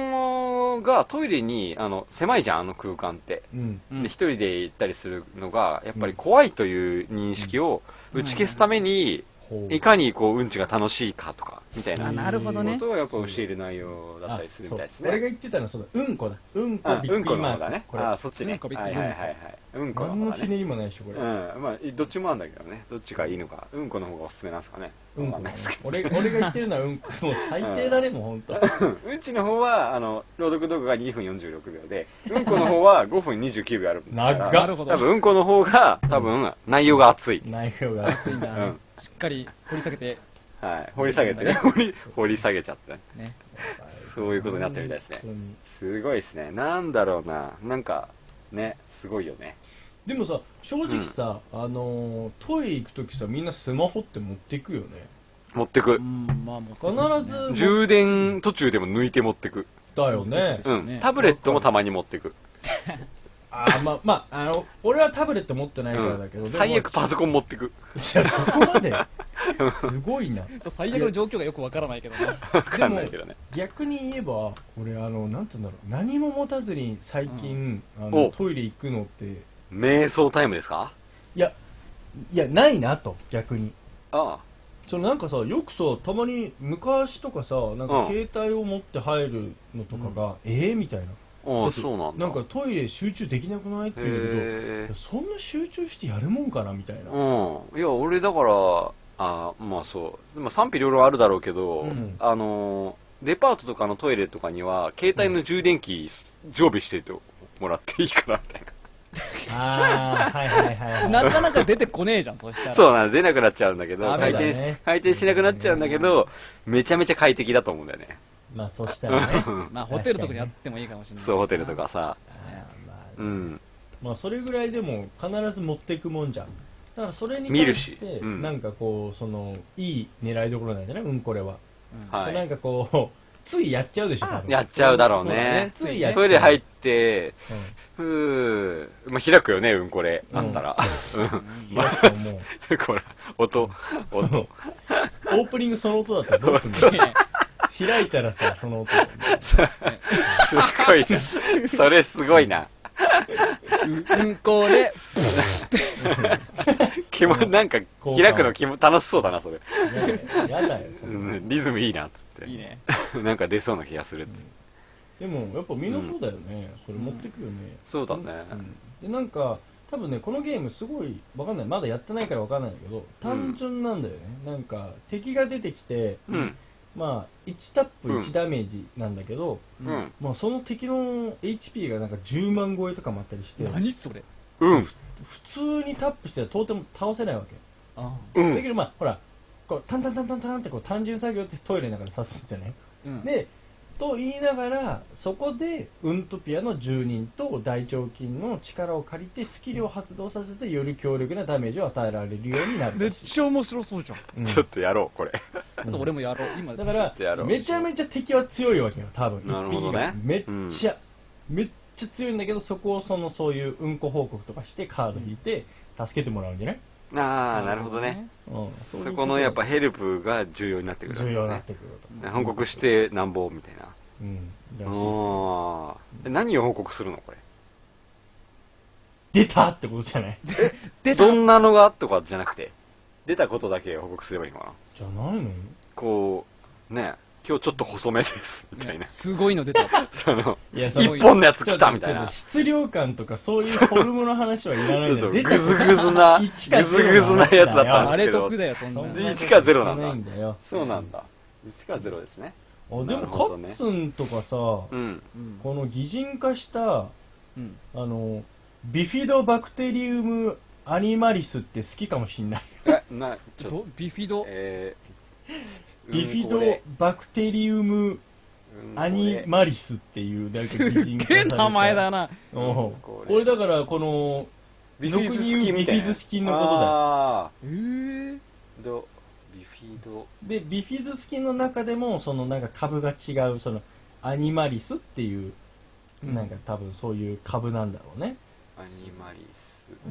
Speaker 2: 供がトイレにあの狭いじゃんあの空間って
Speaker 4: うん。
Speaker 3: うん
Speaker 2: で一人で行ったりするのがやっぱり怖いという認識を打ち消すために
Speaker 4: ほう
Speaker 2: いかにこううんちが楽しいかとかみたいな
Speaker 3: あなるほどね
Speaker 2: ことをやっぱ教える内容だったりするみたいです
Speaker 4: あそう俺が
Speaker 2: ね。
Speaker 4: 言ってたのはそうだうんこだうんこ
Speaker 2: あ
Speaker 4: びっ
Speaker 2: うん
Speaker 4: く
Speaker 2: こ
Speaker 4: り
Speaker 2: の
Speaker 4: マ
Speaker 2: 方
Speaker 4: ー
Speaker 2: だ
Speaker 4: ク
Speaker 2: ね。
Speaker 4: これ
Speaker 2: あそっちね。
Speaker 3: うんこびっく
Speaker 2: はい
Speaker 3: り
Speaker 2: は
Speaker 3: マ
Speaker 2: い
Speaker 3: ー
Speaker 2: は
Speaker 3: ク
Speaker 2: いはい。うんこの
Speaker 4: 何
Speaker 2: 方
Speaker 4: の
Speaker 2: だ
Speaker 4: ひ
Speaker 2: ね。
Speaker 4: ねりもないでしょこ
Speaker 2: う
Speaker 4: れ
Speaker 2: ん。まあ、どっちもあるんだけどね。どっちがいいのか。うんこの方がおすすめなんですかね。
Speaker 4: うんこ
Speaker 2: わかんな
Speaker 4: だ
Speaker 2: い
Speaker 4: ね
Speaker 2: ですけ
Speaker 4: 俺俺が言ってるのはうんこもう最低だねもうほんと
Speaker 2: どうんちの方は、あの、朗読動画が2分46秒で、うんこの方は5分29秒あるんだから。
Speaker 4: 長っ
Speaker 3: なるほど
Speaker 2: 多分、うんこの方が、多分、内容が熱い。
Speaker 4: 内容が
Speaker 3: 熱いん
Speaker 2: う
Speaker 3: だ
Speaker 2: ん。
Speaker 3: しっかり掘り下げて
Speaker 2: はい。掘り下げてね。掘り、掘り下げちゃってね。
Speaker 3: ね
Speaker 2: そういうことになってるみたいですね。
Speaker 4: 本当に
Speaker 2: すごいですね。なんだろうな。なんか、ね、すごいよね。
Speaker 4: でもさ正直さ、あのートイレ行く時さみんなスマホって持ってくよね
Speaker 2: 持ってく
Speaker 3: う。んまあもう
Speaker 4: 必ず持っ
Speaker 2: 充電途中でも抜いて持ってく。
Speaker 4: たよね
Speaker 2: う
Speaker 3: ね
Speaker 2: ん。タブレットもたまに持ってく。
Speaker 4: あーまあまああの俺はタブレット持ってないからだけど、
Speaker 2: うん
Speaker 4: でも
Speaker 2: 最悪パソコン持ってく。
Speaker 4: いやそこまですごいな
Speaker 3: そう最悪の状況がよくわからないけど な
Speaker 2: わかんないけどね。
Speaker 4: 逆に言えば俺あのなんつうんだろう何も持たずに最近、あ
Speaker 2: お
Speaker 4: のトイレ行くのってい
Speaker 2: 瞑想タイムですか
Speaker 4: やいやないなと逆に
Speaker 2: あ
Speaker 4: そのなんかさよくさたまに昔とかさなん
Speaker 2: うん
Speaker 4: か携帯を持って入るのとかが、ええみたいな
Speaker 2: あ。あ
Speaker 4: だ
Speaker 2: あ、
Speaker 4: って
Speaker 2: そうなんだ。
Speaker 4: なんかトイレ集中できなくないって言うんだけど
Speaker 2: へ
Speaker 4: いやそんな集中してやるもんかなみたいな、
Speaker 2: え。うん。いや、俺だから、ああまあそう。まあ賛否両論あるだろうけど、
Speaker 4: うん
Speaker 2: あのー、デパートとかのトイレとかには、携帯の充電器常備しててもらっていいかな、みたいな。
Speaker 4: ああはいはいはい、はい
Speaker 3: なかなか出てこねえじゃんそしたら
Speaker 2: そうなんだ出なくなっちゃうんだけど、
Speaker 3: ダ
Speaker 2: 回転
Speaker 3: メだ
Speaker 4: ね
Speaker 2: し回転しなくなっちゃうんだけど、めちゃめちゃ快適だと思うんだよね。
Speaker 4: まあそしたらね
Speaker 3: まあホテルとかにあってもいいかもしれない
Speaker 2: そう、ホテルとかさ。
Speaker 4: あーまあ
Speaker 2: うん。
Speaker 4: まあそれぐらいでも必ず持っていくもんじゃんだからそれに
Speaker 2: 見る
Speaker 4: 関
Speaker 2: し
Speaker 4: して
Speaker 2: うん
Speaker 4: なんかこうそのいい狙いどころなんじゃないうんこれは、
Speaker 2: は
Speaker 4: そうなん
Speaker 2: い。
Speaker 4: かこうついやっちゃうでしょ多分
Speaker 2: やっちゃうだろう
Speaker 3: そうだ
Speaker 2: ね
Speaker 3: ね。
Speaker 4: ついやっちゃう
Speaker 2: トイレ入って、
Speaker 4: うん
Speaker 2: ふうまあ、開くよね、うんこれ。あったら。
Speaker 4: いやも う
Speaker 2: これ、音、音。
Speaker 4: オープニングその音だったらどう すん
Speaker 3: ね
Speaker 4: の 開いたらさその音
Speaker 2: すごいな。それすごいな。
Speaker 3: ううんこで
Speaker 2: 気も、なんか、開くの気も楽しそうだな、それ。
Speaker 4: やだよそれ
Speaker 2: うんリズムいいな、つ
Speaker 3: いい
Speaker 2: っ
Speaker 3: ね
Speaker 2: て。なんか出そうな気がするっつって。
Speaker 4: でもやっぱみんなそうだよね、これ持ってくよね、
Speaker 2: そうだね。
Speaker 4: でなんか多分ねこのゲームすごいわかんないまだやってないからわかんないけど単純なんだよね、なんか敵が出てきて、
Speaker 2: うん。
Speaker 4: まあ1タップ
Speaker 2: うん
Speaker 4: 1ダメージなんだけど、
Speaker 2: うん。
Speaker 4: まあ、その敵の HP がなんか10万超えとかもあったりして
Speaker 3: 何それ
Speaker 2: うん。
Speaker 4: 普通にタップしてはとても倒せないわけ、
Speaker 3: あ
Speaker 2: う
Speaker 4: だけ
Speaker 2: ん。
Speaker 4: どまあほらこうタンタンタンタンタンってこう単純作業ってトイレの中で刺すじゃない
Speaker 3: うん
Speaker 4: でと言いながらそこでウントピアの住人と大腸菌の力を借りてスキルを発動させてより強力なダメージを与えられるようになる
Speaker 3: め
Speaker 4: ら
Speaker 3: っ
Speaker 4: しい
Speaker 3: ちゃ面白そうじゃん
Speaker 4: うん
Speaker 2: ちょっとやろう、これ。
Speaker 3: あと俺もやろう今
Speaker 4: だから
Speaker 2: とやろう
Speaker 4: めちゃめちゃ敵は強いわけよ多分
Speaker 2: なるほどね
Speaker 4: 一匹がめっちゃ、めっちゃ強いんだけどそこをそのそういううんこ報告とかしてカード引いて助けてもらうんじゃない、
Speaker 2: ああ、なるほどね。
Speaker 4: うん、ういう
Speaker 2: そこのやっぱヘルプが重要になってくるわけ
Speaker 4: 重
Speaker 2: ね、
Speaker 4: 要になってくると、
Speaker 2: 報告してなんぼみたいな
Speaker 4: うん、らしい
Speaker 2: あ
Speaker 4: です
Speaker 2: ーえ何を報告するのこれ
Speaker 4: 出たってことじゃない
Speaker 3: 出た
Speaker 2: どんなのがとかじゃなくて出たことだけ報告すればいいのかな
Speaker 4: じゃないの
Speaker 2: こうね今日ちょっと細めですみたいな、
Speaker 3: すごいの出た
Speaker 2: その
Speaker 4: いやそ
Speaker 3: す
Speaker 4: の
Speaker 3: ごい
Speaker 2: 一本のやつ
Speaker 4: ち
Speaker 2: 来
Speaker 4: ょっと
Speaker 2: たみ
Speaker 4: 待って
Speaker 2: たいなち
Speaker 4: ちょっと質量感とかそういうフォルムの話はいらない
Speaker 2: ょ
Speaker 4: ん
Speaker 2: っ
Speaker 4: だ
Speaker 2: と
Speaker 4: よ出
Speaker 2: グ
Speaker 4: たこと
Speaker 2: ズグズな
Speaker 4: 一か
Speaker 2: グズグズなやつだった
Speaker 3: あ
Speaker 2: んです
Speaker 3: れ
Speaker 2: けど
Speaker 3: 得だよそん
Speaker 4: そ
Speaker 3: なん
Speaker 4: な
Speaker 2: 1か0なんだ
Speaker 4: いんだよ
Speaker 2: そうなんだ1か0ですね
Speaker 4: あで
Speaker 2: な
Speaker 4: も
Speaker 2: る
Speaker 4: カ
Speaker 2: ほどね
Speaker 4: ッツンとかさ、
Speaker 2: うん
Speaker 3: うん
Speaker 4: この擬人化したあ
Speaker 3: うん
Speaker 4: のビフィドバクテリウムアニマリスって好きかもしんない、
Speaker 2: えなちょっと
Speaker 3: どビフィド
Speaker 2: えー、
Speaker 4: ビフィ
Speaker 2: うんこ
Speaker 4: ド
Speaker 2: れ
Speaker 4: バクテリウム
Speaker 2: うんこれ
Speaker 4: アニマリスっていうなんか
Speaker 3: す
Speaker 4: 擬
Speaker 3: っ
Speaker 4: 人化
Speaker 3: げえ名前だな
Speaker 4: おう
Speaker 2: こ
Speaker 4: こ
Speaker 2: れ
Speaker 4: れだからこの
Speaker 2: ビフィズスキンみたいな
Speaker 4: 俗に言うビフィズスキンのことだよ
Speaker 2: あ
Speaker 3: えー
Speaker 2: ードビフィド
Speaker 4: でビフィズス菌の中でもそのなんか株が違うそのアニマリスっていう、
Speaker 3: うん
Speaker 4: なんか多分そういう株なんだろうね、
Speaker 2: アニマリス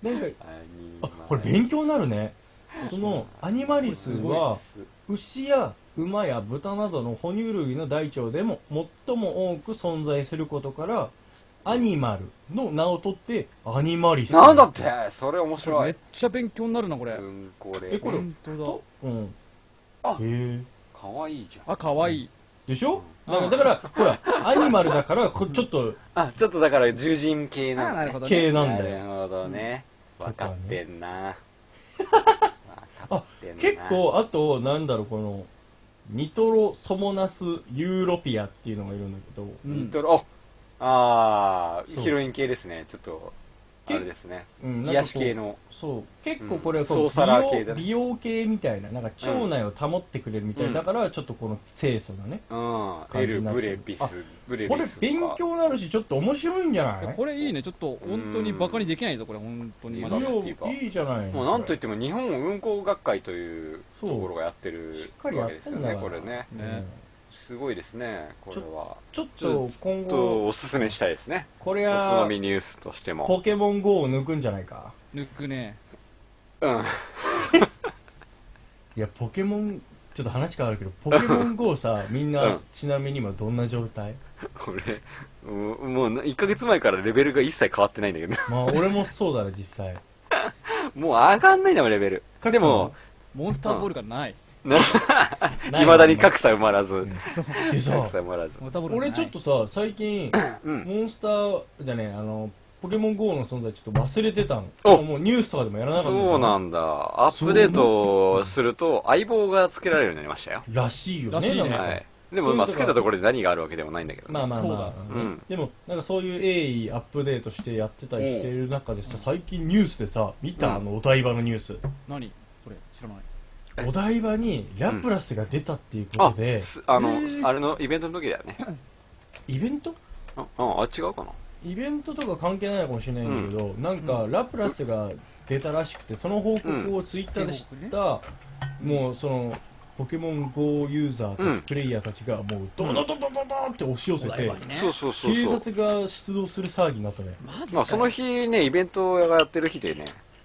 Speaker 4: なんか
Speaker 2: アニマ
Speaker 4: あこれ勉強になるねそのアニマリスは牛や馬や豚などの哺乳類の大腸でも最も多く存在することからアニマルの名を取ってアニマリス
Speaker 2: なんだってそれ面
Speaker 3: これ
Speaker 2: 白
Speaker 3: めっ
Speaker 2: い
Speaker 3: ちゃ勉強になるなこれ
Speaker 2: うんこれ
Speaker 4: えこれ
Speaker 3: 本当
Speaker 4: とうん
Speaker 2: あ
Speaker 4: へえ
Speaker 2: かわいいじゃん
Speaker 3: だあ可愛い
Speaker 4: でしょ
Speaker 3: うん
Speaker 4: だからだからほらアニマルだからこちょっと
Speaker 2: あちょっとだから獣人系
Speaker 3: あ
Speaker 2: な
Speaker 3: な
Speaker 2: の
Speaker 3: るほど
Speaker 4: 系
Speaker 3: ね
Speaker 4: なんだ
Speaker 2: な
Speaker 4: よ
Speaker 2: るほどね分かってんな分かってんな
Speaker 4: 結構あとなんだろうこのニトロソモナスユーロピアっていうのがいるんだけど
Speaker 3: う
Speaker 2: ニ
Speaker 3: ん
Speaker 2: トロああ
Speaker 4: そ
Speaker 2: ー
Speaker 4: う
Speaker 2: ヒロイン系ですねちょっとあれですね
Speaker 4: うんなんかこう
Speaker 2: 癒し系の
Speaker 4: そう結構これはこう
Speaker 2: うんソーサラー
Speaker 4: 美
Speaker 2: 系
Speaker 4: 容
Speaker 2: だね
Speaker 4: 美容系みたいななんか腸内を保ってくれるみたいな、
Speaker 2: うん
Speaker 4: だからちょっとこの清楚なね
Speaker 2: うん
Speaker 4: 感
Speaker 2: エ
Speaker 4: じ
Speaker 2: ル
Speaker 4: になっ
Speaker 2: ブ
Speaker 4: てる
Speaker 2: レビス
Speaker 4: あ
Speaker 2: ブレビス
Speaker 4: これ勉強になるしちょっと面白いんじゃない
Speaker 3: これいいねちょっと本当にバカにできないぞこれ本当に
Speaker 2: いい
Speaker 3: ま
Speaker 2: わ
Speaker 3: だ
Speaker 2: れ
Speaker 4: いいよいいじゃない
Speaker 2: もうなんといっても日本運行学会というと
Speaker 4: そう
Speaker 2: ころがやってる
Speaker 4: しっかりや
Speaker 2: わ
Speaker 4: っ
Speaker 2: けです
Speaker 4: て
Speaker 2: よ
Speaker 4: んだ
Speaker 2: ね
Speaker 4: から
Speaker 2: これね
Speaker 4: うん
Speaker 3: ね
Speaker 2: すごいですねこれは
Speaker 4: ちょっと
Speaker 2: ち
Speaker 4: 今
Speaker 2: ょっと
Speaker 4: 後
Speaker 2: おすすめしたいですね
Speaker 4: これ
Speaker 2: おつま
Speaker 4: は
Speaker 2: みニュースとしても
Speaker 4: ポケモン GO を抜くんじゃないか
Speaker 3: 抜くね
Speaker 2: うん
Speaker 4: いやポケモンちょっと話変わるけどポケモン GO さみん
Speaker 2: う
Speaker 4: なんちなみに今どんな状態
Speaker 2: これうんもう1ヶ月前からレベルが一切変わってないんだけど
Speaker 4: まあ俺もそうだね実際
Speaker 2: もう上がんないんだもんレベル でも
Speaker 3: モンスターボールがない
Speaker 4: い
Speaker 2: いまだに格差埋まらず
Speaker 4: ん
Speaker 3: そう
Speaker 4: でさ
Speaker 2: 格差埋まらず
Speaker 3: モンスターボールがない
Speaker 4: 俺ちょっとさ最近
Speaker 2: うん
Speaker 4: モンスターじゃねえあのポケモン GO の存在ちょっと忘れてたの
Speaker 2: お
Speaker 4: もうニュースとかでもやらなかった
Speaker 2: そうなんだアップデートすると相棒がつけられるようになりましたよ
Speaker 4: らしいよね
Speaker 3: らしいね
Speaker 4: なんか
Speaker 2: はいでもまあ
Speaker 4: そうい
Speaker 2: つ
Speaker 4: うとこ
Speaker 2: けたところで何があるわけでもないんだけどね
Speaker 4: まあまあ
Speaker 3: そう
Speaker 4: ま
Speaker 3: だ
Speaker 4: あ、うん
Speaker 2: うん
Speaker 4: でもなんかそういう鋭意アップデートしてやってたりしてる中でさ最近ニュースでさ見た、
Speaker 2: うん
Speaker 4: あのお台場のニュース
Speaker 3: 何それ知らない
Speaker 4: お台場にラプラスが出たっていうことで、
Speaker 2: すあの、あれのイベントの時だよね。
Speaker 4: イベント
Speaker 2: あ、あ違うかな。
Speaker 4: イベントとか関係ないのかもしれないんだけど、なんかラプラスが出たらしくてその報告をツイッターで知った、もうそのポケモン GO ユーザ
Speaker 2: う
Speaker 4: ー
Speaker 2: ん
Speaker 4: とプレイヤーたちがもうドドドドドドンって押し寄せて、
Speaker 3: ね
Speaker 2: そうそうそう
Speaker 4: 警
Speaker 2: そう。
Speaker 4: 察が出動する騒ぎになったね
Speaker 3: マジか
Speaker 2: まあ、その日ね、イベントがやってる日でね、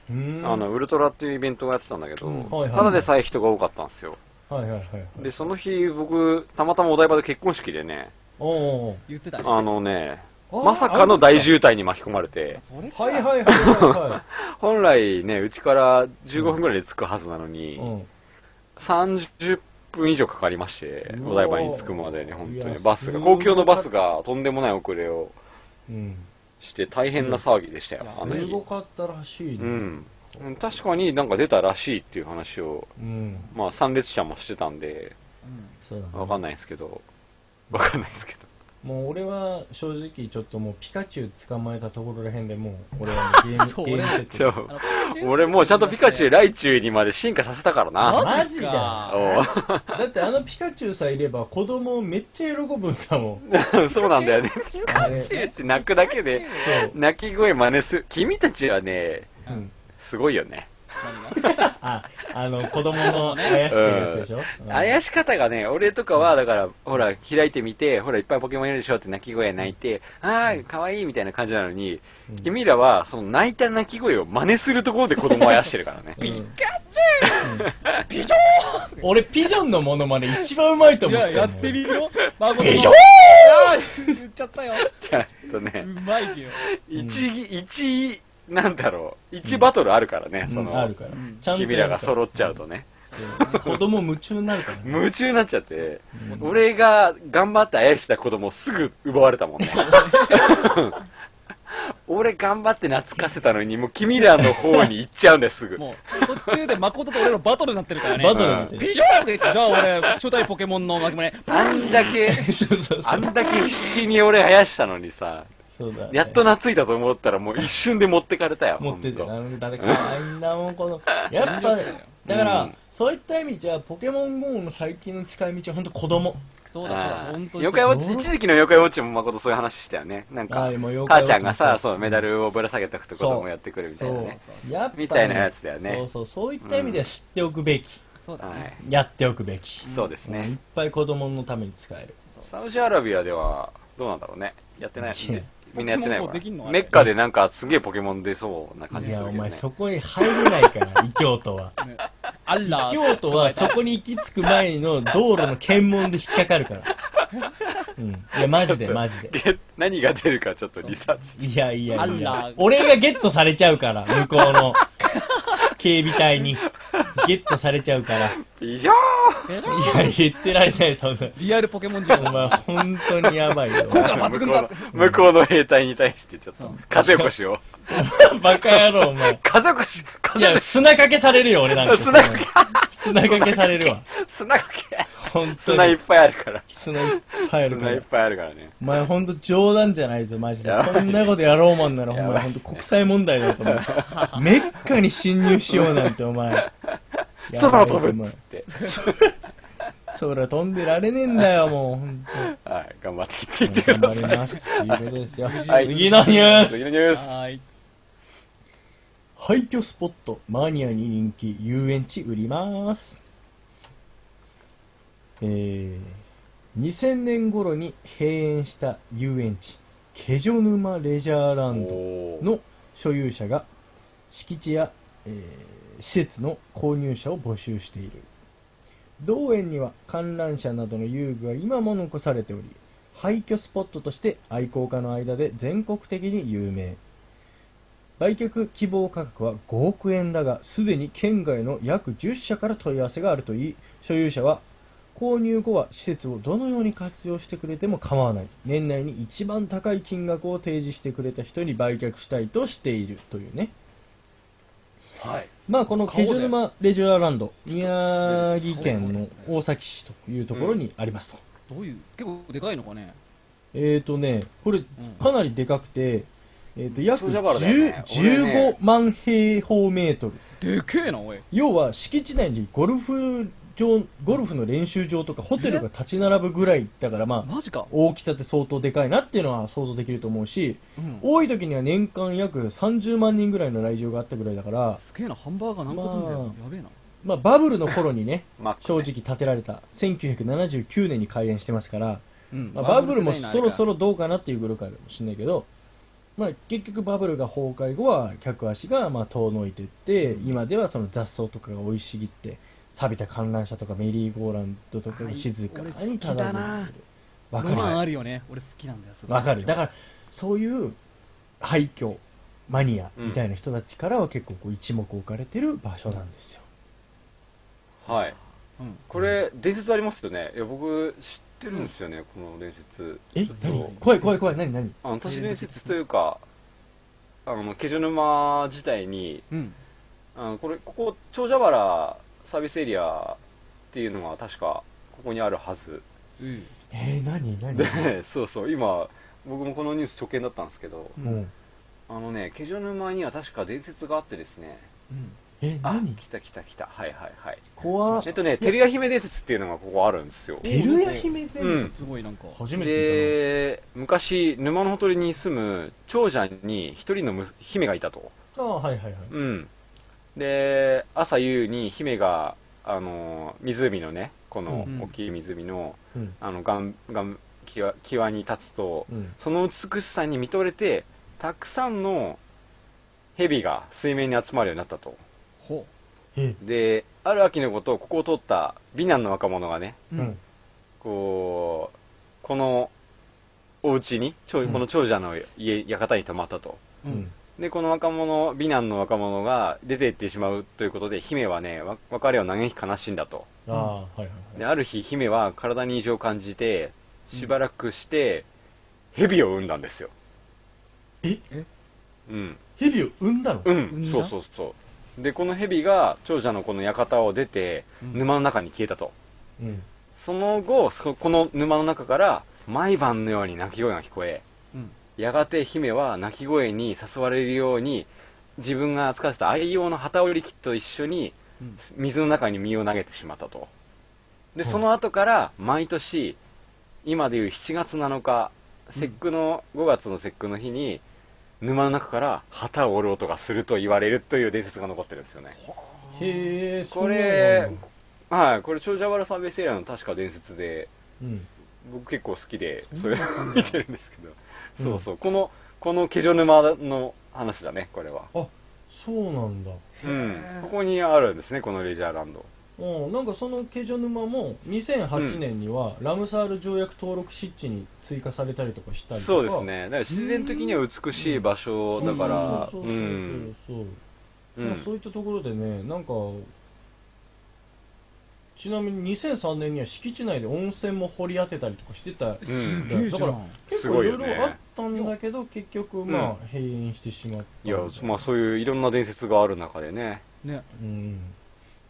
Speaker 4: うーん
Speaker 2: あの、ウルトラっていうイベントがやってたんだけど、
Speaker 3: うん
Speaker 4: はいはい
Speaker 2: ただでさえ人が多かったんですよ。
Speaker 4: はいはいはいはい
Speaker 2: で、その日、僕、たまたまお台場で結婚式でね、
Speaker 4: おうおう
Speaker 3: 言ってた
Speaker 2: あのね、まさかの大渋滞に巻き込まれて、
Speaker 3: それか
Speaker 4: はいはいはいは
Speaker 2: 本来ね、うちから15分ぐらいで着くはずなの
Speaker 4: い
Speaker 2: に、
Speaker 4: はい。うん
Speaker 2: 30分以上かかりまして、
Speaker 4: うわ
Speaker 2: お台場に着くまでね、本当
Speaker 4: い
Speaker 2: に
Speaker 4: や
Speaker 2: バスが、
Speaker 4: すご
Speaker 2: 公
Speaker 4: い
Speaker 2: 共のバスがとんでもない遅れを
Speaker 4: うん。
Speaker 2: して、大変な騒ぎでしたよ、あの
Speaker 4: す
Speaker 2: 日
Speaker 4: ご。かったらしいね。
Speaker 2: うん。確かになんか出たらしいっていう話を、
Speaker 4: うん。
Speaker 2: まあ参列者もしてたんで、
Speaker 4: そうだね。
Speaker 2: わかんないですけど、わかんないですけど。
Speaker 4: もう俺は正直ちょっともうピカチュウ捕まえたところらへんでもう俺はもうゲー
Speaker 3: そう
Speaker 4: ム、ゲームセ
Speaker 2: そ
Speaker 4: ット。
Speaker 2: う。俺もうちゃんとピカチュウ、ライチュウにまで進化させたからな。
Speaker 4: マ
Speaker 3: マ
Speaker 4: ジ
Speaker 3: ジ
Speaker 4: か
Speaker 3: か
Speaker 2: お
Speaker 4: だってあのピカチュウさえいれば子供めっちゃ喜ぶんだもん。
Speaker 2: うそうなんだよね。
Speaker 3: ピ
Speaker 4: カ
Speaker 3: カ
Speaker 4: チュウ
Speaker 2: ピカ
Speaker 3: チ
Speaker 2: チュウ
Speaker 3: ュ
Speaker 2: って泣くだけで、
Speaker 4: そう。
Speaker 2: 泣き声真似する。君たちはね、
Speaker 4: うん。
Speaker 2: すごいよね。
Speaker 4: あ、あの子供の怪しいやつでしょ
Speaker 2: 怪し方がね、俺とかは、だから、ほら、開いてみて、ほら、いっぱいポケモンいるでしょって泣き声泣いて、あー、かわいいみたいな感じなのに、君らは、その泣いた泣き声を真似するところで子供を怪してるからね。
Speaker 4: ピカチュウピジョン俺ピジョンのモノマネ一番うまいと
Speaker 3: い
Speaker 4: 思ってんの
Speaker 3: や、や
Speaker 4: よ
Speaker 3: ってみろ。孫の。いやー言っちゃったよ。
Speaker 2: ちゃんと
Speaker 3: う
Speaker 2: ね、
Speaker 3: まいよ。
Speaker 2: 一、一、なんだろう、一バトルあるからね、
Speaker 4: う
Speaker 2: そ
Speaker 4: ん、あ
Speaker 2: の
Speaker 4: る、から。
Speaker 3: ん
Speaker 4: ちゃんと
Speaker 2: 君らが揃っちゃうとね。
Speaker 4: そう子供夢中になるからね。
Speaker 2: 夢中になっちゃって、俺が頑張ってあやした子供をすぐ奪われたもん ね。俺頑張って懐かせたのに、もう君らの方に行っちゃうんだよ、すぐ。
Speaker 3: もう、途中で誠と俺のバトルになってるからね。
Speaker 4: バトルみたいな。
Speaker 3: ピジョーって言って、じゃあ俺、初代ポケモンの巻きね。
Speaker 2: あんだけ、
Speaker 4: そうそうそ
Speaker 2: あ。
Speaker 4: うん
Speaker 2: だけ必死に俺あやしたのにさ、
Speaker 4: そうだね
Speaker 2: やっと懐いたと思ったらもう一瞬で持ってかれたよ、
Speaker 4: 持ってて、
Speaker 2: ほんと
Speaker 4: なんだか、あんなもん、この、やっぱ、だから、
Speaker 2: うん
Speaker 4: そういった意味じゃ、ポケモン GO の最近の使い道は、ほんと子供。
Speaker 3: そうだそう
Speaker 2: あ
Speaker 3: だ、
Speaker 2: あ
Speaker 3: 本当に。
Speaker 2: 妖怪ウォッ
Speaker 4: そ
Speaker 2: チ、
Speaker 4: う
Speaker 2: 一時期の妖怪ウォッチも誠そういう話したよね。なんか
Speaker 4: はいもう、妖怪ウ
Speaker 2: 母
Speaker 4: ォッ
Speaker 2: ちゃ
Speaker 4: チも
Speaker 2: んがさ、
Speaker 4: そう
Speaker 2: そう、メダルをぶら下げとくと子供やってくるみたいなね。
Speaker 4: そう。やっぱ、
Speaker 2: みたいなやつだよね
Speaker 4: そうそう、そういった意味では知っておくべき。
Speaker 3: そうだ
Speaker 2: は
Speaker 3: ね。
Speaker 4: やっておくべき
Speaker 2: い。。そうですね。
Speaker 4: いっぱい子供のために使える。
Speaker 2: サウジアラビアではどうなんだろうねやってない
Speaker 4: いや
Speaker 2: みんなやってない
Speaker 3: ポケモン GO
Speaker 2: わ
Speaker 3: できんのあれ
Speaker 2: メッカでなんかすげえポケモン出そうな感
Speaker 4: い
Speaker 2: じす
Speaker 4: や、
Speaker 2: る
Speaker 4: お
Speaker 2: けどね
Speaker 4: 前、そこに入れない から、異教徒は。
Speaker 3: あら、
Speaker 4: 京都はそこに行き着く前の道路の検問で引っかか るから。うん。いや、マジで、マジで。
Speaker 2: で何が出るかちょっとリサーチ
Speaker 4: いやいやい
Speaker 3: あ
Speaker 4: や
Speaker 3: ら。
Speaker 4: 俺がゲットされちゃうから、向こうの 警備隊に。ゲットされちゃ うから。い
Speaker 2: 以上
Speaker 4: や、言ってられない、そんな。
Speaker 3: リアルポケモン事
Speaker 4: お
Speaker 3: 情。
Speaker 4: 前、本当にやばいよ。
Speaker 3: 効果抜群だ
Speaker 2: 向こうの向こうの兵隊に対してちょっと風起こしを
Speaker 4: バカ野郎、お前。
Speaker 2: 風起こし
Speaker 4: い
Speaker 2: 風起
Speaker 4: や、
Speaker 2: こし
Speaker 4: 砂かけされるよ、俺なんか。
Speaker 2: 砂かけ
Speaker 4: 砂かけされるわ。
Speaker 2: 砂かけ
Speaker 4: 本当
Speaker 2: 砂いっ
Speaker 4: に。
Speaker 2: ぱいあるから
Speaker 4: 砂いっぱいあるか
Speaker 2: 砂い
Speaker 4: ら
Speaker 2: っ。ぱいあるからね
Speaker 4: お前、ほんと冗談じゃないぞ、マジで。
Speaker 2: やばい
Speaker 4: そんなことやろうもんなら、お
Speaker 2: や
Speaker 4: 前、
Speaker 2: ばい
Speaker 4: ほんと国際問題だと思う。 メッカに侵入しようなんて、お前。
Speaker 2: 空飛ぶっつっ
Speaker 4: やばいぞお前
Speaker 2: て
Speaker 4: 空飛んでられねえんだよ、もう、ほんと。
Speaker 2: はい頑張っていっていって
Speaker 4: 頑
Speaker 2: くだ
Speaker 4: 張
Speaker 2: さ
Speaker 4: り
Speaker 2: い
Speaker 4: ましたということですよ。
Speaker 2: はい
Speaker 4: 次のニュース
Speaker 2: 次のニュース
Speaker 3: はーい。
Speaker 4: 廃墟スポット、マニアに人気、遊園地売ります。えー、2000年頃に閉園した遊園地、ケジョ沼レジャーランド
Speaker 2: おー
Speaker 4: の所有者が敷地や、えー施設の購入者を募集している同園には観覧車などの遊具が今も残されており廃墟スポットとして愛好家の間で全国的に有名売却希望価格は5億円だがすでに県外の約10社から問い合わせがあるといい所有者は購入後は施設をどのように活用してくれても構わない年内に一番高い金額を提示してくれた人に売却したいとしているというね
Speaker 2: はい
Speaker 4: まあこのケジョ沼レジュアランド宮城
Speaker 3: そ
Speaker 4: 県
Speaker 3: う
Speaker 4: の
Speaker 3: だね
Speaker 4: 大崎市というところにありますと、
Speaker 3: どういう、結構でかいのかね。
Speaker 4: えーとねこれかなりでかくて、えー、と約
Speaker 2: 長々だよね
Speaker 4: 10
Speaker 2: 俺ね
Speaker 4: 15万平方メートル
Speaker 3: でけえな、おい。
Speaker 4: 要は敷地内にゴルフ場ゴルフの練習場とかホテルが立ち並ぶぐらいだからまあ
Speaker 3: マジか。
Speaker 4: 大きさって相当でかいなっていうのは想像できると思うし
Speaker 3: うん。
Speaker 4: 多い時には年間約30万人ぐらいの来場があったぐらいだから、
Speaker 3: すげえな、ハンバーガー何個分だよ。やべえな。
Speaker 4: まあ、バブルの頃にね
Speaker 2: マックね
Speaker 4: 正直建てられた1979年に開園してますから、
Speaker 3: うん
Speaker 4: まあ、バブルも
Speaker 3: 世代のあ
Speaker 4: そ
Speaker 3: れ
Speaker 4: ろ
Speaker 3: か
Speaker 4: そろどうかなっていうぐらいかもしれないけど、まあ、結局バブルが崩壊後は客足がまあ遠のいていって今ではその雑草とかが生い茂って錆びた観覧車とかメリーゴーランドとかが静かに漂っているわか
Speaker 3: ロマン
Speaker 4: る
Speaker 3: あるよね。俺好きなんだよ、すごい
Speaker 4: わかるだからそういう廃墟マニアみたいな人たちからは結構こう一目置かれてる場所なんですよ、
Speaker 2: はい、
Speaker 3: うん
Speaker 2: これ伝説ありますよねいや僕知ってるんですよね、この伝説
Speaker 4: え
Speaker 2: ちょっと
Speaker 4: 何怖い怖い怖い何何
Speaker 2: あの都市伝説というかあのケジョ沼自体に
Speaker 3: うん
Speaker 2: あのこれここ長者原サービスエリアっていうのが確かここにあるはず
Speaker 3: うん
Speaker 4: えー、何何
Speaker 2: でそうそう今僕もこのニュース直見だったんですけど
Speaker 4: うん
Speaker 2: あのねケジョ沼には確か伝説があってですね
Speaker 4: え
Speaker 2: あ
Speaker 4: 何
Speaker 2: 来た来た来たはいはいはい
Speaker 4: 怖っ
Speaker 2: えっとね照屋姫伝説っていうのがここあるんですよ
Speaker 4: てるや姫
Speaker 2: うん
Speaker 3: すごいなんか
Speaker 4: 初めて
Speaker 2: で昔沼のほとりに住む長者に一人のむ姫がいたと
Speaker 4: 聞いたなあはいはいはい
Speaker 2: うんで朝夕に姫があの湖のねこの
Speaker 3: うん
Speaker 2: 大きい湖の,、
Speaker 4: うん
Speaker 2: あの岸岸際際に立つと
Speaker 4: うん
Speaker 2: その美しさに見とれてたくさんの蛇が水面に集まるようになったと
Speaker 3: ほ
Speaker 4: え
Speaker 2: である秋のことここを通った美男の若者がね
Speaker 3: う
Speaker 4: うんん
Speaker 2: こうこのお家にちょ
Speaker 4: うん
Speaker 2: この長者の家館に泊まったと
Speaker 3: う
Speaker 4: うんん
Speaker 2: でこの若者美男の若者が出て行ってしまうということで姫はねわ別れを嘆き悲しんだと
Speaker 4: ああはいはい
Speaker 2: である日姫は体に異常を感じてしばらくして蛇を産んだんですよ
Speaker 4: え
Speaker 3: え
Speaker 2: うん
Speaker 4: 蛇を産んだの
Speaker 2: う
Speaker 3: 産ん
Speaker 2: ん
Speaker 3: だ
Speaker 2: そうそうそうでこの蛇が長者のこの館を出て
Speaker 3: うん
Speaker 2: 沼の中に消えたと
Speaker 4: うん
Speaker 2: その後そこの沼の中から毎晩のように鳴き声が聞こえ
Speaker 3: うん
Speaker 2: やがて姫は鳴き声に誘われるように自分が扱ってた愛用の旗織り機と一緒に
Speaker 3: うん
Speaker 2: 水の中に身を投げてしまったとでその後から毎年今でいう7月7日節句の5月の節句の日に沼の中から旗を折る音がすると言われるという伝説が残ってるんですよね
Speaker 4: へえ
Speaker 2: これはいこれ長者原サービスエリアの確か伝説で
Speaker 4: うん
Speaker 2: 僕結構好きで
Speaker 3: そ
Speaker 2: そうれ
Speaker 3: だったんだ
Speaker 2: 見てるんですけど、
Speaker 4: うん
Speaker 2: そうそうこのこのケジョ沼の話だねこれは
Speaker 4: そうなんだ
Speaker 2: うん
Speaker 3: へー
Speaker 2: ここにあるんですねこのレジャーランド
Speaker 4: うんなんかそのケジョ沼も2008年にはラムサール条約登録湿地に追加されたりとかしたりとか
Speaker 2: そうですねだから自然的には美しい場所だから
Speaker 4: そううそうそうそうんそう
Speaker 2: う
Speaker 4: まあ、そ
Speaker 2: ん
Speaker 4: ういったところでねなんかちなみに2003年には敷地内で温泉も掘り当てたりとかしてた
Speaker 3: すげえじ
Speaker 4: だ
Speaker 3: ゃ
Speaker 4: から
Speaker 3: ん
Speaker 4: 結
Speaker 2: す
Speaker 4: 構
Speaker 2: ご
Speaker 4: い
Speaker 2: い
Speaker 4: ろ
Speaker 2: よ
Speaker 4: い
Speaker 2: ね
Speaker 4: ろあったんだけど結局まあ閉園してしまった
Speaker 2: いや
Speaker 4: みた
Speaker 2: まあそういういろんな伝説がある中でね
Speaker 3: ね
Speaker 4: うん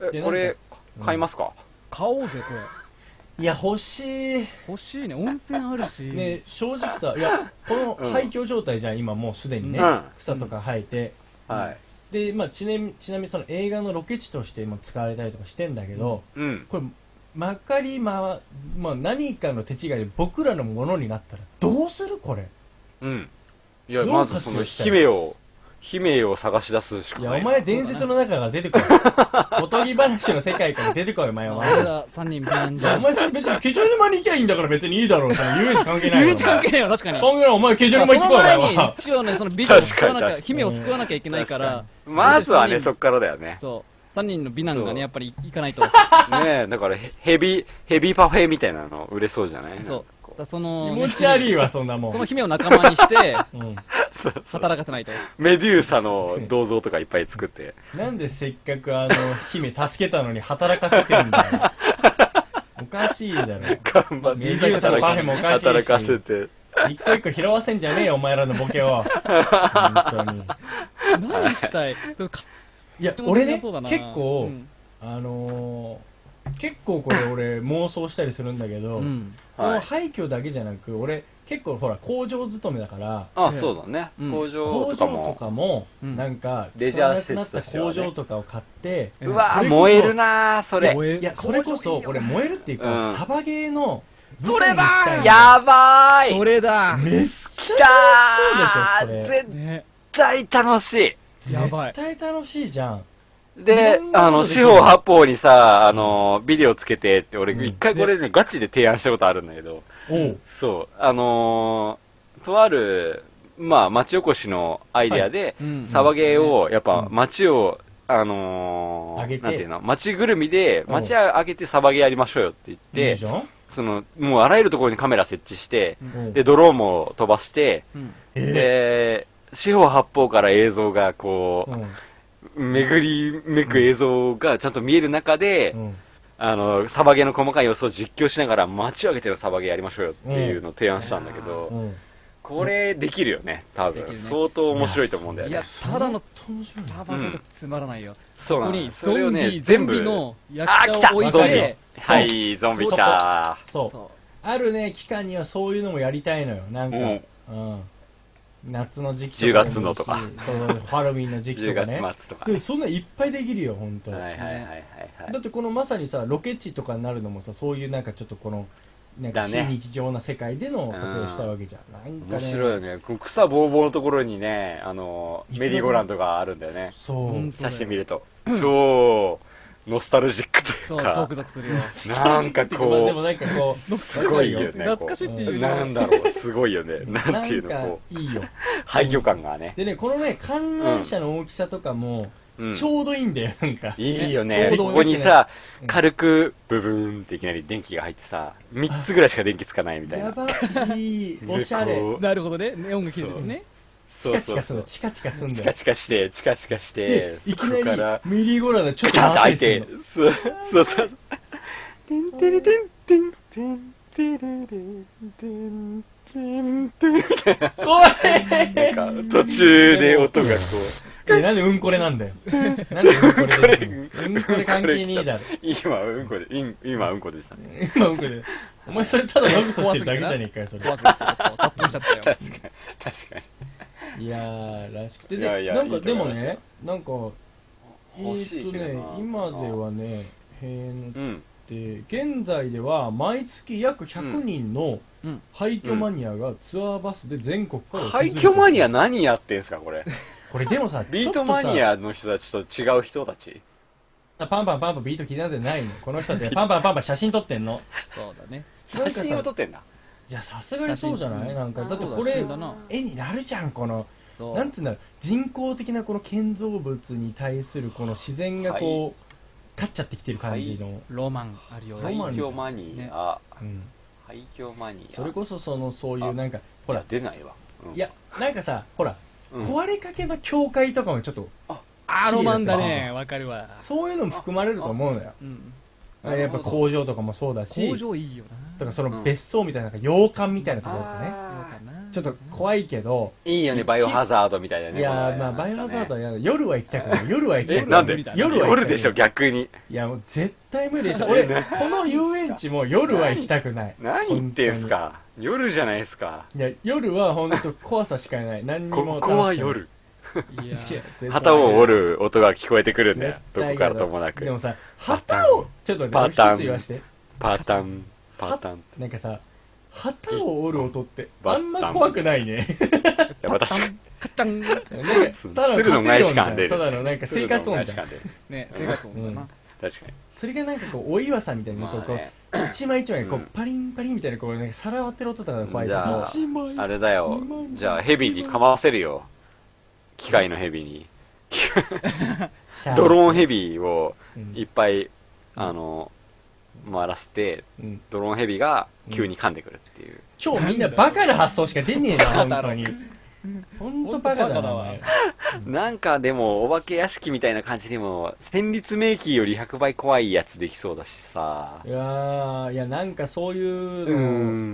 Speaker 2: え
Speaker 4: で
Speaker 2: これ
Speaker 4: うん
Speaker 2: 買いますか、
Speaker 3: 買おうぜこれ
Speaker 4: いや欲しい
Speaker 3: 欲しいね温泉あるし
Speaker 4: ね正直さいやこの
Speaker 2: うん
Speaker 4: 廃墟状態じゃん今もうすでにね、
Speaker 2: うん
Speaker 4: 草とか生えて
Speaker 2: はい
Speaker 4: で、まあ、ちなみちなみにその映画のロケ地として今使われたりとかしてんだけど、
Speaker 2: うん
Speaker 4: これまかりま、まあ、何かの手違いで僕らのものになったらどうするこれ
Speaker 2: うんいや
Speaker 4: どう
Speaker 2: まずその
Speaker 4: 活用したい
Speaker 2: 姫を姫を探し出すしか
Speaker 4: いや
Speaker 2: ない
Speaker 4: お
Speaker 2: な
Speaker 4: 前伝説の中から出て こいおとぎ話の世界から出てこいお前
Speaker 3: まあ
Speaker 4: は
Speaker 3: 俺ら3人避難
Speaker 4: いやお
Speaker 3: 所
Speaker 4: 前それ別にケジョ沼に行きゃいいんだから別にいいだろうその遊園地関係ない
Speaker 3: 遊
Speaker 4: よ
Speaker 3: 園地関係ないよ確かに
Speaker 4: 関係ないお前ケジョ
Speaker 3: まあ
Speaker 4: 沼行って
Speaker 3: その
Speaker 4: こいお前
Speaker 3: 前に
Speaker 4: は
Speaker 3: 一応ねその美女を救わな
Speaker 2: 確
Speaker 3: き
Speaker 2: か
Speaker 3: ゃ
Speaker 2: に
Speaker 3: 姫を救わなきゃいけないから
Speaker 2: まずはね
Speaker 3: そ
Speaker 2: そっからだよね
Speaker 3: そう3人の美男が
Speaker 2: そ
Speaker 3: ね
Speaker 2: う
Speaker 3: やっぱり行 かないと
Speaker 2: ねえだからヘヘビヘビパフェみたいなの売れそうじゃ ない
Speaker 3: そ
Speaker 2: な
Speaker 3: う
Speaker 2: んかこ
Speaker 3: だその
Speaker 4: 気持ち悪いわそんなもん
Speaker 3: その姫を仲間にして
Speaker 4: うん
Speaker 2: そうそう
Speaker 3: 働かせ ないと
Speaker 2: メデューサの銅像とかいっぱい作って
Speaker 4: なんでせっかくあの、姫助けたのに働かせてるんだ よ。おかしいだろ。
Speaker 2: 頑張って
Speaker 4: メデューサのパフェもおかしいし
Speaker 2: 働かせて
Speaker 4: 一個一個拾わせんじゃねえよ、お前らのボケを。本当に。
Speaker 3: 何したいちょっとか
Speaker 4: いや
Speaker 3: と、ても
Speaker 4: 俺ね、
Speaker 3: できなそうだな
Speaker 4: 結構、
Speaker 3: うん
Speaker 4: あのー、結構これ俺妄想したりするんだけど、
Speaker 3: うん
Speaker 4: こ
Speaker 2: は
Speaker 4: の
Speaker 2: い
Speaker 4: 廃墟だけじゃなく、俺結構ほら、工場勤めだから、
Speaker 2: あそうだね
Speaker 3: うん
Speaker 2: 工場
Speaker 4: 工
Speaker 2: とか
Speaker 4: 場と
Speaker 2: も
Speaker 4: かも、
Speaker 3: うん
Speaker 4: なんか、
Speaker 2: レジ
Speaker 4: 使
Speaker 2: ャー
Speaker 4: わな
Speaker 2: 施
Speaker 4: くな
Speaker 2: 設
Speaker 4: っ
Speaker 2: と
Speaker 4: た
Speaker 2: してはね
Speaker 4: 工場とかを買って、
Speaker 3: え
Speaker 2: うわ
Speaker 4: それ
Speaker 2: ー
Speaker 4: こそ
Speaker 2: 燃えるなーそれ
Speaker 3: 燃え
Speaker 4: いや、それこそ俺燃えるっていうか、
Speaker 2: うん
Speaker 4: サバゲーの、
Speaker 3: それだー
Speaker 4: 舞台にしたいの
Speaker 2: やばーい
Speaker 3: それだ
Speaker 4: めっち
Speaker 2: きた
Speaker 4: そうで
Speaker 2: ー
Speaker 4: しょそ
Speaker 2: 絶
Speaker 3: ね
Speaker 2: 対楽しい
Speaker 4: ゃ
Speaker 3: やばい
Speaker 4: 絶対楽しいじゃん。
Speaker 2: で
Speaker 4: いろん、なこと
Speaker 2: あの、
Speaker 4: できる
Speaker 2: 四方八方にさ、あの、ビデオつけてって、俺、
Speaker 4: うん
Speaker 2: 一回これね、ガチで提案したことあるんだけど、
Speaker 4: おう。
Speaker 2: そう、あのーとある、まあ、町おこしのアイデアで、
Speaker 3: うん
Speaker 2: サバゲーを、やっぱ
Speaker 4: う、ん
Speaker 2: 町を、あのー
Speaker 4: 上げて
Speaker 2: なんていうの、町ぐるみで、
Speaker 4: うん
Speaker 2: 町上げてサバゲーやりましょうよって言
Speaker 4: いい
Speaker 2: って
Speaker 4: じ、ゃん
Speaker 2: その、もうあらゆるところにカメラ設置して、
Speaker 4: うん
Speaker 2: で、ドローンも飛ばして、
Speaker 3: うん
Speaker 2: で、四方八方から映像がこ
Speaker 4: うん
Speaker 2: う、巡りめく映像がちゃんと見える中で、
Speaker 4: うん
Speaker 2: あの、サバゲーの細かい様子を実況しながら、待ち上げてのサバゲーやりましょうよっていうのを提案したんだけど、
Speaker 4: うん
Speaker 2: これできるよね、多分
Speaker 3: で。きるね
Speaker 2: 相当面白いと思うんだよ
Speaker 3: い
Speaker 2: ね
Speaker 3: や。ただのサバ
Speaker 2: う
Speaker 3: ゲ
Speaker 2: ん
Speaker 3: とつまらないよ、
Speaker 2: そうな
Speaker 3: ここ
Speaker 2: んだ
Speaker 3: に
Speaker 2: そ
Speaker 3: ゾ
Speaker 2: れを
Speaker 3: ンビ、
Speaker 2: ね、
Speaker 3: ゾ
Speaker 2: 全
Speaker 3: ンビ
Speaker 2: 部。
Speaker 3: の役者を置い
Speaker 2: ゾンビ
Speaker 3: て
Speaker 2: はい、ゾンビ来た。
Speaker 4: そうあるね期間にはそういうのもやりたいのよなんか、
Speaker 2: うん
Speaker 4: うん夏の時期とかでもいいし
Speaker 2: 10月のとか
Speaker 4: そうハロウィンの時期
Speaker 2: 10
Speaker 4: とか
Speaker 2: 月
Speaker 4: ね
Speaker 2: 末とか。
Speaker 4: でそんなんいっぱいできるよ本当、
Speaker 2: はいはいはいはいは
Speaker 4: だってこのまさにさロケ地とかになるのもさそういうなんかちょっとこのなんか
Speaker 2: だ
Speaker 4: 非
Speaker 2: ね
Speaker 4: 日常な世界での撮影をしたいわけじゃん、
Speaker 2: い。
Speaker 4: なん
Speaker 2: 面
Speaker 4: かね
Speaker 2: 白いよね。こう草ぼうぼうのところにね、あの、メリーゴーランドがあるんだよね。
Speaker 4: そう、
Speaker 3: うん
Speaker 2: 写真見ると。超、ノスタルジックと
Speaker 3: そ
Speaker 2: いうう
Speaker 3: そうゾ
Speaker 2: か
Speaker 3: ク、ゾクするよ
Speaker 2: なんか
Speaker 4: まあで
Speaker 2: こ
Speaker 4: もなんかこう
Speaker 3: す
Speaker 2: う、すごいよね。こう
Speaker 3: 懐かしいっていうより
Speaker 2: なんだろう、すごいよね。 なんていう
Speaker 4: な
Speaker 2: の、こ
Speaker 4: んかいいよ
Speaker 2: う、廃墟感がね。
Speaker 4: でねこのね観覧車の大きさとかも
Speaker 2: うん
Speaker 4: ちょうどいいんだよなんか、
Speaker 2: いいよ
Speaker 4: ちょう
Speaker 2: ね。
Speaker 4: どいいね
Speaker 2: ここにさ
Speaker 4: うん、
Speaker 2: 軽く、ブブーンっていきなり電気が入ってさ、3つぐらいしか電気つかないみたい
Speaker 4: や
Speaker 2: な。
Speaker 4: ばいいおしゃ
Speaker 2: で
Speaker 4: れ
Speaker 2: こう
Speaker 3: なるほどねね音が切れてるね
Speaker 2: そ
Speaker 4: チ
Speaker 2: う
Speaker 4: カチ
Speaker 2: そう
Speaker 4: カす
Speaker 2: そ
Speaker 4: るの
Speaker 2: う。
Speaker 4: チカチカすん
Speaker 2: チ
Speaker 4: だ
Speaker 2: カ
Speaker 4: よ
Speaker 2: チカして、チカチカして
Speaker 4: で、
Speaker 2: そ
Speaker 4: いき
Speaker 2: こか
Speaker 4: な
Speaker 2: ら、
Speaker 4: りミリーゴーランドちょっ
Speaker 2: ガチ
Speaker 4: と
Speaker 2: ャンと
Speaker 4: 回
Speaker 2: 開
Speaker 4: っ
Speaker 2: い
Speaker 4: たり
Speaker 2: て
Speaker 4: するの、
Speaker 2: そうそうそう。てんてれてんてんてんてれれんてんてんてん。
Speaker 4: 怖い
Speaker 2: なんか、途中で音がこ
Speaker 4: えなんでうんこれなんだよなんでうんこれで うんこれ関係ねえだろ
Speaker 2: う、今うんこで、今今うんこでしたね。
Speaker 4: 今うんこれお前それただログとしてるだけじゃねえかよそれ
Speaker 3: 怖すぎてタップしちゃった よ
Speaker 2: 確かに、確かに。
Speaker 4: いやーらしくて
Speaker 2: いやい
Speaker 4: で
Speaker 2: や
Speaker 4: なんか
Speaker 2: いいと
Speaker 4: でも
Speaker 2: 思いますよ
Speaker 4: ねなんかえ
Speaker 2: 欲
Speaker 4: ー
Speaker 2: し
Speaker 4: っ
Speaker 2: い
Speaker 4: と
Speaker 2: けどな
Speaker 4: ね今ではね平野
Speaker 2: うん。
Speaker 4: で現在では毎月約100人の
Speaker 3: うん
Speaker 4: 廃墟マニアがツアーバスで全国から訪れ
Speaker 2: 廃
Speaker 4: てる
Speaker 2: 墟マニア何やってんすかこれ
Speaker 4: これでもさ
Speaker 2: ビートマニアの人たちと違う人たち
Speaker 4: パンパンパンパンビート刻んでないのこの人たちパンパンパンパン写真撮ってんの
Speaker 3: そうだね
Speaker 4: な
Speaker 2: 写
Speaker 4: んかさ
Speaker 2: 真を撮ってんだ
Speaker 4: いやさすがにそうじゃないなんかだってこ
Speaker 3: そ
Speaker 4: れ
Speaker 3: うだな
Speaker 4: 絵になるじゃんこの
Speaker 3: そう
Speaker 4: なんつうんだろう人工的なこの建造物に対するこの自然がこう、勝っちゃってきてる感じの、
Speaker 3: ロマンあるよ
Speaker 2: 廃
Speaker 4: ロマンじゃん
Speaker 2: 墟マニア
Speaker 4: うん、
Speaker 2: 廃墟マニア
Speaker 4: それこそそのそういうなんかほ
Speaker 2: ほ
Speaker 4: ら
Speaker 2: ら出ないわうん
Speaker 4: いやなんかさほら、
Speaker 2: うん
Speaker 4: 壊れかけの教会とかもちょっと
Speaker 3: あーロマンだねわかるわ
Speaker 4: そういうのも含まれると思うのよ
Speaker 3: うん
Speaker 2: あ
Speaker 4: やっぱ工場とかもそうだし
Speaker 3: 工場いいよ
Speaker 4: と
Speaker 3: な
Speaker 4: かその
Speaker 2: うん
Speaker 4: 別荘みたいななんか洋館みたいなところとかね
Speaker 3: どうか
Speaker 2: あ
Speaker 3: な
Speaker 4: ちょっと怖いけど
Speaker 2: ーいいよねバイオハザードみたいないね
Speaker 4: やーまあバイオハザードは嫌だ夜は行きたくない夜は行きた
Speaker 2: え
Speaker 4: く
Speaker 2: な
Speaker 4: な
Speaker 2: いんで
Speaker 3: 無理だね
Speaker 4: 夜は行きたくない
Speaker 2: 夜でしょ逆に
Speaker 4: いやもう絶対無理 でしょ俺この遊園地も夜は行きたくない
Speaker 2: 何言ってんすか夜じゃないですか
Speaker 4: いや夜は本当怖さしかない何にも
Speaker 2: ここは夜
Speaker 3: いや
Speaker 4: いや絶対
Speaker 2: 旗を折る音が聞こえてくるんだよ
Speaker 4: 絶
Speaker 2: ど
Speaker 4: 対
Speaker 2: こ
Speaker 4: 嫌
Speaker 2: か
Speaker 4: だ
Speaker 2: らともなく
Speaker 4: でもさ旗をちょっと
Speaker 2: パ
Speaker 4: 待って
Speaker 2: ターン
Speaker 4: 一つ言わして
Speaker 2: パタンパタンい
Speaker 4: なんかさ旗を折る音って
Speaker 2: バッ
Speaker 4: あ
Speaker 2: タン
Speaker 4: んま怖くないね
Speaker 2: やまあ確かに
Speaker 3: カッタン
Speaker 4: なんかた だの
Speaker 2: 鶴の
Speaker 4: 家
Speaker 2: 前
Speaker 4: 庭
Speaker 2: し
Speaker 4: 音じ
Speaker 2: か
Speaker 4: ゃん
Speaker 2: 出る
Speaker 4: ただのなんか生活音じゃん
Speaker 2: 確
Speaker 3: ね生活音だ
Speaker 4: うん
Speaker 3: な
Speaker 2: かに
Speaker 4: それがなんかこうお岩さんみたいに
Speaker 2: ま
Speaker 4: こう
Speaker 2: あ
Speaker 4: こ
Speaker 2: ね
Speaker 4: う一枚一枚こう
Speaker 2: うん
Speaker 4: パリンパリンみたいなこうなんかさらわってる音とかが怖いけ
Speaker 2: じゃ
Speaker 4: ど
Speaker 2: ああれだよ。じゃあ、ヘビに構わせるよ。機械のヘビに。
Speaker 4: シャー
Speaker 2: ドローンヘビを
Speaker 4: うん
Speaker 2: いっぱい、あの、回らせて、
Speaker 4: うん
Speaker 2: ドローンヘビが急に噛んでくるっていう。
Speaker 4: 今日みんなバカな発想しか出ねえな本当に本当バカだ
Speaker 3: 本
Speaker 4: な
Speaker 3: 当バカだ
Speaker 4: お
Speaker 3: わ
Speaker 4: 前
Speaker 2: なんかでも、お化け屋敷みたいな感じにも、戦慄迷宮より100倍怖いやつできそうだしさ
Speaker 4: い。やーいやなんかそういう
Speaker 2: う
Speaker 4: の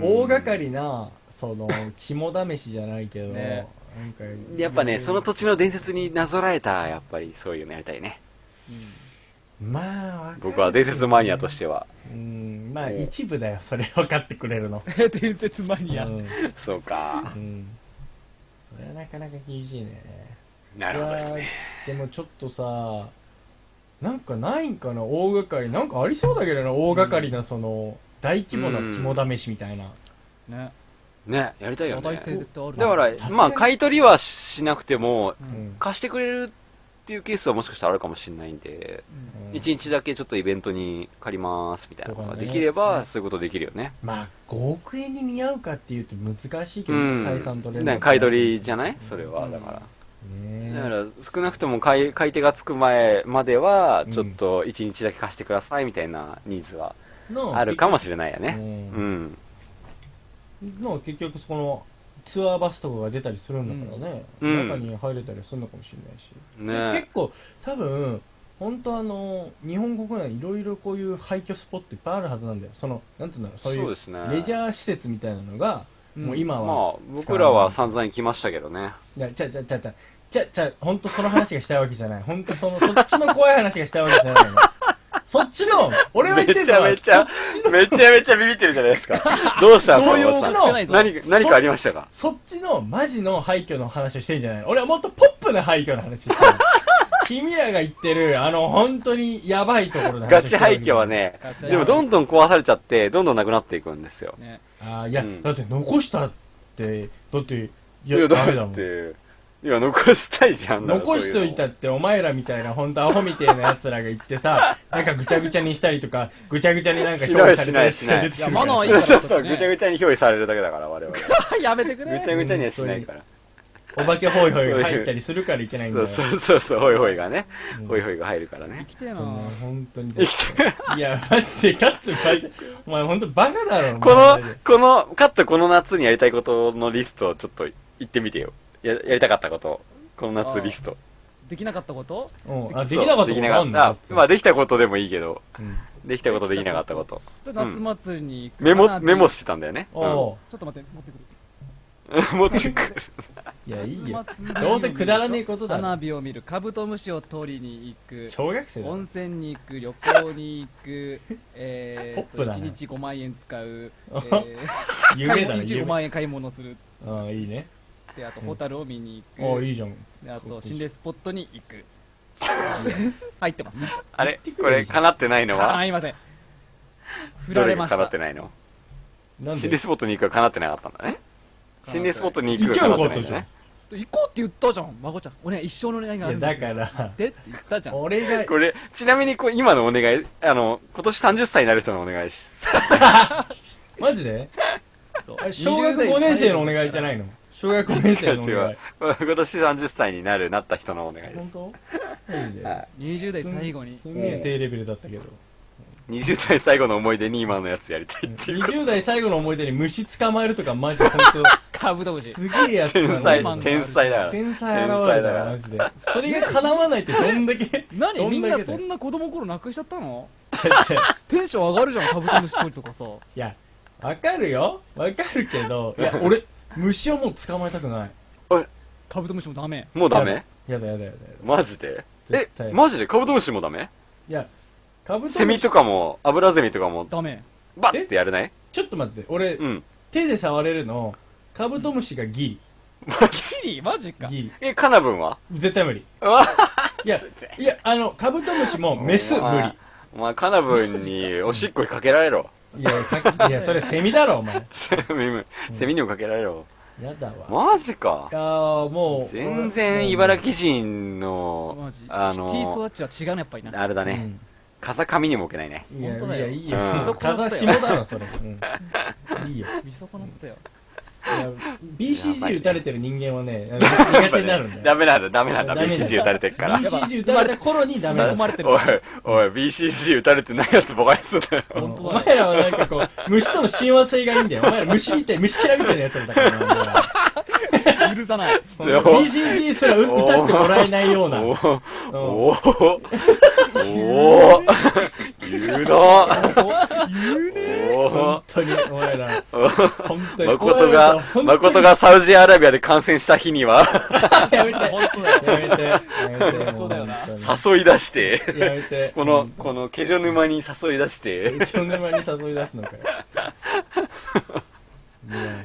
Speaker 2: ん
Speaker 4: 大掛かりなその肝試しじゃないけど、
Speaker 3: ね
Speaker 4: なんか
Speaker 2: やっぱね、その土地の伝説になぞらえた、やっぱりそういうのやりたいね。
Speaker 4: まあわかる
Speaker 2: 僕は伝説マニアとしては。
Speaker 4: うんまあ一部だよそれ分かってくれるの
Speaker 3: 伝説マニア
Speaker 4: うん、
Speaker 2: そうか
Speaker 4: う。んそれはなかなか厳しいね
Speaker 2: なるほどですね。
Speaker 4: いやーでもちょっとさなんかないんかな大掛かりなんかありそうだけどな大掛かりなその大規模な肝試しみたいな、
Speaker 3: ね
Speaker 2: ね、やりたいよ
Speaker 3: 話題性
Speaker 2: ね
Speaker 3: 絶。対ある
Speaker 2: だから
Speaker 4: さすが、に
Speaker 2: まあ、買い取りはしなくても、
Speaker 3: う
Speaker 4: うんん
Speaker 2: 貸してくれるっていうケースはもしかしたらあるかもしれないんで、
Speaker 4: うん
Speaker 2: 一1日だけちょっとイベントに借りますみたいなの
Speaker 4: と
Speaker 2: が
Speaker 4: かね
Speaker 2: できれば、そういうことできるよね。
Speaker 4: まあ5億円に見合うかっていうと難しいけど、
Speaker 2: うん
Speaker 4: 採算取れ
Speaker 2: ね
Speaker 4: ない
Speaker 2: 買い取りじゃないそれは、だから。だから、少なくとも買い買い手がつく前までは
Speaker 4: う、ん
Speaker 2: ちょっと1日だけ貸してくださいみたいなニーズは
Speaker 4: の
Speaker 2: あるかもしれないよ
Speaker 4: れ
Speaker 2: ね。うん。
Speaker 4: の結局そこのツアーバスとかが出たりするんだからね、
Speaker 2: うん
Speaker 4: 中に入れたりするのかもしれないし、
Speaker 2: ね
Speaker 4: 結構多分本当あの日本国内いろいろこういう廃墟スポットいっぱいあるはずなんだよそのなんつうんだろうそう
Speaker 2: そう
Speaker 4: いう
Speaker 2: ですね。
Speaker 4: レジャー施設みたいなのが、もう今は、
Speaker 2: まあ、僕らは散々行きましたけどね。
Speaker 4: いやちゃちゃちゃちゃちゃちゃ本当その話がしたいわけじゃない本当そのそっちの怖い話がしたいわけじゃないのそっちの俺は言
Speaker 2: め
Speaker 4: ってる
Speaker 2: ち
Speaker 4: の
Speaker 2: ゃ
Speaker 4: は
Speaker 2: めちゃ、めちゃめちゃビビってるじゃないですか。どうしたんですか
Speaker 4: 動揺
Speaker 2: お父さん
Speaker 4: しの
Speaker 3: ないぞ
Speaker 2: 何か、何かありましたか
Speaker 4: そっちのマジの廃墟の話をしてんじゃないの俺はもっとポップな廃墟 の話してる君らが言ってるあの本当にやばいところの話
Speaker 2: ガチ廃墟はね、
Speaker 3: ガチャ
Speaker 2: でもどんどん壊されちゃって、どんどんなくなっていくんですよ。
Speaker 3: ね
Speaker 4: あーいや、
Speaker 2: うん
Speaker 4: だって残したってだってい
Speaker 2: いや、
Speaker 4: やダメだ
Speaker 2: だっ
Speaker 4: もん
Speaker 2: て、いや、残したいじゃん。だから
Speaker 4: 残しといたってお前らみたいな本当アホみたいな奴らが言ってさなんかぐちゃぐちゃにしたりとかぐちゃぐちゃになんか
Speaker 2: しない
Speaker 4: 評価されたやつが出て
Speaker 3: い
Speaker 4: く
Speaker 3: や
Speaker 4: る
Speaker 3: マナーいい
Speaker 2: そういうの。
Speaker 3: か
Speaker 2: そ
Speaker 3: ら
Speaker 2: うそう、ぐちゃぐちゃに憑依されるだけだから、我々。ぐ
Speaker 3: あ やめてくれ
Speaker 2: ちゃぐちゃにはしないから。
Speaker 4: お化けホイホイが入ったりするからいけないんだ
Speaker 2: そ
Speaker 4: よ
Speaker 2: うそうそうそう、ホイホイがね
Speaker 4: う。ん
Speaker 2: ホイホイが入るからね。
Speaker 3: 来てえな
Speaker 4: 本当ね本当に
Speaker 2: 生きて、
Speaker 4: いやマジでガッツバチお前本当バカだろお前
Speaker 2: この、この、カットこの夏にやりたいことのリストをちょっと言ってみてよ。や、やりたかったこと。この夏リスト。
Speaker 3: できなかったこと
Speaker 4: うん、あでき
Speaker 2: そう
Speaker 4: なかっ
Speaker 2: で
Speaker 4: たこ
Speaker 2: き
Speaker 4: と
Speaker 2: な
Speaker 4: あ
Speaker 2: か
Speaker 4: ん
Speaker 2: っ
Speaker 4: の
Speaker 2: た。まあ、
Speaker 4: あ、
Speaker 2: できたことでもいいけど、
Speaker 4: うん、
Speaker 2: できたことできなかったこと。
Speaker 3: と夏祭りに行く
Speaker 2: メ
Speaker 3: かな
Speaker 2: モ、
Speaker 3: って
Speaker 2: メモしてたんだよね。
Speaker 4: おお
Speaker 3: ちょっと待って持ってくる
Speaker 2: うん持ってくる。
Speaker 4: いやいいよ
Speaker 3: 夏祭り
Speaker 4: どうせくだらねえことだろ
Speaker 3: 花火を見るカブトムシを取りに行く
Speaker 4: 小学生だろ
Speaker 3: 温泉に行く旅行に行 くえーっ
Speaker 4: ポ
Speaker 3: と
Speaker 4: ップだ
Speaker 3: 1
Speaker 4: な
Speaker 3: 日5万円使う、 えー
Speaker 4: 夢 だろ
Speaker 3: 買い物1日5
Speaker 4: 夢
Speaker 3: 万円買い物する
Speaker 4: ああいいね
Speaker 3: であとホタルを見に
Speaker 4: ああ
Speaker 3: 行く
Speaker 4: いいじゃん
Speaker 3: であと心霊スポットに 行く入ってますね
Speaker 2: あれこれ、叶ってないのは
Speaker 3: 叶いません振
Speaker 2: ど
Speaker 3: ら
Speaker 2: れ
Speaker 3: れ
Speaker 2: が
Speaker 3: まし
Speaker 2: 叶
Speaker 3: た
Speaker 2: ってないの
Speaker 4: なん
Speaker 2: 心霊
Speaker 4: で
Speaker 2: スポットに行くは叶ってなかったんだね。心霊スポットに行く
Speaker 4: 行けば
Speaker 2: は
Speaker 4: よ
Speaker 2: 叶
Speaker 4: か
Speaker 2: っ
Speaker 4: って
Speaker 2: な
Speaker 4: た
Speaker 2: いんだ
Speaker 4: じゃん
Speaker 2: ね。
Speaker 3: 行こうって言ったじゃん孫ちゃん俺一生の願いがあ
Speaker 4: いや
Speaker 3: るんだ
Speaker 4: だ
Speaker 3: けど
Speaker 4: から
Speaker 3: でって言ったじゃん
Speaker 4: 俺が
Speaker 2: これ、ちなみにこう今のお願い、あの、今年30歳になる人のお願いです。
Speaker 4: マジで
Speaker 3: そう
Speaker 4: あれ小学5年生のお願いじゃないの小学5年
Speaker 2: 違
Speaker 4: 生
Speaker 2: う
Speaker 4: のお
Speaker 2: 違。
Speaker 4: 願いう
Speaker 2: 今年30歳になる、なった人のお願いで
Speaker 4: 本
Speaker 2: す。
Speaker 4: 当マジで
Speaker 2: はい
Speaker 3: 20代最後に
Speaker 4: すんげえ低レベルだったけど
Speaker 2: 20代最後の思い出に今のやつやりたいっていうこと。
Speaker 4: 20代最後の思い出に虫捕まえるとかマジで本
Speaker 3: カブトムシ
Speaker 4: 当すげえやつだな
Speaker 2: 天才
Speaker 3: ロマン、がある
Speaker 2: 天才だから。
Speaker 4: 天才現れたからマジでそれが叶わないってどんだけ
Speaker 3: 何
Speaker 4: ど
Speaker 3: みん
Speaker 4: だ
Speaker 3: な
Speaker 4: けだ
Speaker 3: そ
Speaker 4: よ
Speaker 3: んな子供頃なくしちゃったの
Speaker 4: 違う違う
Speaker 3: テンション上がるじゃんカブトムシ取りとかさ
Speaker 4: いや、わかるよ。わかるけど、いや、俺、虫をもう捕まえたくない。
Speaker 3: カブトムシもダメ
Speaker 2: もうダメ
Speaker 4: やだやだやだやだ。
Speaker 2: マジでえ
Speaker 4: 絶対、
Speaker 2: マジでカブトムシもダメ
Speaker 4: いや、カブトムシ。
Speaker 2: セミとかも、アブラゼミとかも、
Speaker 3: ダメ
Speaker 2: バッてやれない
Speaker 4: ちょっと待って、俺、
Speaker 2: うん。
Speaker 4: 手で触れるの、カブトムシがギ
Speaker 2: マジ
Speaker 3: チリマジ
Speaker 4: リ。
Speaker 3: か
Speaker 4: ギリ。
Speaker 2: え、カナブンは
Speaker 4: 絶対無理。
Speaker 2: うわ
Speaker 4: いや、いや、あの、カブトムシもメス無
Speaker 2: お前
Speaker 4: 理。
Speaker 2: お前、カナブンにおしっこにかけられろ。
Speaker 4: いや、かいや、それセミだろ、お前。
Speaker 2: セミ、セミにもかけられろ。
Speaker 4: やだわ。
Speaker 2: マジか
Speaker 4: い。やーもう。
Speaker 2: 全然茨
Speaker 4: 城。
Speaker 2: 城人の
Speaker 3: マジ、
Speaker 2: あ
Speaker 3: シティ
Speaker 2: の、
Speaker 3: 育ちは違うねやっぱりな
Speaker 2: あれだ
Speaker 4: う
Speaker 2: ね。
Speaker 4: ん
Speaker 2: 風上にも置けないね。
Speaker 4: いや、
Speaker 3: 本当
Speaker 4: い
Speaker 3: だ
Speaker 4: や、
Speaker 3: よ
Speaker 4: いいうよ。
Speaker 2: ん
Speaker 4: 風下だろ、それ。うん。いいよ。
Speaker 3: 見損なったよ
Speaker 4: いや BCG 打たれてる人間はね、苦手になるん だ
Speaker 2: ダ
Speaker 4: よ。
Speaker 2: メなんだ、ダメなんだ。
Speaker 4: ダメだよ
Speaker 2: BCG 打たれてっから。
Speaker 4: BCG 打たれた頃にダメ
Speaker 3: 生
Speaker 4: だ
Speaker 3: まれてる
Speaker 2: おい、おい、BCG 打たれてないやつボカにすんだよ。
Speaker 4: うん
Speaker 3: 当
Speaker 4: お
Speaker 3: だね
Speaker 4: 前らはなんかこう、虫との親和性がいいんだよ。お前ら虫みたい、虫キャラみたいなやつらだからな
Speaker 3: 許さない
Speaker 4: お
Speaker 2: で
Speaker 4: 前ら。
Speaker 2: も
Speaker 4: BCG すら打たしてもらえないような。
Speaker 2: おお
Speaker 4: うん
Speaker 2: おおお言うな
Speaker 4: 本
Speaker 2: お
Speaker 4: 当に、お前ら。本当に。
Speaker 2: 誠
Speaker 4: お
Speaker 2: が
Speaker 4: 前ら本当に
Speaker 2: 誠がサウジアラビアで感染した日には
Speaker 4: やめて、やめて、やめて、
Speaker 3: 本当だよな
Speaker 4: もう本
Speaker 2: 誘い出し
Speaker 4: 当に
Speaker 2: て
Speaker 4: やめて。
Speaker 2: このこのケジョ沼に誘い出して
Speaker 4: うちの沼に誘い出すのかよ。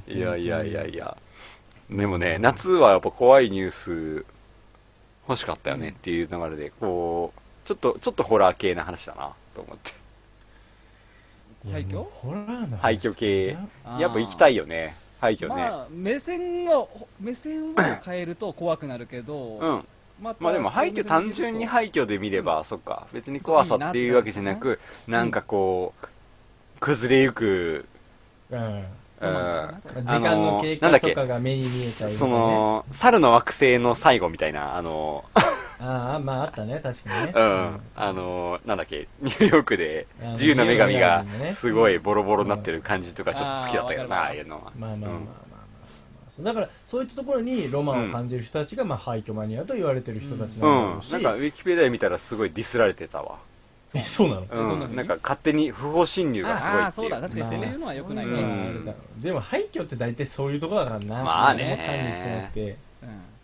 Speaker 2: いやいやいやいやでもね夏はやっぱ怖いニュース欲しかったよねっていう流れでこうちょっとちょっとホラー系な話だなと思って
Speaker 3: 廃
Speaker 4: いやもう
Speaker 3: 墟
Speaker 4: ホラーの話
Speaker 2: 廃墟系
Speaker 3: あー
Speaker 2: やっぱ行きたいよね廃墟ね
Speaker 3: まあ目線を目線を変えると怖くなるけど
Speaker 2: うん
Speaker 3: また
Speaker 2: まあでも廃墟単純に廃墟で見れば、そっか別に怖さっていうわけじゃなくなんかこう崩れゆく、
Speaker 4: うん。
Speaker 2: うん
Speaker 4: 時間の経過とかが目に見えたり、ね、
Speaker 2: その猿の惑星の最後みたいなあの
Speaker 4: ああ、まああったね、確かにね。
Speaker 2: うん。あのーなんだっけ、ニューヨークで自由の女神
Speaker 4: あ
Speaker 2: が
Speaker 4: の自由の女神のね
Speaker 2: すごいボロボロになってる感じとかちょっと好きだったけどな、
Speaker 3: うん
Speaker 2: あ
Speaker 3: あー
Speaker 2: あいうのは。
Speaker 4: まあまあまあまあまあ
Speaker 2: うん
Speaker 4: まあまあだからそういったところにロマンを感じる人たちが、まあ廃墟マニアと言われてる人たちなんだ
Speaker 2: う
Speaker 4: ろ
Speaker 2: ん
Speaker 4: う。し、
Speaker 2: なんか、ウィキペディアで見たらすごいディスられてたわ。
Speaker 4: えそうなの、
Speaker 2: う
Speaker 3: どんな風
Speaker 2: ん。
Speaker 3: に
Speaker 2: なんか勝手に不法侵入がすごい
Speaker 3: あ
Speaker 2: っ
Speaker 3: あ、
Speaker 2: てい
Speaker 3: そう
Speaker 2: う。
Speaker 3: だ、確かにそういうのは良くないね。
Speaker 2: う
Speaker 3: うんん
Speaker 4: まああれだろうでも廃墟って大体そういうところだからな
Speaker 2: まあ
Speaker 4: 俺
Speaker 2: ね
Speaker 4: も管理してなくて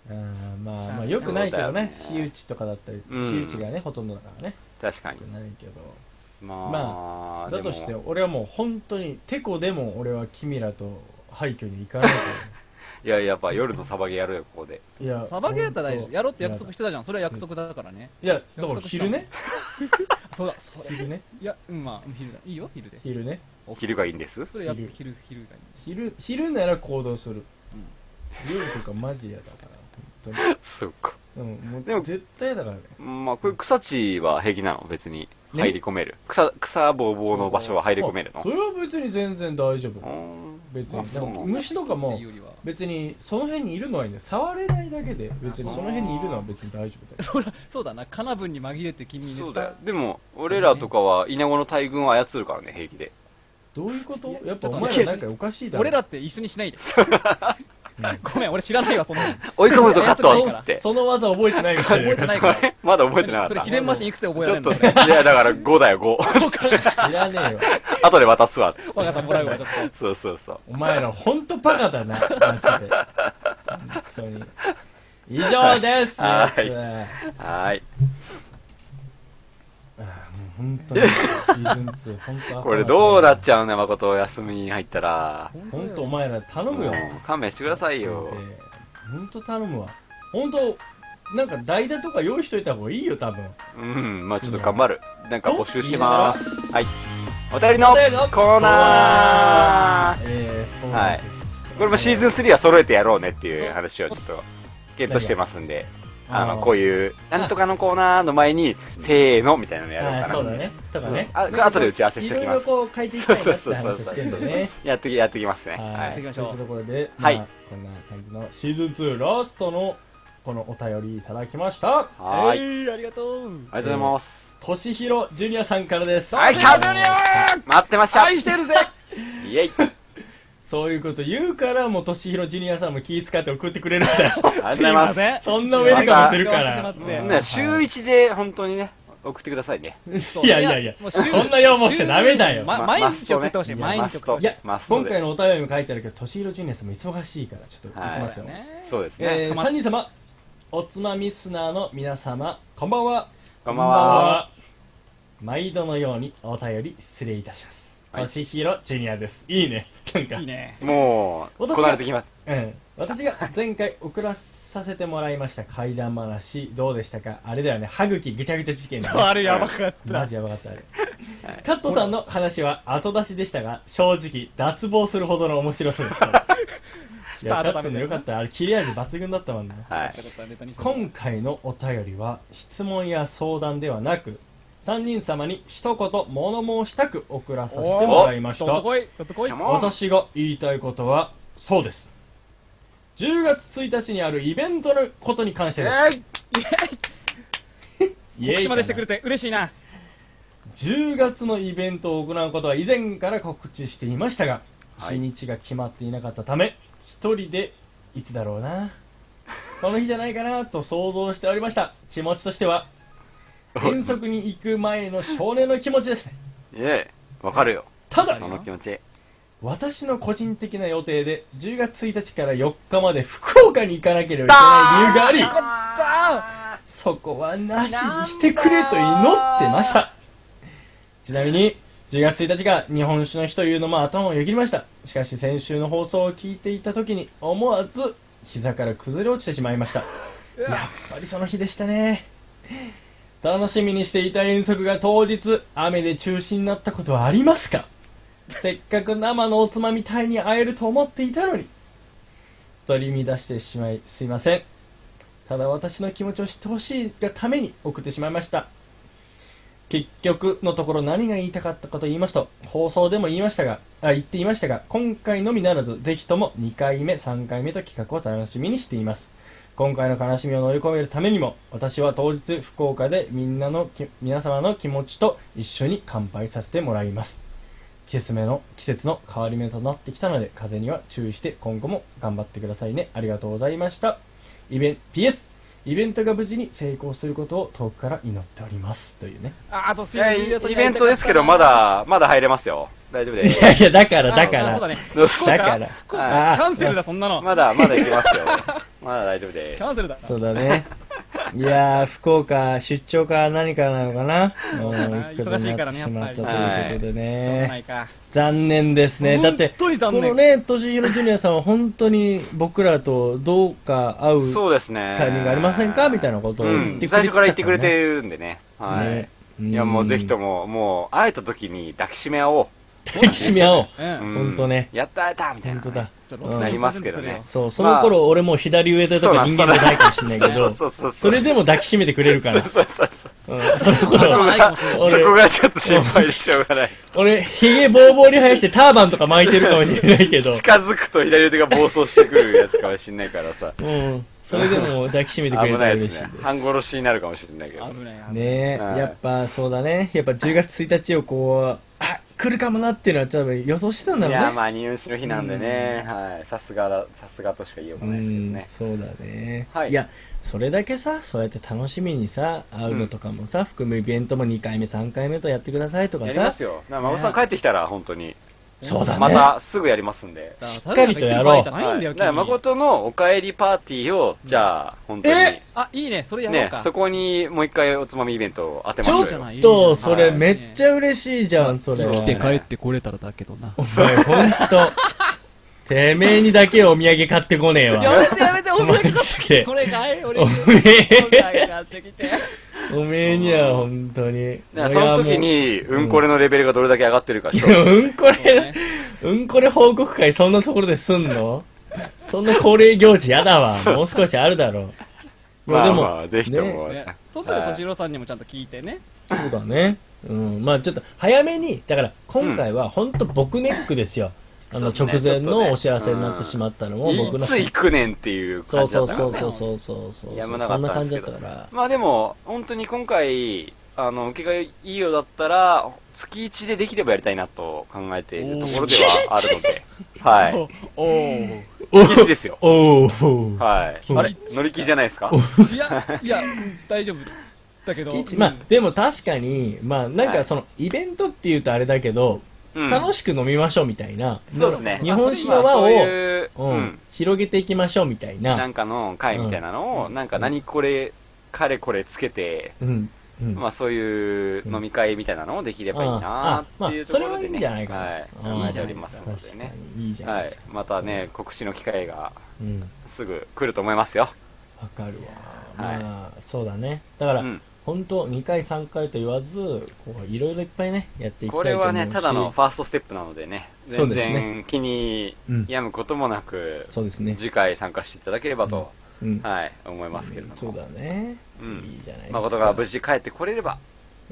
Speaker 4: うんまあまあよくないけどね
Speaker 2: そうだ
Speaker 4: 私
Speaker 2: よね
Speaker 4: 有地とかだったり、
Speaker 2: うん
Speaker 4: 私有地がねほとんどだからね
Speaker 2: 確かに
Speaker 4: よく。ないけど
Speaker 2: まあ、
Speaker 4: だとして
Speaker 2: でも
Speaker 4: 俺はもう本当にてこでも俺は君らと廃墟に行か ない
Speaker 2: いや、やっぱ夜のサバゲーやろうよ、ここで。
Speaker 4: といや
Speaker 3: サバゲーやったら大丈
Speaker 4: ほん
Speaker 3: 夫。
Speaker 4: と
Speaker 3: やろうって約束してたじゃん。それは約束だからね。
Speaker 4: いやだから昼ね
Speaker 3: そうだ、それ。
Speaker 4: 昼ね
Speaker 3: いや、うん、まあ、昼だ。いいよ、昼で。
Speaker 4: 昼ね
Speaker 2: 昼がいいんです
Speaker 3: それやっ
Speaker 4: 昼
Speaker 3: 昼、昼がいいね。
Speaker 4: 昼昼なら行動する、夜とかマジ嫌だから本
Speaker 2: そうか。
Speaker 4: 当に、うん、もう
Speaker 2: でも
Speaker 4: 絶対だからね
Speaker 2: まあ、こういう草地は平気なの別に。
Speaker 4: ね
Speaker 2: 入り込める。草、草ぼうぼうの場所は入り込める
Speaker 4: あ
Speaker 2: の
Speaker 4: それは別に全然大丈夫
Speaker 2: うーん。
Speaker 4: 別
Speaker 2: あ
Speaker 4: にで
Speaker 2: そうな
Speaker 4: も
Speaker 2: んだ
Speaker 4: 虫とか
Speaker 3: って
Speaker 4: も
Speaker 3: いうよりは。
Speaker 4: 別にその辺にいるのはいいんだよ触れないだけで別にその辺にいるのは別に大丈夫だよ
Speaker 3: そうだ、そうだな。カナブンに紛れて君にね。
Speaker 2: そうだよ。でも、俺らとかは、イナゴの大群を操るからね、平気で。
Speaker 4: どういうことやっぱ
Speaker 3: ちょっと
Speaker 4: お前らなんかおかしいだろ
Speaker 3: 俺らって一緒にしないで。 ごめん、俺知らないわ、そ んなの。
Speaker 2: 追い込むぞ、カット
Speaker 3: いや
Speaker 2: っつって。
Speaker 4: その技覚えてないみたい
Speaker 3: 覚え
Speaker 4: な
Speaker 3: てない
Speaker 2: こ
Speaker 3: から。
Speaker 2: れ、 まだ覚えてなかった
Speaker 3: それ、。秘伝マシンいくつで覚えら
Speaker 2: ち
Speaker 3: れ
Speaker 2: ょ
Speaker 3: る
Speaker 2: っ
Speaker 3: んだ
Speaker 2: と、
Speaker 3: よ
Speaker 2: いや、だから5だよ、5。
Speaker 4: 知らねえよ
Speaker 2: 後で渡すわ。
Speaker 3: わかった、もらうわ、ちょっと。
Speaker 2: そうそうそう。
Speaker 4: お前らほんとバカだなマジで本当に以上です
Speaker 2: は
Speaker 4: や
Speaker 2: い
Speaker 4: つは
Speaker 2: はーい。
Speaker 4: 本当にシーズン2本当
Speaker 2: これどうなっちゃうね、誠お休みに入ったら。
Speaker 4: 本当お前ら頼むよ
Speaker 2: もう勘弁してくださいよ。
Speaker 4: 本当頼むわ本当なんか代打とか用意しといた方がいいよ多分
Speaker 2: うん、まあちょっと頑張る。なんか募集してます。はい。お便りのコーナー
Speaker 4: えー、そうなんです、
Speaker 2: これもシーズン
Speaker 4: ン
Speaker 2: 3は揃えてやろうねっていう話をちょっと、ゲットしてますんで。あの、こう
Speaker 4: い
Speaker 2: い
Speaker 4: う
Speaker 2: う、なんとかのコーナーの前に、せーの、みたいなのやろう
Speaker 4: あ
Speaker 2: かな。
Speaker 4: そうだねとかね、
Speaker 2: あ、後で打ち合わせし
Speaker 4: い
Speaker 2: てお
Speaker 4: ろ
Speaker 2: き
Speaker 4: い
Speaker 2: ま
Speaker 4: ろ
Speaker 2: す。
Speaker 4: こう変えていきたいなって話をしてんだね
Speaker 2: やってき、やってきますね。は。
Speaker 4: はいい、というところで、
Speaker 2: はい
Speaker 4: まあ、こんな感じのシーズン2ラストのこのお便りいただきました。
Speaker 2: はーい。
Speaker 3: えーありがとう。
Speaker 2: ありがとうございます。
Speaker 4: としひろジュニアさんからです。
Speaker 2: はい、キャブリア待ってました愛してるぜ イェイ
Speaker 4: そういうこと言うから、もうとしひろジュニアさんも気遣って送ってくれるん だよ。
Speaker 2: ありがとうございます。
Speaker 3: せん
Speaker 4: そんなウェルカムするか
Speaker 3: ま
Speaker 4: ら
Speaker 3: た。ね
Speaker 2: みんな週一で本当にね、送ってくださいね。
Speaker 4: いやいやいや、そんな要望しちゃダメだよ。
Speaker 3: ま
Speaker 2: ま
Speaker 3: 毎
Speaker 2: マスト
Speaker 3: 日送
Speaker 2: ね
Speaker 3: ってほしい、
Speaker 2: いや
Speaker 3: 毎日送ってほし
Speaker 4: い
Speaker 3: い。
Speaker 4: や、
Speaker 2: マスト
Speaker 4: 今
Speaker 2: で
Speaker 4: 回のお便りにも書いてあるけど、としひろジュニアさんも忙しいから、ちょっと
Speaker 2: はい
Speaker 4: いきますよ。
Speaker 3: ね
Speaker 2: そうですね。
Speaker 4: えー、3人様、おつまみスナーの皆様、こんばんは。
Speaker 2: こんばんは。
Speaker 4: 毎度のようにお便り失礼いたします。
Speaker 2: はい
Speaker 4: としひろジュニアです。いいね。なんか、
Speaker 3: いいね。
Speaker 2: もう、
Speaker 4: 私が
Speaker 2: こなれてきます。
Speaker 4: うん。私が前回送らさせてもらいました怪談話、どうでしたかあれだよね、歯茎ぐちゃぐちゃ事件だね、
Speaker 3: れやばかっ
Speaker 4: マジやばかったあれ。カットさんの話は後出しでしたが、正直、脱帽するほどの面白さで した。いや、カットさんのよかった。あれ、切れ味抜群だったもんね。
Speaker 2: はい。
Speaker 3: た。ネタにして
Speaker 4: 今回のお便りは質問や相談ではなく3人様に一言物申したく送らさせてもらいまし
Speaker 3: どったとこい、どっとこい。
Speaker 2: Come on
Speaker 4: 私が言いたいことはそうです10月1日にあるイベントのことに関してですイエイ
Speaker 3: 告知までしてくれて嬉しいな。
Speaker 4: 10月のイベントを行うことは以前から告知していましたが、
Speaker 2: はい
Speaker 4: 日にちが決まっていなかったため一人でいつだろ うなこの日じゃないかなと想像しておりました気持ちとしては遠足に行く前の少年の気持ちですね
Speaker 2: イェイわかるよ。
Speaker 4: ただ
Speaker 2: その気持ち。
Speaker 4: 私の個人的な予定で10月1日から4日まで福岡に行かなければいけない理由がありそこはなしにしてくれと祈ってましたちなみに10月1日が日本酒の日というのも頭をよぎりましたしかし先週の放送を聞いていた時に思わず膝から崩れ落ちてしまいましたやっぱりその日でしたね楽しみにしていた遠足が当日雨で中止になったことはありますかせっかく生のおつまみ隊に会えると思っていたのに取り乱してしまいすいませんただ私の気持ちを知ってほしいがために送ってしまいました結局のところ何が言いたかったかと言いますと放送でも言いましたがあ言っていましたが今回のみならずぜひとも2回目3回目と企画を楽しみにしています今回の悲しみを乗り越えるためにも私は当日福岡でみんなのき皆様の気持ちと一緒に乾杯させてもらいます季節目の季節の変わり目となってきたので風には注意して今後も頑張ってくださいねありがとうございましたイベン PS イベントが無事に成功することを遠くから祈っておりますというね
Speaker 3: あー、年
Speaker 2: いやイイベントですけど、ま。だ、まだ入れますよ。大丈夫で
Speaker 4: い
Speaker 2: す。
Speaker 4: やいやだからだか
Speaker 3: あー
Speaker 4: ら
Speaker 3: そうだね。
Speaker 2: どうす
Speaker 3: 福
Speaker 4: だ
Speaker 3: 岡
Speaker 4: から
Speaker 3: 福岡キャンセルだ、
Speaker 4: あ
Speaker 3: そんな の。
Speaker 2: まだ、まだ行きますよ。まだ大丈夫で
Speaker 3: キ
Speaker 2: す。
Speaker 3: ャンセルだ。
Speaker 4: そうだね。いやー、福岡、出張か何かなのかなもう行くことになってしまったということで
Speaker 3: しょうがな
Speaker 4: ね。
Speaker 3: いか。
Speaker 4: 残念ですね。だって、こ
Speaker 3: 本当に残念
Speaker 4: のね、としひろジュニアさんは本当に僕らとどうか会う
Speaker 2: そうですね。
Speaker 4: タイミングありませんかみたい
Speaker 2: な
Speaker 4: なこと
Speaker 2: う
Speaker 4: を言っ
Speaker 2: ん
Speaker 4: て。くれてた
Speaker 2: 最初から言ってくれてるんでね。
Speaker 4: ら
Speaker 2: は
Speaker 4: ね
Speaker 2: い。いや、もうぜひとも、
Speaker 4: も。
Speaker 2: もう、会えた時に抱きしめ合お
Speaker 4: 抱きしめ合おう。
Speaker 3: う。
Speaker 2: う。うんん
Speaker 4: ほんとね
Speaker 2: やった会えたみたい
Speaker 4: 本
Speaker 2: な。
Speaker 4: 当だ。
Speaker 3: ちょっ
Speaker 4: うん
Speaker 3: と
Speaker 2: なりますけどね
Speaker 4: そう、その頃、俺もう左上手とか人間じゃないかもしれないけ
Speaker 2: そう
Speaker 4: ど、
Speaker 2: そうそう。
Speaker 4: それでも抱きしめてくれるから。
Speaker 2: そうそうそう。
Speaker 4: うんその
Speaker 2: そこ
Speaker 4: 頃、
Speaker 2: が、そ
Speaker 4: 俺
Speaker 2: こがちょっと心配でしょうがない。
Speaker 4: 俺、ひげぼうぼうに生やしてターバンとか巻いてるかもしれない けど、
Speaker 2: 近づくと左腕が暴走してくるやつかもしれないからさ。
Speaker 4: うん。それでも抱きしめてくれ
Speaker 2: 危
Speaker 4: たら
Speaker 2: ない
Speaker 4: 嬉
Speaker 2: で
Speaker 4: し
Speaker 2: す
Speaker 4: いで
Speaker 2: ね。半殺しになるかもしれないけど。
Speaker 3: 危ない。
Speaker 4: す。ねえ、
Speaker 2: はい
Speaker 4: やっぱそうだね。やっぱ10月1日をこう、あ、来るかもなっていうのはちょっと予想してたんだ
Speaker 2: い
Speaker 4: ろ
Speaker 2: や
Speaker 4: うね。
Speaker 2: まあ入試の日なんでね、はい、さすがださすがとしか言いよう
Speaker 4: う
Speaker 2: がないですけど
Speaker 4: ん
Speaker 2: ね、、
Speaker 4: そうだね。
Speaker 2: はい
Speaker 4: や、それだけさ、そうやって楽しみにさ、会うのとかもさ、含むイベントも2回目、3回目とやってくださいとか
Speaker 2: やりま
Speaker 4: さ
Speaker 2: す、よだから孫さん帰ってきたら本当に
Speaker 4: そうだね。
Speaker 2: またすぐやりますんで、
Speaker 3: し
Speaker 4: っかりとやろう
Speaker 3: じゃない
Speaker 2: は
Speaker 3: ん
Speaker 2: い、
Speaker 3: だよ、
Speaker 2: だから
Speaker 3: 君
Speaker 2: 誠のお帰りパーティーをじゃあ本当に
Speaker 4: え
Speaker 3: あ、いいね、それやろう
Speaker 2: ね
Speaker 3: か。
Speaker 2: そこにもう一回おつまみイベントを当てま
Speaker 4: ち
Speaker 2: し
Speaker 4: ょ
Speaker 2: ょ
Speaker 4: っ
Speaker 2: う
Speaker 3: じゃ
Speaker 2: よ
Speaker 3: ない
Speaker 4: と、それ
Speaker 2: はい
Speaker 4: めっちゃ嬉しいじゃん、それは。
Speaker 2: 生きて帰
Speaker 3: てこれたらだけどな。
Speaker 4: お前ほんと。てめえにだけお土産買ってこねえ
Speaker 3: や
Speaker 4: わ。
Speaker 3: めてやめて、お土産買ってきて。 これかい俺
Speaker 4: お
Speaker 3: に。
Speaker 4: め
Speaker 3: お土産
Speaker 4: え、
Speaker 3: 買って きて。
Speaker 4: おめえにはほんとに。
Speaker 2: だからその時にうんこれのレベルがどれだけ上がってるか
Speaker 4: い
Speaker 2: しょ
Speaker 4: や。うんこれ
Speaker 3: ね、
Speaker 4: うんこれ報告会そんなところですんのそんな恒例行事やだわ。もう少しあるだろう。い
Speaker 2: まあ
Speaker 4: やで
Speaker 2: ま
Speaker 4: も、
Speaker 2: あぜひとも、
Speaker 3: ねその時は敏郎さんにもちゃんと聞いてね。
Speaker 4: そうだね。うん、まあちょっと早めに、だから今回はほんと僕ネックですよ。あの
Speaker 2: そう
Speaker 4: 直
Speaker 2: ですねちょ
Speaker 4: 前
Speaker 2: っとね
Speaker 4: のお知らせになってしまったのも僕
Speaker 2: い
Speaker 4: の
Speaker 2: つ行くねんっていう
Speaker 4: そ
Speaker 2: 感
Speaker 4: う
Speaker 2: じだ
Speaker 4: そ
Speaker 2: っ
Speaker 4: う
Speaker 2: たか
Speaker 4: そう
Speaker 2: ら
Speaker 4: そ
Speaker 2: ね
Speaker 4: うそうそうそう。
Speaker 2: やむなか
Speaker 4: そんな
Speaker 2: ったんで
Speaker 4: 感
Speaker 2: すけど
Speaker 4: じだったから。
Speaker 2: まあでも、本当に今回、あの、受けがいいようだったら、月1でできればやりたいなと考えているところではあるの で、はい。
Speaker 3: おお。
Speaker 2: 月1ですよ。
Speaker 4: おお。
Speaker 2: はい。
Speaker 4: お
Speaker 2: あれ乗り気じゃないですか
Speaker 3: いや、いや、大丈夫。だけど。
Speaker 4: まあでも確かに、まあなんかそのイベントっていうとあれだけ
Speaker 2: う
Speaker 4: ど、
Speaker 2: ん
Speaker 4: 楽しく飲みましょうみたいな、
Speaker 2: そうですね。
Speaker 4: 日本史
Speaker 2: まあ
Speaker 4: の輪を、
Speaker 2: そういう、う
Speaker 4: うん
Speaker 2: ん。、
Speaker 4: 広げていきましょうみたい
Speaker 2: な
Speaker 4: な、
Speaker 2: んかの会みたいなのを、なんか何これ、かれこれつけて、
Speaker 4: うん、うん
Speaker 2: まあそういう飲み会みたいなのもできればいいなーっていうところでね。
Speaker 4: あまあそれはいいんじゃないかな
Speaker 2: はい。
Speaker 4: うん
Speaker 2: 考えておりますのでね。
Speaker 4: 確かにいいじゃない
Speaker 2: は
Speaker 4: で
Speaker 2: い
Speaker 4: すか。。
Speaker 2: またね、告知の機会が
Speaker 4: うん、わ
Speaker 2: すぐ来ると思いますよ。
Speaker 4: かるわ。
Speaker 2: はい
Speaker 4: まあそうだね。だから、
Speaker 2: うん
Speaker 4: 本当2回3回と言わず、こういろいろいっぱいね、やっていきた
Speaker 2: こ
Speaker 4: いと
Speaker 2: れ
Speaker 4: 思うし。
Speaker 2: はね、ただのファーストステップなのでね、
Speaker 4: そう
Speaker 2: 全
Speaker 4: ですね
Speaker 2: 然気に
Speaker 4: うん
Speaker 2: 病むこともなく、
Speaker 4: そうですね。
Speaker 2: 次回参加していただければと、
Speaker 4: うん。
Speaker 2: はい、思いますけれども。
Speaker 4: そうだね。
Speaker 2: うん
Speaker 4: いいじゃないですか。
Speaker 2: 誠が無事帰ってこれれば、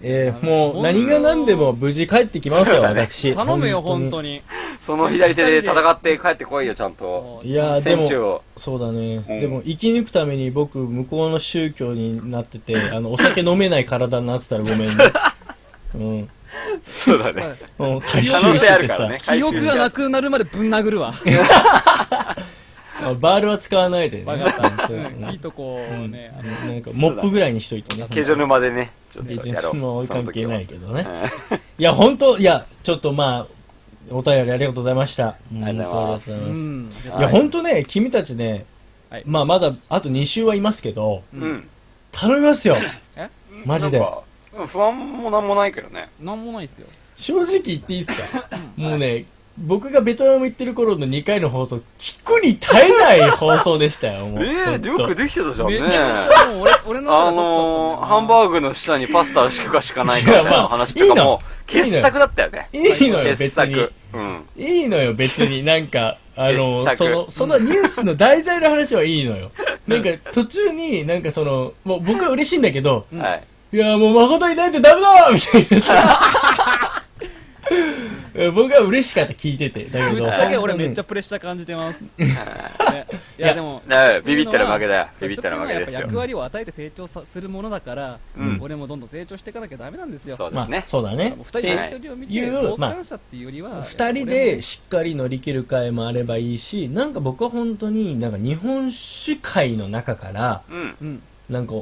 Speaker 4: えー、もう何が何でも無事帰ってきます
Speaker 2: そう
Speaker 4: よ、
Speaker 2: だね
Speaker 4: 私。
Speaker 3: 頼むよ、
Speaker 4: 本
Speaker 3: 本
Speaker 4: 当
Speaker 3: 当
Speaker 4: に。
Speaker 3: に。
Speaker 2: その左手で戦って帰ってこいよ、ちゃんと。
Speaker 4: いやーで
Speaker 2: 戦地
Speaker 4: も、
Speaker 2: を。
Speaker 4: そうだね、
Speaker 2: うん
Speaker 4: でも生き抜くために僕、向こうの宗教になってて、 あの、お酒飲めない体になってたらごめんね。うん。
Speaker 2: そうだね。
Speaker 4: うん、回収
Speaker 2: 可能
Speaker 4: し
Speaker 2: 性あ
Speaker 4: てて
Speaker 2: るか
Speaker 4: さ、
Speaker 2: らね。
Speaker 3: 記憶がな
Speaker 2: く。
Speaker 3: くなるまでぶん殴るわ。
Speaker 4: あバールは使わないでね。
Speaker 3: わかっ
Speaker 4: う
Speaker 3: た
Speaker 4: ん
Speaker 3: うん。いいとこをね。あの
Speaker 4: うんなんか、モップぐらいにしといてね。
Speaker 2: ケジョ沼でね、ちょっ
Speaker 4: 下
Speaker 2: と
Speaker 4: 旬
Speaker 2: やろう。
Speaker 4: も関係ない
Speaker 2: け
Speaker 4: けどね。
Speaker 2: どね。
Speaker 4: いや、本当いや、ちょっとまあ、お便りありがとうございました。うん
Speaker 2: ありがとうございます
Speaker 4: 本当ありがとうございま
Speaker 3: う
Speaker 4: す。
Speaker 3: ん。
Speaker 4: いや、本当ね、君たちね、
Speaker 3: はい
Speaker 4: まあ、まだあと2週はいますけど、
Speaker 2: うんうん。
Speaker 4: 頼みますよ。
Speaker 3: え
Speaker 4: マジで
Speaker 2: なん。か。うん不安もなんもないけどね。
Speaker 3: なんもないですよ。
Speaker 4: 正直言っていいですかもうね、僕がベトナム行ってる頃の2回の放送、聞くに耐えない放送でしたよ、
Speaker 2: え
Speaker 4: もう。
Speaker 2: ー、よくできてたじゃん
Speaker 3: め
Speaker 2: ね
Speaker 3: っ。ちゃ、もう俺、俺の
Speaker 2: あ
Speaker 3: 中でトップだったんだよ
Speaker 2: の
Speaker 3: な
Speaker 2: ー、ハンバーグの下にパスタしかしかないかみたいな話
Speaker 4: いや
Speaker 2: と
Speaker 4: ま
Speaker 2: か
Speaker 4: あ
Speaker 2: も、傑作だったよね。
Speaker 4: いいのよ、
Speaker 2: 傑
Speaker 4: 別
Speaker 2: 作。
Speaker 4: に。
Speaker 2: うん。
Speaker 4: いいのよ、別 に。なんか、あ
Speaker 2: 傑、
Speaker 4: の
Speaker 2: 作
Speaker 4: その、そのニュースの題材の話はいいの よ。なんか、途中になんかその、もう僕は嬉しいんだけど、
Speaker 2: はい。
Speaker 4: いや、もう誠いないとダメだわみたいなさ。 僕は嬉しかった、聞いてて。だけど。
Speaker 3: ぶっちゃけ
Speaker 4: 本
Speaker 3: 俺
Speaker 4: 当に
Speaker 3: めっちゃプレッシャー感じてます。ねいやでも
Speaker 2: な ビビったら負けだよ。
Speaker 3: そう
Speaker 2: ビビったら負けです
Speaker 3: 食っていうのはやっぱ
Speaker 2: よ。
Speaker 3: 役割を与えて成長さするものだから、
Speaker 2: うん
Speaker 3: 俺もどんどん成長していかなきゃダメなんですよ
Speaker 2: そうで
Speaker 4: ます
Speaker 2: ね
Speaker 4: あ、。そうだね
Speaker 3: もう二人
Speaker 4: で
Speaker 3: のやり取りを見
Speaker 4: ってい
Speaker 3: て
Speaker 4: う
Speaker 3: 傍
Speaker 4: まあ
Speaker 3: 観者っていうよりは
Speaker 4: 二人でしっかり乗り切る会もあればいいしなんか僕は本当になんか日本酒会の中から
Speaker 2: うん。
Speaker 3: うん
Speaker 4: なんか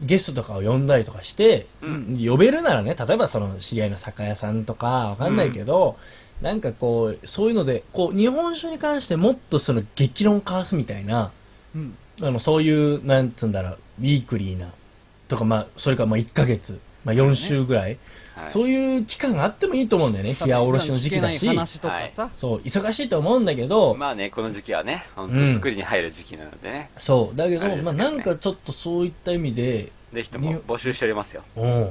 Speaker 4: ゲストとかを呼んだりとかして、
Speaker 2: うん。
Speaker 4: 呼べるならね例えばその知り合いの酒屋さんとかわかんないけど、なんかこうそういうのでこう日本酒に関してもっとその激論を交わすみたいな
Speaker 3: うん
Speaker 4: あのそういうなんつうんだろうウィークリーなとかまあそれかまあ1ヶ月、まあ、4週ぐらい、
Speaker 2: はい
Speaker 4: そういう期間があってもいいと思うんだよね冷やおろしの時期だ
Speaker 3: 聞け
Speaker 4: し
Speaker 3: ない話とかさ、
Speaker 4: そう忙しいと思うんだけど、
Speaker 2: まあね、この時期はね、本
Speaker 4: う
Speaker 2: 当
Speaker 4: ん
Speaker 2: 作りに入る時期なのでね。
Speaker 4: そうだけど
Speaker 2: あれです
Speaker 4: ま
Speaker 2: よ
Speaker 4: あ、
Speaker 2: ね
Speaker 4: なんかちょっとそういった意味で、
Speaker 2: ぜひとも募集しておりますよ。
Speaker 4: うん、
Speaker 2: はい。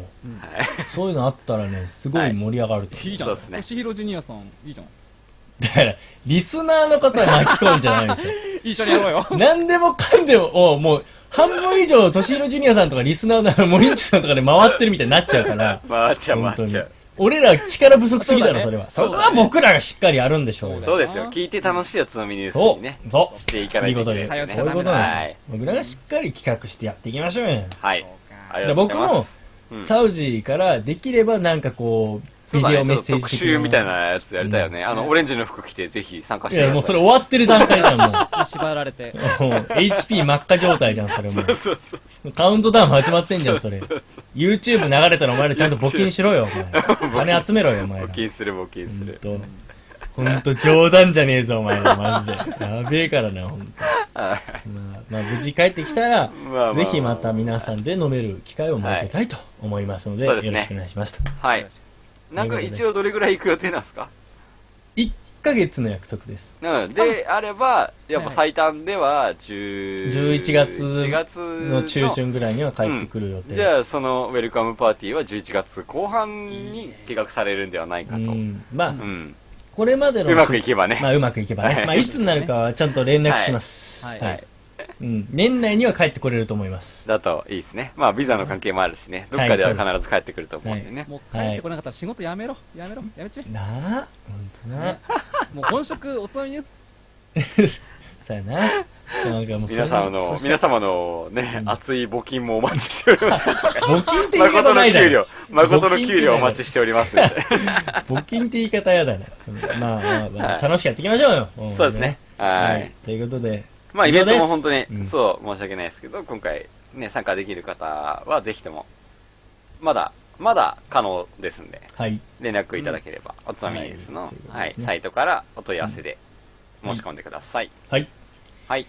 Speaker 4: そういうのあったらねすごい盛り上がると思う、
Speaker 3: いいじゃ
Speaker 2: そうんですね
Speaker 3: 星ヒロジュニアさんいいじゃん
Speaker 4: だからリスナーの方は巻き込んじゃないで しょ
Speaker 3: 一緒にやろうよ
Speaker 4: 何でもかんでも、おもう、半分以上、年色ジュニアさんとかリスナーのあの、森内さんとかで回ってるみたいになっちゃ うから、
Speaker 2: 回っちゃう、
Speaker 4: 本当
Speaker 2: 回っ
Speaker 4: に
Speaker 2: ちゃう。。
Speaker 4: 俺ら力不足すぎだろ、そ
Speaker 3: そう
Speaker 4: れ
Speaker 3: だね
Speaker 4: は。そこは僕らがしっかりやるんでしょうよ。
Speaker 3: そ
Speaker 2: そう
Speaker 3: だ
Speaker 2: で
Speaker 3: な
Speaker 2: すよ。聞いて楽しいおつまみニュース
Speaker 4: そ
Speaker 2: に
Speaker 4: う
Speaker 2: ね、
Speaker 4: そ
Speaker 2: していか
Speaker 4: う。
Speaker 2: ないい
Speaker 4: い
Speaker 2: と
Speaker 4: こ
Speaker 2: い
Speaker 4: と
Speaker 2: けな
Speaker 4: で
Speaker 2: い
Speaker 3: 頼
Speaker 2: です
Speaker 3: っ
Speaker 4: す。
Speaker 3: ち
Speaker 2: よね。
Speaker 4: そういうこ
Speaker 3: ゃダメ
Speaker 4: と
Speaker 3: だ
Speaker 4: なん
Speaker 2: はい
Speaker 4: です。僕らがしっかり企画してやっていきましょうよ。
Speaker 2: はい。ありが
Speaker 4: で
Speaker 2: とうご
Speaker 4: 僕
Speaker 2: ざいま
Speaker 4: も
Speaker 2: す。、うん
Speaker 4: サウジからできればなんかこう、
Speaker 2: そう
Speaker 4: ビ
Speaker 2: だ
Speaker 4: デオ
Speaker 2: ね、
Speaker 4: メ
Speaker 2: ち
Speaker 4: ッ
Speaker 2: ょっと
Speaker 4: セ
Speaker 2: 特
Speaker 4: ージ的
Speaker 2: 集みたいなやつやりたいよね。あの、オレンジの服着て、ぜひ参加し
Speaker 4: い
Speaker 2: てくださ
Speaker 4: や、
Speaker 2: い。
Speaker 4: もうそれ終わってる段階じゃん、もう。
Speaker 3: 縛られて
Speaker 4: もう HP 真っ赤状態じゃん、それもう。
Speaker 2: そうそう
Speaker 4: カウントダウン始まってんじゃん、それ。YouTube 流れたらお前らちゃんと募金しろよ、お 前。金集めろよ、お前ら。
Speaker 2: 募金する、募金する。
Speaker 4: ほんと。ほんと冗談じゃねえぞ、お前ら、マジで。やべえからな、ほんと。まあ、まあ、無事帰ってきたら、
Speaker 2: まあまあ
Speaker 4: ぜひまた皆さんで飲める機会を設けたいと思いますので、
Speaker 2: はいそうです
Speaker 4: よ
Speaker 2: ね
Speaker 4: ろしくお願いしますと。
Speaker 2: はい。なんか一応どれぐらい行く予定なんですか
Speaker 4: 1ヶ月の約束です。
Speaker 2: うん。で、あれば、やっぱ最短では10
Speaker 4: 11月
Speaker 2: 11月
Speaker 4: の中旬ぐらいには帰ってくる予定。
Speaker 2: じゃあ、そのウェルカムパーティーは11月後半に計画されるんではないかと。
Speaker 4: う
Speaker 2: うん。
Speaker 4: ん、まあ、
Speaker 2: う
Speaker 4: これまでの
Speaker 2: まくいけばね。
Speaker 4: まあ、うまくいけばね。
Speaker 2: はい
Speaker 4: まあ、いつになるかはちゃんと連絡します。は。
Speaker 3: はいい
Speaker 4: は
Speaker 3: はい
Speaker 4: いうん。年内には帰ってこれると思います。
Speaker 2: だといいですね。まあ、ビザの関係もあるしね。どっかでは必ず帰ってくると思うんでね。
Speaker 3: もう帰ってこなかったら仕事やめろやめろやめちゃ
Speaker 4: なあ、ほんとな。
Speaker 3: えもう本職おつまみニュース
Speaker 4: さやな。なんかもうそれ
Speaker 2: 皆様の、皆様のね、熱い募金もお待ちしております。
Speaker 4: 募金 って言い方
Speaker 2: 誠の
Speaker 4: ないだ
Speaker 2: 給
Speaker 4: ろ。
Speaker 2: 料、誠の給料お待ちしておりますので。
Speaker 4: 募金って言い方やだな。うんまあまあまあ、楽しくやっていきましょうよ。ん
Speaker 2: そうですね。。は
Speaker 4: はいい。。ということで、
Speaker 2: まあ、イベントも本当に、
Speaker 4: うん
Speaker 2: そう、申し訳ないですけど、今回、ね、参加できる方は、ぜひとも、まだ、まだ可能ですんで、
Speaker 4: はい。
Speaker 2: 連絡いただければ、おつまみニュースの、
Speaker 4: は
Speaker 2: はいい
Speaker 4: ということですね
Speaker 2: サイトからお問い合わせで申し込んでください。
Speaker 4: はい。
Speaker 2: はい。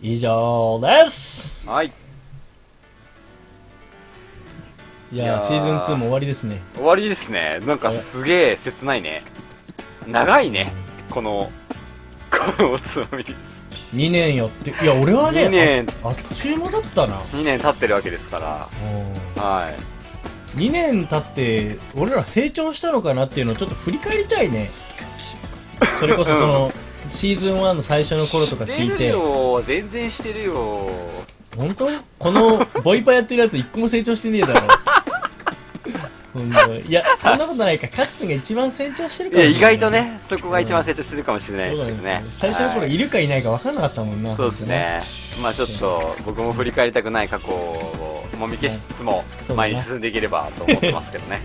Speaker 4: 以上です。
Speaker 2: はい。
Speaker 4: い
Speaker 2: いや
Speaker 4: やー
Speaker 2: ー
Speaker 4: シーズン2も終わりですね。
Speaker 2: 終わりですね。なんかすげえ切ないね。長いね。この、このおつまみニュース。
Speaker 4: 2年やって、いや、俺はね、
Speaker 2: 2年、
Speaker 4: ああっちゅう間だったな。
Speaker 2: 2年経ってるわけですか
Speaker 4: う
Speaker 2: ら。
Speaker 4: ん
Speaker 2: はい。
Speaker 4: 2年経って俺ら成長したのかなっていうのをちょっと振り返りたいねそれこそその、シーズン1の最初の頃とか聞い
Speaker 2: して
Speaker 4: て
Speaker 2: るよ。全然してるよ。
Speaker 4: 本当このボイパやってるやつ一個も成長してねえだろほんといやそんなことないかカッツンが一番成長してる
Speaker 2: い
Speaker 4: かも
Speaker 2: や、
Speaker 4: しれ
Speaker 2: 意
Speaker 4: ない
Speaker 2: 外とね、そこが一番成長してるかもしれない
Speaker 4: そう
Speaker 2: で
Speaker 4: だ
Speaker 2: すけどね
Speaker 4: ね。最初の頃
Speaker 2: はい
Speaker 4: いるかいないか分かんなかったもんな
Speaker 2: そうですね。まあちょっと、僕も振り返りたくない過去をもみ消しつつも
Speaker 4: そう、だ
Speaker 2: 前
Speaker 4: ね
Speaker 2: に進んでいければと思ってます けどね。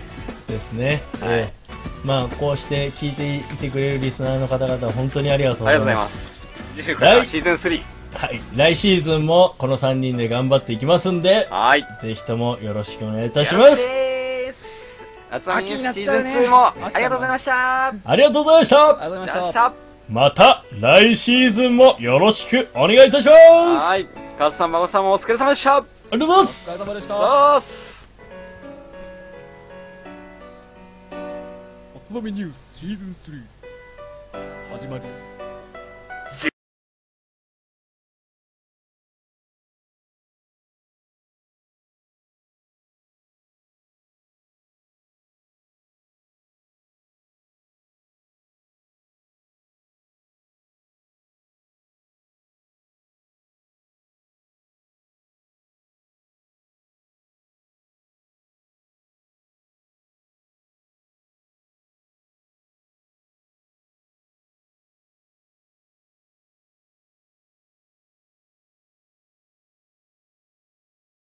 Speaker 4: ですね、
Speaker 2: はい
Speaker 4: ええまあこうして聞いていてくれるリスナーの方々本当にありがとうご
Speaker 2: あ
Speaker 4: ざ
Speaker 2: りがとご
Speaker 4: いう
Speaker 2: ざい
Speaker 4: ま
Speaker 2: ますす。次週から
Speaker 4: はい
Speaker 2: シーズン3。
Speaker 4: はい、来シーズンもこの3人で頑張っていきますんで、
Speaker 2: はい。
Speaker 4: ぜひともよろしくお願いいた
Speaker 2: お
Speaker 4: します。
Speaker 2: す。夏アミニュースシー
Speaker 3: 秋になっちゃ
Speaker 2: ズ
Speaker 3: う
Speaker 2: ン
Speaker 3: ね
Speaker 2: 2もありがとうございました。あり
Speaker 4: ありがとうございました
Speaker 3: ありがとうご
Speaker 2: がと
Speaker 3: ざいうま
Speaker 2: ご
Speaker 3: し
Speaker 2: ざ
Speaker 3: た
Speaker 2: いまし
Speaker 4: また来シーズンもよろしくお願いいたします
Speaker 2: た。はい。カズさん、孫さんもお疲れ様でした。
Speaker 4: ありがとうございま
Speaker 3: お疲れ
Speaker 4: す
Speaker 3: 様でした
Speaker 2: どうす。
Speaker 3: おつまみニュースシーズン3始まり